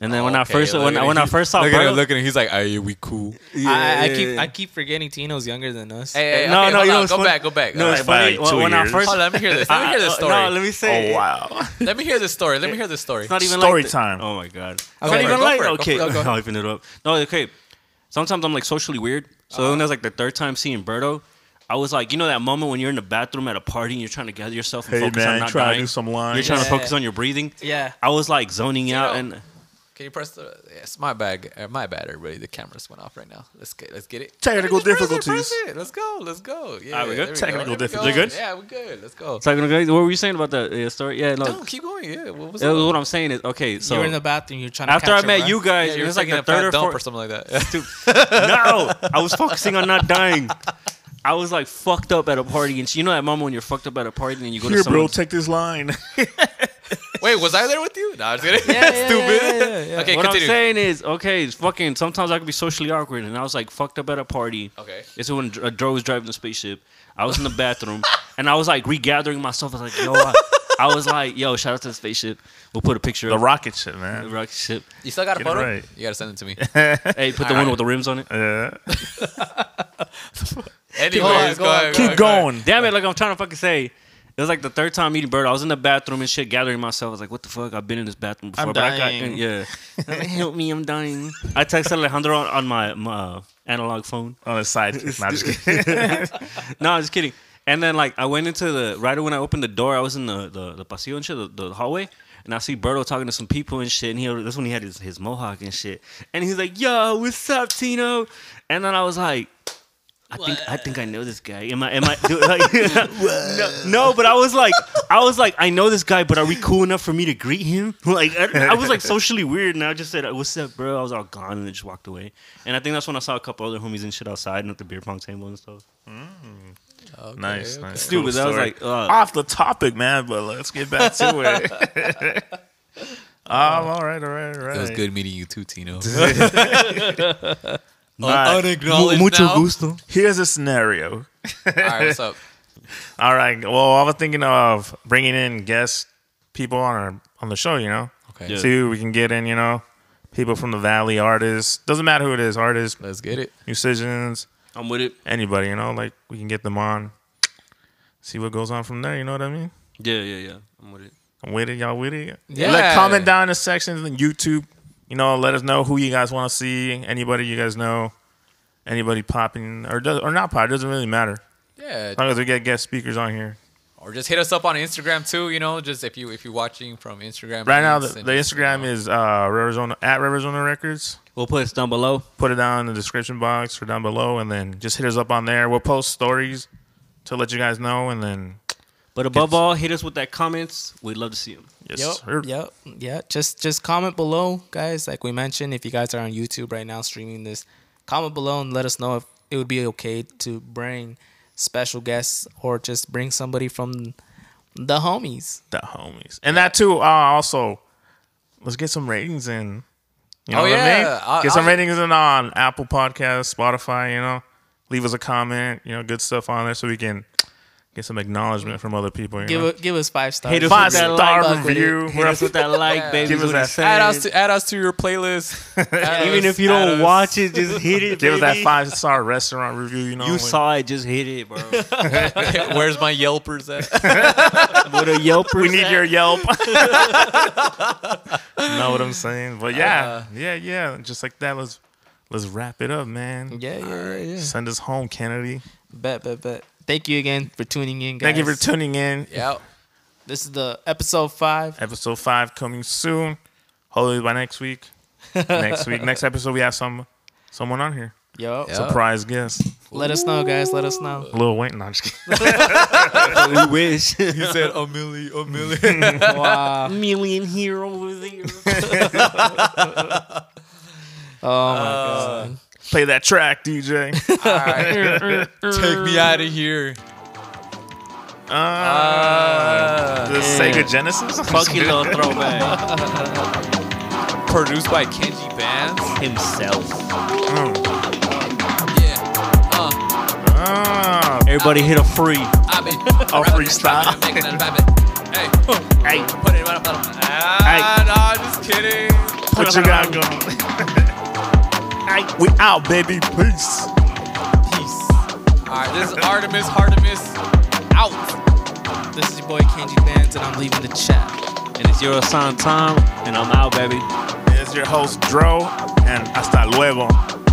Speaker 5: And then when I
Speaker 6: Oh, Okay,
Speaker 5: first
Speaker 6: look
Speaker 5: when,
Speaker 6: at
Speaker 5: I- when
Speaker 6: it.
Speaker 5: I first saw
Speaker 6: Look at him,
Speaker 5: Burl,
Speaker 6: look at him. He's like, "Are we cool?"
Speaker 7: I, I keep I keep forgetting Tino's younger than us.
Speaker 6: Hey, hey,
Speaker 5: no,
Speaker 6: okay, hold
Speaker 5: no, you
Speaker 6: on,
Speaker 5: know what's
Speaker 6: go
Speaker 5: funny?
Speaker 6: back, go back.
Speaker 5: No,
Speaker 6: All
Speaker 5: it's
Speaker 6: right.
Speaker 4: By,
Speaker 5: funny.
Speaker 4: like,
Speaker 5: when
Speaker 4: two
Speaker 5: when I
Speaker 4: years.
Speaker 5: first
Speaker 6: Hold on, let me hear this. Let me hear this
Speaker 5: I-
Speaker 6: story.
Speaker 5: No, let me say.
Speaker 4: Oh
Speaker 5: it.
Speaker 4: wow.
Speaker 6: Let me hear this story. Let me hear this story.
Speaker 5: It's not even
Speaker 4: Story
Speaker 5: like the-
Speaker 4: time.
Speaker 5: Oh my god. It's
Speaker 7: Okay,
Speaker 5: not even
Speaker 6: go
Speaker 5: like
Speaker 6: for it, go
Speaker 5: okay.
Speaker 6: for it, go, go.
Speaker 5: I'll open it up. No, okay. Sometimes I'm like socially weird. So when I was like the third time seeing Berto, I was like, you know that moment when you're in the bathroom at a party and you're trying to gather yourself and
Speaker 4: Hey
Speaker 5: focus on
Speaker 4: man,
Speaker 5: not
Speaker 4: try to
Speaker 5: dying.
Speaker 4: do some lines.
Speaker 5: You're trying to
Speaker 7: Yeah.
Speaker 5: focus on your breathing.
Speaker 7: Yeah.
Speaker 5: I was like zoning out
Speaker 6: Tito.
Speaker 5: and
Speaker 6: Can you press the? Yes, my bag. Uh, my bad, everybody. The cameras went off right now. Let's get. Let's get it.
Speaker 3: Technical
Speaker 6: Press it, press it,
Speaker 3: difficulties.
Speaker 6: press it. Let's go. Let's go. Yeah.
Speaker 5: Ah, we good?
Speaker 6: there go,
Speaker 5: Technical
Speaker 6: there we
Speaker 5: difficulties.
Speaker 6: go.
Speaker 5: You good?
Speaker 6: Yeah, we're good. Let's go.
Speaker 5: So, what were you saying about that uh, story? Yeah, no.
Speaker 6: No, keep going. Yeah. What was
Speaker 5: that was
Speaker 6: up?
Speaker 5: what I'm saying is okay. So
Speaker 7: you were in the bathroom. You were trying
Speaker 5: after
Speaker 7: to
Speaker 5: I
Speaker 7: catch her
Speaker 5: met
Speaker 7: breath.
Speaker 5: you guys,
Speaker 6: Yeah,
Speaker 5: it
Speaker 6: you're
Speaker 5: was
Speaker 6: just
Speaker 5: like in
Speaker 6: a
Speaker 5: the
Speaker 6: fat
Speaker 5: third or
Speaker 6: dump or
Speaker 5: fourth.
Speaker 6: something like that.
Speaker 5: Dude, no, I was focusing on not dying. I was like fucked up at a party, and you know that moment when you're fucked up at a party and you go
Speaker 4: Here,
Speaker 5: to
Speaker 4: bro,
Speaker 5: someone's
Speaker 4: take this line.
Speaker 6: Wait, was I there with you? No, I'm just kidding.
Speaker 7: Yeah, yeah,
Speaker 6: Stupid.
Speaker 7: yeah, yeah, yeah.
Speaker 6: Okay,
Speaker 5: what
Speaker 6: continue.
Speaker 5: I'm saying is, okay, it's fucking. Sometimes I could be socially awkward, and I was like fucked up at a party.
Speaker 6: Okay.
Speaker 5: This is when Dr- uh, Dro was driving the spaceship. I was in the bathroom, and I was like regathering myself. I was like, yo, I, I was like, yo, shout out to the spaceship. We'll put a picture
Speaker 4: the
Speaker 5: of
Speaker 4: rocket shit,
Speaker 5: the
Speaker 4: man.
Speaker 5: rocket ship.
Speaker 6: You still got a
Speaker 4: Get it
Speaker 6: photo?
Speaker 4: right.
Speaker 6: You gotta send it to me.
Speaker 5: Hey, put
Speaker 6: All
Speaker 5: the one
Speaker 6: right.
Speaker 5: with the rims on it.
Speaker 4: Yeah.
Speaker 6: Anyways, go ahead, go
Speaker 4: Keep
Speaker 6: ahead, go ahead.
Speaker 4: going.
Speaker 5: Damn it, like I'm trying to fucking say. It was like the third time meeting Bird. I was in the bathroom and shit, gathering myself. I was like, "What the fuck? I've been in this bathroom before,
Speaker 7: I'm
Speaker 5: but I got
Speaker 7: dying.
Speaker 5: yeah." I'm like, Help me, I'm dying. I texted Alejandro on, on my, my uh, analog phone.
Speaker 4: On the side. Nah, just kidding.
Speaker 5: No, I'm just kidding. And then like I went into the right when I opened the door, I was in the the, the pasillo and shit, the, the hallway, and I see Berto talking to some people and shit. And he that's when he had his, his mohawk and shit. And he's like, "Yo, what's up, Tino?" And then I was like. I think I think I know this guy. Am I? Am I? dude, like, no, no, but I was like, I was like, I know this guy, but are we cool enough for me to greet him? Like, I, I was like socially weird, and I just said, "What's up, bro?" I was all gone and I just walked away. And I think that's when I saw a couple other homies and shit outside and at the beer pong table and stuff.
Speaker 6: Okay,
Speaker 4: Nice,
Speaker 6: okay.
Speaker 4: nice.
Speaker 5: Stupid.
Speaker 4: Cool
Speaker 5: I was
Speaker 4: story.
Speaker 5: like, uh,
Speaker 4: off the topic, man, but let's get back to it. um, all right, all right, all right.
Speaker 6: It was good meeting you too, Tino.
Speaker 4: Alright.
Speaker 6: Unacknowledged now.
Speaker 5: gusto.
Speaker 4: Here's a scenario.
Speaker 6: All right, what's up?
Speaker 4: All right. Well, I was thinking of bringing in guest people on our on the show. You know,
Speaker 6: Okay,
Speaker 5: Yeah.
Speaker 4: see who we can get in. You know, people from the valley, artists. Doesn't matter who it is, artists,
Speaker 6: let's get it.
Speaker 4: musicians,
Speaker 5: I'm with it.
Speaker 4: anybody. You know, like we can get them on. See what goes on from there. You know what I mean?
Speaker 5: Yeah, yeah, yeah. I'm with it.
Speaker 4: I'm with it. Y'all with it?
Speaker 6: Yeah.
Speaker 4: Let, comment down in the sections on YouTube. You know, let us know who you guys want to see. Anybody you guys know. Anybody popping or does, or not popping doesn't really matter. As
Speaker 6: Yeah,
Speaker 4: long as we get guest speakers on here.
Speaker 6: or just hit us up on Instagram too. You know, just if you if you're watching from Instagram
Speaker 4: Right now, the,
Speaker 6: feeds and
Speaker 4: the
Speaker 6: just, you
Speaker 4: Instagram
Speaker 6: know,
Speaker 4: is uh, Riverzona at Riverzona Records.
Speaker 5: We'll put it down below.
Speaker 4: Put it down in the description box or down below, and then just hit us up on there. We'll post stories to let you guys know, and then
Speaker 5: But above all, hit us with that comments. We'd love to see them.
Speaker 4: yes, sir.
Speaker 7: Yep, yep, yeah. Just just comment below, guys. Like we mentioned, if you guys are on YouTube right now streaming this, comment below and let us know if it would be okay to bring special guests or just bring somebody from the homies.
Speaker 4: the homies, and that too. Uh, also, let's get some ratings in. You know
Speaker 6: Oh,
Speaker 4: what
Speaker 6: yeah.
Speaker 4: I mean?
Speaker 6: I'll-
Speaker 4: Get some
Speaker 6: I'll-
Speaker 4: ratings in on Apple Podcasts, Spotify. You know, leave us a comment. You know, good stuff on there so we can get some acknowledgement from other people. You
Speaker 7: Give
Speaker 4: know?
Speaker 7: it, give us five stars.
Speaker 5: Hate us
Speaker 4: five
Speaker 5: with that
Speaker 4: star
Speaker 7: like button.
Speaker 4: review.
Speaker 5: Hit us with that like, baby.
Speaker 4: Give us that-
Speaker 6: add us to add us to your playlist. Add
Speaker 5: Even
Speaker 6: us,
Speaker 5: if you
Speaker 6: add
Speaker 5: don't
Speaker 6: us.
Speaker 5: watch it, just hit it.
Speaker 4: Give us that
Speaker 5: baby.
Speaker 4: five star restaurant review. You know,
Speaker 5: You
Speaker 4: when-
Speaker 5: saw it, just hit it, bro. With
Speaker 6: where's my Yelpers at?
Speaker 5: a Yelper.
Speaker 4: We need your Yelp. know what I'm saying? But yeah, yeah, yeah. Just like that. Let's let's wrap it up, man.
Speaker 7: Yeah, yeah, yeah, yeah.
Speaker 4: Send us home, Kennedy.
Speaker 7: Bet, bet, bet. Thank you again for tuning in, guys.
Speaker 4: Thank you for tuning in.
Speaker 6: yeah,
Speaker 7: this is the episode five.
Speaker 4: Episode five coming soon. Hopefully by next week. next week, next episode, we have some someone on here.
Speaker 7: Yo,
Speaker 6: Yeah.
Speaker 4: Surprise guest.
Speaker 7: let us know, guys. Let us know.
Speaker 4: A little wait. No, I'm just kidding.
Speaker 5: We wish.
Speaker 6: he said a milli, a milli.
Speaker 7: Wow.
Speaker 5: Million here over there.
Speaker 7: Oh my god.
Speaker 4: Play that track, DJ.
Speaker 6: All right, take me out of here.
Speaker 4: Uh,
Speaker 6: Uh,
Speaker 4: the Sega Genesis.
Speaker 5: Fucking little throwback.
Speaker 6: produced by Kenji Bands.
Speaker 5: Himself.
Speaker 4: Mm.
Speaker 6: Yeah. Uh.
Speaker 4: Ah,
Speaker 5: Everybody hit a free.
Speaker 6: I've been
Speaker 4: I'll
Speaker 6: rapping,
Speaker 4: freestyle.
Speaker 6: rapping, making that rapping. Hey,
Speaker 4: hey,
Speaker 6: put it right up. on-
Speaker 4: Hey.
Speaker 6: Ah, no, just kidding.
Speaker 4: what you got going? hey, we out, baby. Peace.
Speaker 6: Peace. All right, this is Artemis. Artemis, out.
Speaker 7: This is your boy Kenji Bands, and I'm leaving the chat.
Speaker 5: And it's your son Tom, and I'm out, baby.
Speaker 4: It's your host, Dro, and hasta luego.